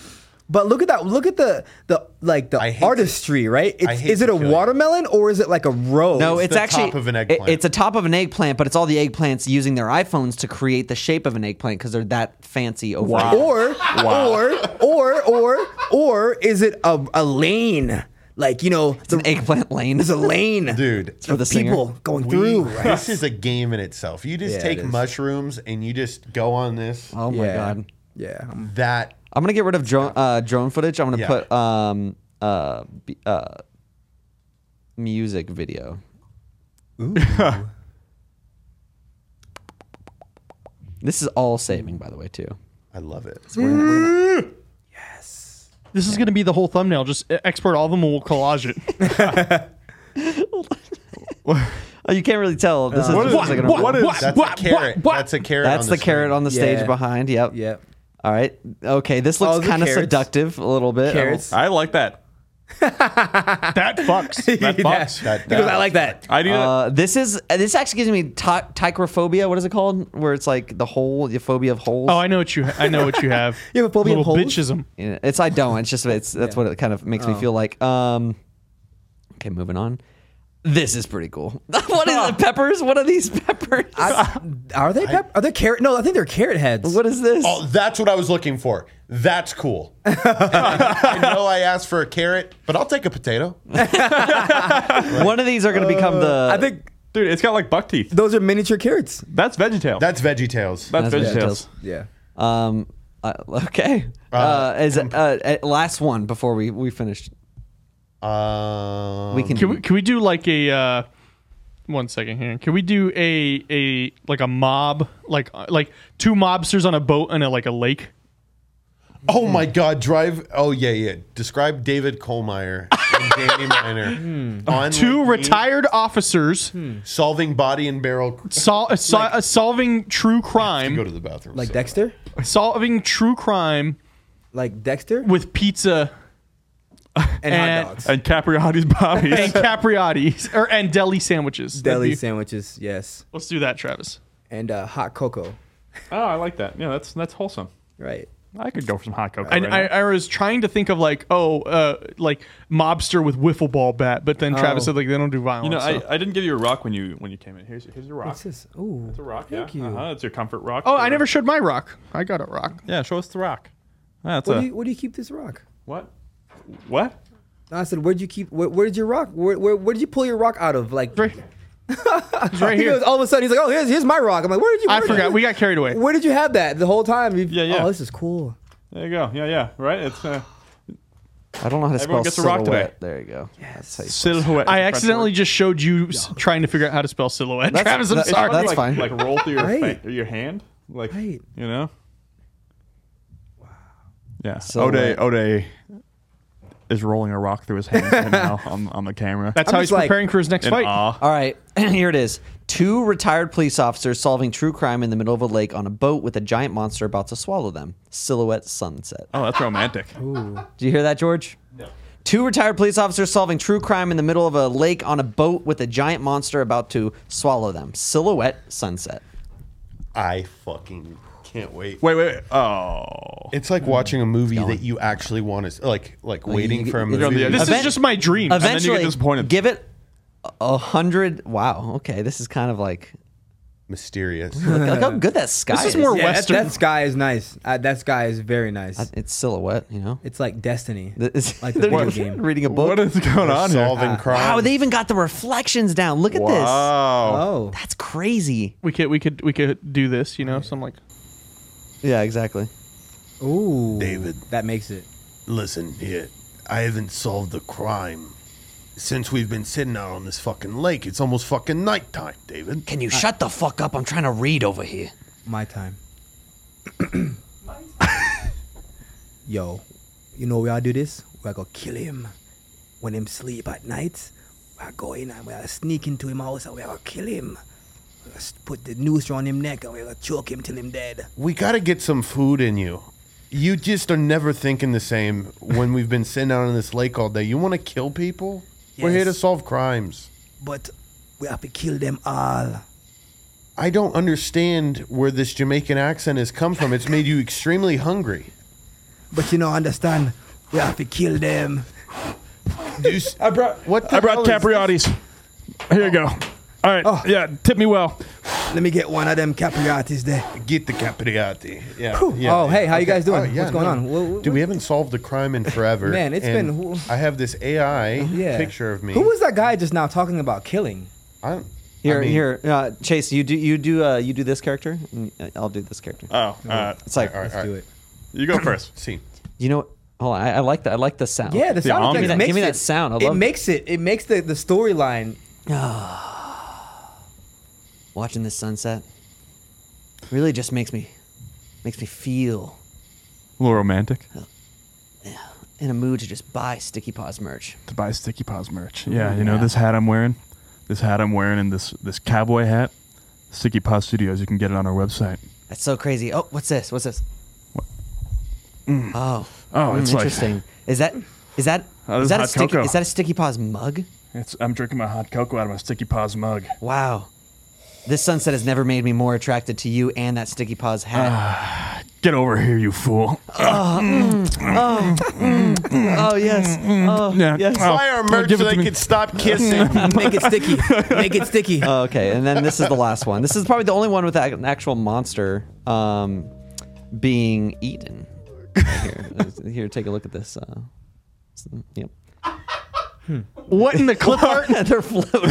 [SPEAKER 5] But look at that! Look at the the like the
[SPEAKER 2] I hate
[SPEAKER 5] artistry, right? It's,
[SPEAKER 2] hate
[SPEAKER 5] is it
[SPEAKER 2] to
[SPEAKER 5] a
[SPEAKER 2] kill you.
[SPEAKER 5] watermelon or is it like a rose?
[SPEAKER 1] No, it's
[SPEAKER 2] the
[SPEAKER 1] actually
[SPEAKER 2] top of an
[SPEAKER 1] it-
[SPEAKER 2] eggplant.
[SPEAKER 1] it's a top of an eggplant, but it's all the eggplants using their iPhones to create the shape of an eggplant because they're that fancy. Over
[SPEAKER 5] or or or or or is it a, a lane? Like you know,
[SPEAKER 1] it's an eggplant lane.
[SPEAKER 5] there's a lane,
[SPEAKER 2] Dude, it's
[SPEAKER 1] for
[SPEAKER 5] of
[SPEAKER 1] the singer.
[SPEAKER 5] people going
[SPEAKER 2] We-
[SPEAKER 5] through. Right?
[SPEAKER 2] This is a game in itself. You just
[SPEAKER 5] Yeah, it
[SPEAKER 2] take
[SPEAKER 5] is.
[SPEAKER 2] mushrooms and you just go on this.
[SPEAKER 1] Oh my
[SPEAKER 5] yeah.
[SPEAKER 1] god!
[SPEAKER 5] Yeah, I'm-
[SPEAKER 2] That
[SPEAKER 1] I'm gonna get rid of drone uh, drone footage. I'm gonna
[SPEAKER 2] Yeah.
[SPEAKER 1] put um uh b- uh music video. this is all saving, by the way, too.
[SPEAKER 2] I love it.
[SPEAKER 3] Mm.
[SPEAKER 4] This is going to be the whole thumbnail. Just uh, export all of them and we'll collage it.
[SPEAKER 1] Oh, you can't really tell. This is
[SPEAKER 3] What
[SPEAKER 1] just
[SPEAKER 3] is-
[SPEAKER 1] like an-
[SPEAKER 3] what- what is-
[SPEAKER 2] That's a carrot. That's a carrot.
[SPEAKER 1] That's
[SPEAKER 2] on
[SPEAKER 1] the
[SPEAKER 2] screen.
[SPEAKER 1] carrot on the stage
[SPEAKER 5] Yeah.
[SPEAKER 1] behind. Yep.
[SPEAKER 5] yep.
[SPEAKER 1] All right. Okay. This looks
[SPEAKER 5] Oh, the
[SPEAKER 1] kind of
[SPEAKER 5] carrots.
[SPEAKER 1] seductive a little bit.
[SPEAKER 5] Carrots.
[SPEAKER 3] I like that. that fucks. That fucks.
[SPEAKER 2] That-
[SPEAKER 5] Because I
[SPEAKER 2] that-
[SPEAKER 5] like that.
[SPEAKER 3] I do. that.
[SPEAKER 1] Uh, this is uh, this actually gives me ty- tychrophobia. What is it called? Where it's like the hole, the phobia of holes.
[SPEAKER 4] Oh, I know what you. I know what you have.
[SPEAKER 5] You have a phobia of
[SPEAKER 4] Little
[SPEAKER 5] holes?
[SPEAKER 4] bitchism.
[SPEAKER 1] Yeah, it's I don't. It's just it's that's what it kind of makes me feel like. Um, okay, moving on. This is pretty cool. what is it? Peppers? What are these peppers?
[SPEAKER 5] I- are they pep- are they carrot? No, I think they're carrot heads.
[SPEAKER 1] what is this?
[SPEAKER 2] Oh, that's what I was looking for. That's cool. I know I asked for a carrot, but I'll take a potato.
[SPEAKER 1] One of these are going to become the.
[SPEAKER 3] Uh,
[SPEAKER 5] I think
[SPEAKER 3] Dude, it's got like buck teeth.
[SPEAKER 5] those are miniature carrots.
[SPEAKER 3] That's VeggieTale.
[SPEAKER 2] That's Veggie Tales.
[SPEAKER 3] that's
[SPEAKER 1] That's
[SPEAKER 3] VeggieTales.
[SPEAKER 5] Yeah.
[SPEAKER 1] Um. Uh, okay. Uh, is uh, uh, last one before we we finish.
[SPEAKER 2] Um,
[SPEAKER 1] We can.
[SPEAKER 4] Can we, can we do like a uh, one second here? Can we do a a like a mob like uh, like two mobsters on a boat and a like a lake?
[SPEAKER 2] oh my God, drive. Oh yeah, yeah. Describe David Kohlmeyer and Danny
[SPEAKER 3] Hmm.
[SPEAKER 2] Miner on
[SPEAKER 4] Two
[SPEAKER 2] Lake Mead,
[SPEAKER 4] retired officers
[SPEAKER 2] Hmm. solving body and barrel.
[SPEAKER 4] sol- uh, so- uh, solving true
[SPEAKER 2] Go
[SPEAKER 4] crime,
[SPEAKER 2] to the bathroom.
[SPEAKER 5] Like
[SPEAKER 2] so-
[SPEAKER 5] Dexter.
[SPEAKER 4] solving true crime
[SPEAKER 5] Like Dexter
[SPEAKER 4] with pizza
[SPEAKER 5] and,
[SPEAKER 4] and-
[SPEAKER 5] hot dogs.
[SPEAKER 3] And Capriati's
[SPEAKER 4] and
[SPEAKER 3] Bobby's.
[SPEAKER 4] capriati or and deli sandwiches. That'd
[SPEAKER 5] Deli
[SPEAKER 4] be-
[SPEAKER 5] sandwiches, yes,
[SPEAKER 4] Let's do that, Travis.
[SPEAKER 5] and uh, hot cocoa.
[SPEAKER 3] oh, I like that. Yeah, that's that's wholesome.
[SPEAKER 5] Right.
[SPEAKER 3] I could go for some hot cocoa.
[SPEAKER 4] I,
[SPEAKER 3] right
[SPEAKER 4] I,
[SPEAKER 3] now.
[SPEAKER 4] I was trying to think of like oh uh, like mobster with wiffle ball bat, but then Travis
[SPEAKER 5] Oh.
[SPEAKER 4] said like they don't do violence.
[SPEAKER 3] you know,
[SPEAKER 4] so-
[SPEAKER 3] I, I didn't give you a rock when you when you came in. Here's here's your rock.
[SPEAKER 5] What's this? Ooh.
[SPEAKER 3] It's a rock.
[SPEAKER 5] Thank
[SPEAKER 3] yeah.
[SPEAKER 5] you.
[SPEAKER 3] Uh-huh. It's your comfort rock.
[SPEAKER 4] oh, I never showed my rock. I got a rock.
[SPEAKER 3] Yeah, show us the rock. Yeah, that's
[SPEAKER 5] Where
[SPEAKER 3] a
[SPEAKER 5] do, you, where do you keep this rock?
[SPEAKER 3] what? What?
[SPEAKER 5] No, I said, where'd you keep? Where, where did your rock? Where, where, where did you pull your rock out of? Like,
[SPEAKER 4] Right, it's right
[SPEAKER 5] he
[SPEAKER 4] here.
[SPEAKER 5] goes, all of a sudden he's like, oh, here's, here's my rock. I'm like, where did you?
[SPEAKER 4] I
[SPEAKER 5] where did
[SPEAKER 4] forgot.
[SPEAKER 5] you-
[SPEAKER 4] We got carried away.
[SPEAKER 5] Where did you have that the whole time? You've-
[SPEAKER 3] Yeah, yeah.
[SPEAKER 5] Oh, this is cool.
[SPEAKER 3] There you go. Yeah, yeah. Right. It's uh,
[SPEAKER 1] I don't know how to spell
[SPEAKER 3] Everyone gets a rock
[SPEAKER 1] silhouette.
[SPEAKER 3] today.
[SPEAKER 1] There you go. Yes. That's,
[SPEAKER 3] silhouette.
[SPEAKER 4] I accidentally just showed you s- trying to figure out how to spell silhouette. Travis, I'm
[SPEAKER 1] that-
[SPEAKER 4] sorry.
[SPEAKER 1] that's
[SPEAKER 3] like,
[SPEAKER 1] fine.
[SPEAKER 3] Like roll through your
[SPEAKER 5] Right.
[SPEAKER 3] fa- your hand. Like
[SPEAKER 5] Right.
[SPEAKER 3] you know. Wow. Yeah.
[SPEAKER 1] Silhouette.
[SPEAKER 3] Ode Ode is rolling a rock through his hand right now on, on the camera.
[SPEAKER 4] That's how
[SPEAKER 5] I'm
[SPEAKER 4] he's
[SPEAKER 5] just like-
[SPEAKER 4] preparing for his next
[SPEAKER 3] In
[SPEAKER 4] fight.
[SPEAKER 3] awe.
[SPEAKER 1] All right, here it is. Two retired police officers solving true crime in the middle of a lake on a boat with a giant monster about to swallow them. Silhouette sunset.
[SPEAKER 3] Oh, that's romantic.
[SPEAKER 1] Do you hear that, George? No. Two retired police officers solving true crime in the middle of a lake on a boat with a giant monster about to swallow them. Silhouette sunset.
[SPEAKER 2] I fucking can't wait.
[SPEAKER 3] Wait, wait, wait. Oh.
[SPEAKER 2] It's like watching a movie that you actually want to like, like waiting
[SPEAKER 1] you-
[SPEAKER 2] for a
[SPEAKER 1] you're on
[SPEAKER 2] movie.
[SPEAKER 1] the
[SPEAKER 4] This
[SPEAKER 1] Event-
[SPEAKER 4] is just my dream.
[SPEAKER 3] then you get
[SPEAKER 1] Eventually,
[SPEAKER 3] disappointed.
[SPEAKER 1] give it a- a hundred. Wow. Okay, this is kind of like
[SPEAKER 2] Mysterious.
[SPEAKER 1] look how good that sky
[SPEAKER 4] This is more-
[SPEAKER 5] Yeah, that,
[SPEAKER 4] Western.
[SPEAKER 5] that sky is nice. Uh, that sky is very nice.
[SPEAKER 1] It's silhouette, you know.
[SPEAKER 5] it's like Destiny.
[SPEAKER 1] It's
[SPEAKER 5] Like the video
[SPEAKER 1] they're
[SPEAKER 5] game.
[SPEAKER 1] Reading a book.
[SPEAKER 3] What is going on here?
[SPEAKER 2] Solving crime.
[SPEAKER 1] Wow, they even got the reflections down. Look at this.
[SPEAKER 3] Wow.
[SPEAKER 5] oh,
[SPEAKER 1] That's crazy.
[SPEAKER 4] we could we could we could do this. You know, so I'm like,
[SPEAKER 1] Yeah, exactly.
[SPEAKER 5] Oh. ooh,
[SPEAKER 2] David.
[SPEAKER 5] that makes it.
[SPEAKER 2] Listen here, I haven't solved the crime, Since we've been sitting out on this fucking lake, it's almost fucking nighttime, David.
[SPEAKER 1] Can you shut the fuck up? I'm trying to read over here.
[SPEAKER 5] My time. Yo, you know we all do this? We all go kill him. When him sleep at night, we all go in and we all sneak into him house and we all kill him. We all s- put the noose around him neck and we all choke him till him dead.
[SPEAKER 2] We gotta get some food in you. You just are never thinking the same when we've been sitting out on this lake all day. You want to kill people? We're here to
[SPEAKER 5] Yes.
[SPEAKER 2] solve crimes.
[SPEAKER 5] But we have to kill them all.
[SPEAKER 2] I don't understand where this Jamaican accent has come from. It's made you extremely hungry.
[SPEAKER 5] But you know, understand, we have to kill them.
[SPEAKER 2] You s-
[SPEAKER 3] I brought
[SPEAKER 2] What the
[SPEAKER 3] I brought
[SPEAKER 2] hell is
[SPEAKER 3] Capriotti's. Here you go. All right.
[SPEAKER 5] Oh.
[SPEAKER 3] Yeah, tip me well.
[SPEAKER 5] Let me get one of them capriatis there.
[SPEAKER 2] get the capriati. Yeah.
[SPEAKER 5] Whew.
[SPEAKER 2] yeah,
[SPEAKER 5] Oh,
[SPEAKER 2] yeah.
[SPEAKER 5] hey, how you guys doing? What's going
[SPEAKER 2] no.
[SPEAKER 5] on? Wha- wha-
[SPEAKER 2] Dude, we haven't solved the crime in forever.
[SPEAKER 5] Man, it's
[SPEAKER 2] and
[SPEAKER 5] been who-
[SPEAKER 2] I have this AI
[SPEAKER 5] Yeah.
[SPEAKER 2] picture of me.
[SPEAKER 5] Who was that guy just now talking about killing?
[SPEAKER 2] I don't,
[SPEAKER 1] Here,
[SPEAKER 2] I mean,
[SPEAKER 1] here, uh, Chase. You do, you do, uh, you do this character. and I'll do this character.
[SPEAKER 3] Oh, all right.
[SPEAKER 1] It's like
[SPEAKER 2] All right, all
[SPEAKER 5] Let's
[SPEAKER 2] right.
[SPEAKER 5] do it.
[SPEAKER 3] You go first.
[SPEAKER 2] See.
[SPEAKER 1] you know. Oh, I, I like that. I like the sound.
[SPEAKER 5] Yeah, the sound
[SPEAKER 3] I'll give
[SPEAKER 5] effects
[SPEAKER 3] me
[SPEAKER 1] that-
[SPEAKER 5] makes
[SPEAKER 1] give me
[SPEAKER 5] it-
[SPEAKER 1] that sound. I
[SPEAKER 5] it
[SPEAKER 1] love it.
[SPEAKER 5] makes it. It makes the the storyline.
[SPEAKER 1] watching the sunset really just makes me makes me feel
[SPEAKER 3] A little romantic
[SPEAKER 1] in a mood to just buy Sticky Paws merch.
[SPEAKER 3] to buy Sticky Paws merch. Yeah, you know this hat I'm wearing, this hat I'm wearing, and this this cowboy hat. Sticky Paws Studios. You can get it on our website.
[SPEAKER 1] That's so crazy. Oh, what's this? What's this? Oh,
[SPEAKER 3] Oh, it's like-
[SPEAKER 1] interesting. is that is that
[SPEAKER 3] Oh, this
[SPEAKER 1] is that a
[SPEAKER 3] hot
[SPEAKER 1] sticky,
[SPEAKER 3] cocoa.
[SPEAKER 1] is that a Sticky Paws mug?
[SPEAKER 3] It's, I'm drinking my hot cocoa out of my Sticky Paws mug.
[SPEAKER 1] Wow. This sunset has never made me more attracted to you and that Sticky Paws hat.
[SPEAKER 3] Get over here, you fool.
[SPEAKER 1] oh yes. Oh
[SPEAKER 3] Yeah.
[SPEAKER 1] yes.
[SPEAKER 3] Oh.
[SPEAKER 2] Buy our
[SPEAKER 3] oh,
[SPEAKER 2] merch
[SPEAKER 3] give
[SPEAKER 2] so
[SPEAKER 3] it to
[SPEAKER 2] they
[SPEAKER 3] me.
[SPEAKER 2] could stop kissing.
[SPEAKER 5] Make it sticky. Make it sticky.
[SPEAKER 1] Oh, okay, and then this is the last one. This is probably the only one with an actual monster um, being eaten. Right here, here, take a look at this. Uh, s- yep, Hmm.
[SPEAKER 4] What in the clip art?
[SPEAKER 1] they're floating.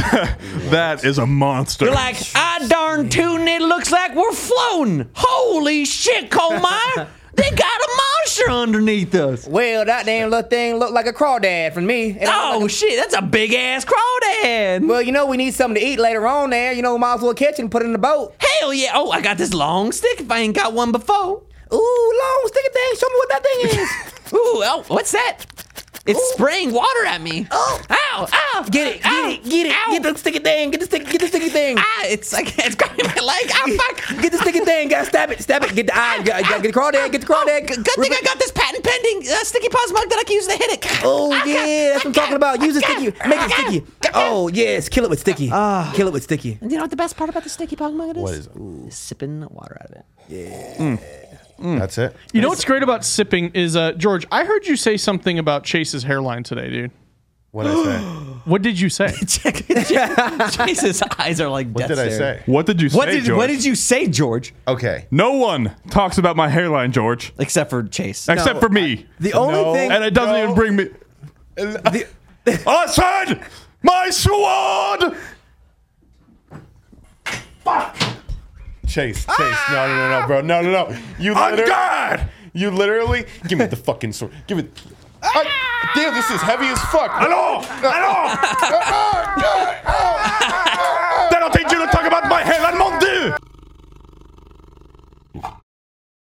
[SPEAKER 3] That is a monster.
[SPEAKER 1] like, I darn tootin', it looks like we're floating. Holy shit, Colmar! they got a monster underneath us.
[SPEAKER 5] Well, that damn little thing looked like a crawdad from me. It don't look
[SPEAKER 1] Oh
[SPEAKER 5] like a-
[SPEAKER 1] shit, that's a big ass crawdad.
[SPEAKER 5] well, you know we need something to eat later on. There, you know, might as well catch it and put it in the boat.
[SPEAKER 1] Hell yeah! Oh, I got this long stick. If I ain't got one before.
[SPEAKER 5] Ooh, long sticky thing. Show me what that thing is.
[SPEAKER 1] Ooh, oh, what's that? It's spraying water at me.
[SPEAKER 5] Oh.
[SPEAKER 1] ow, ow.
[SPEAKER 5] Get it, get
[SPEAKER 1] ow,
[SPEAKER 5] it, get it.
[SPEAKER 1] ow.
[SPEAKER 5] Get the sticky thing. Get the sticky. Get the sticky thing.
[SPEAKER 1] Ah, it's like, it's grabbing my leg. Ah, fuck.
[SPEAKER 5] Get the sticky thing. Gotta stab it. Stab it. Get the eye. Get, get the crawdad. Get the crawdad.
[SPEAKER 1] Oh, Good thing I got this patent pending uh, sticky paws mug that I can use to hit it.
[SPEAKER 5] Oh yeah, that's what I'm talking about. Use it sticky. Make it sticky. Oh yes, kill it with sticky. Kill it with sticky.
[SPEAKER 1] You know what the best part about the sticky paws mug
[SPEAKER 2] What is it?
[SPEAKER 1] Is sipping water out of it.
[SPEAKER 2] That's it.
[SPEAKER 4] You know what's great about sipping is, uh, George, I heard you say something about Chase's hairline today, dude.
[SPEAKER 2] What did I say?
[SPEAKER 4] What did you say?
[SPEAKER 1] Check it. Chase's eyes are like
[SPEAKER 2] What did I say? Oh.
[SPEAKER 3] What did you say,
[SPEAKER 1] What did,
[SPEAKER 3] George?
[SPEAKER 1] what did you say, George?
[SPEAKER 2] Okay.
[SPEAKER 3] no one talks about my hairline, George,
[SPEAKER 1] Except for Chase.
[SPEAKER 3] except for me.
[SPEAKER 5] The only
[SPEAKER 2] No.
[SPEAKER 5] thing.
[SPEAKER 3] and it doesn't
[SPEAKER 2] No.
[SPEAKER 3] even bring me. I said my sword.
[SPEAKER 2] Chase, Chase. No, no, no, no, bro. No, no, no. You
[SPEAKER 3] I'm
[SPEAKER 2] literally,
[SPEAKER 3] God.
[SPEAKER 2] you literally, give me the fucking sword. Give it. I, damn, this is heavy as fuck.
[SPEAKER 3] Hello, hello.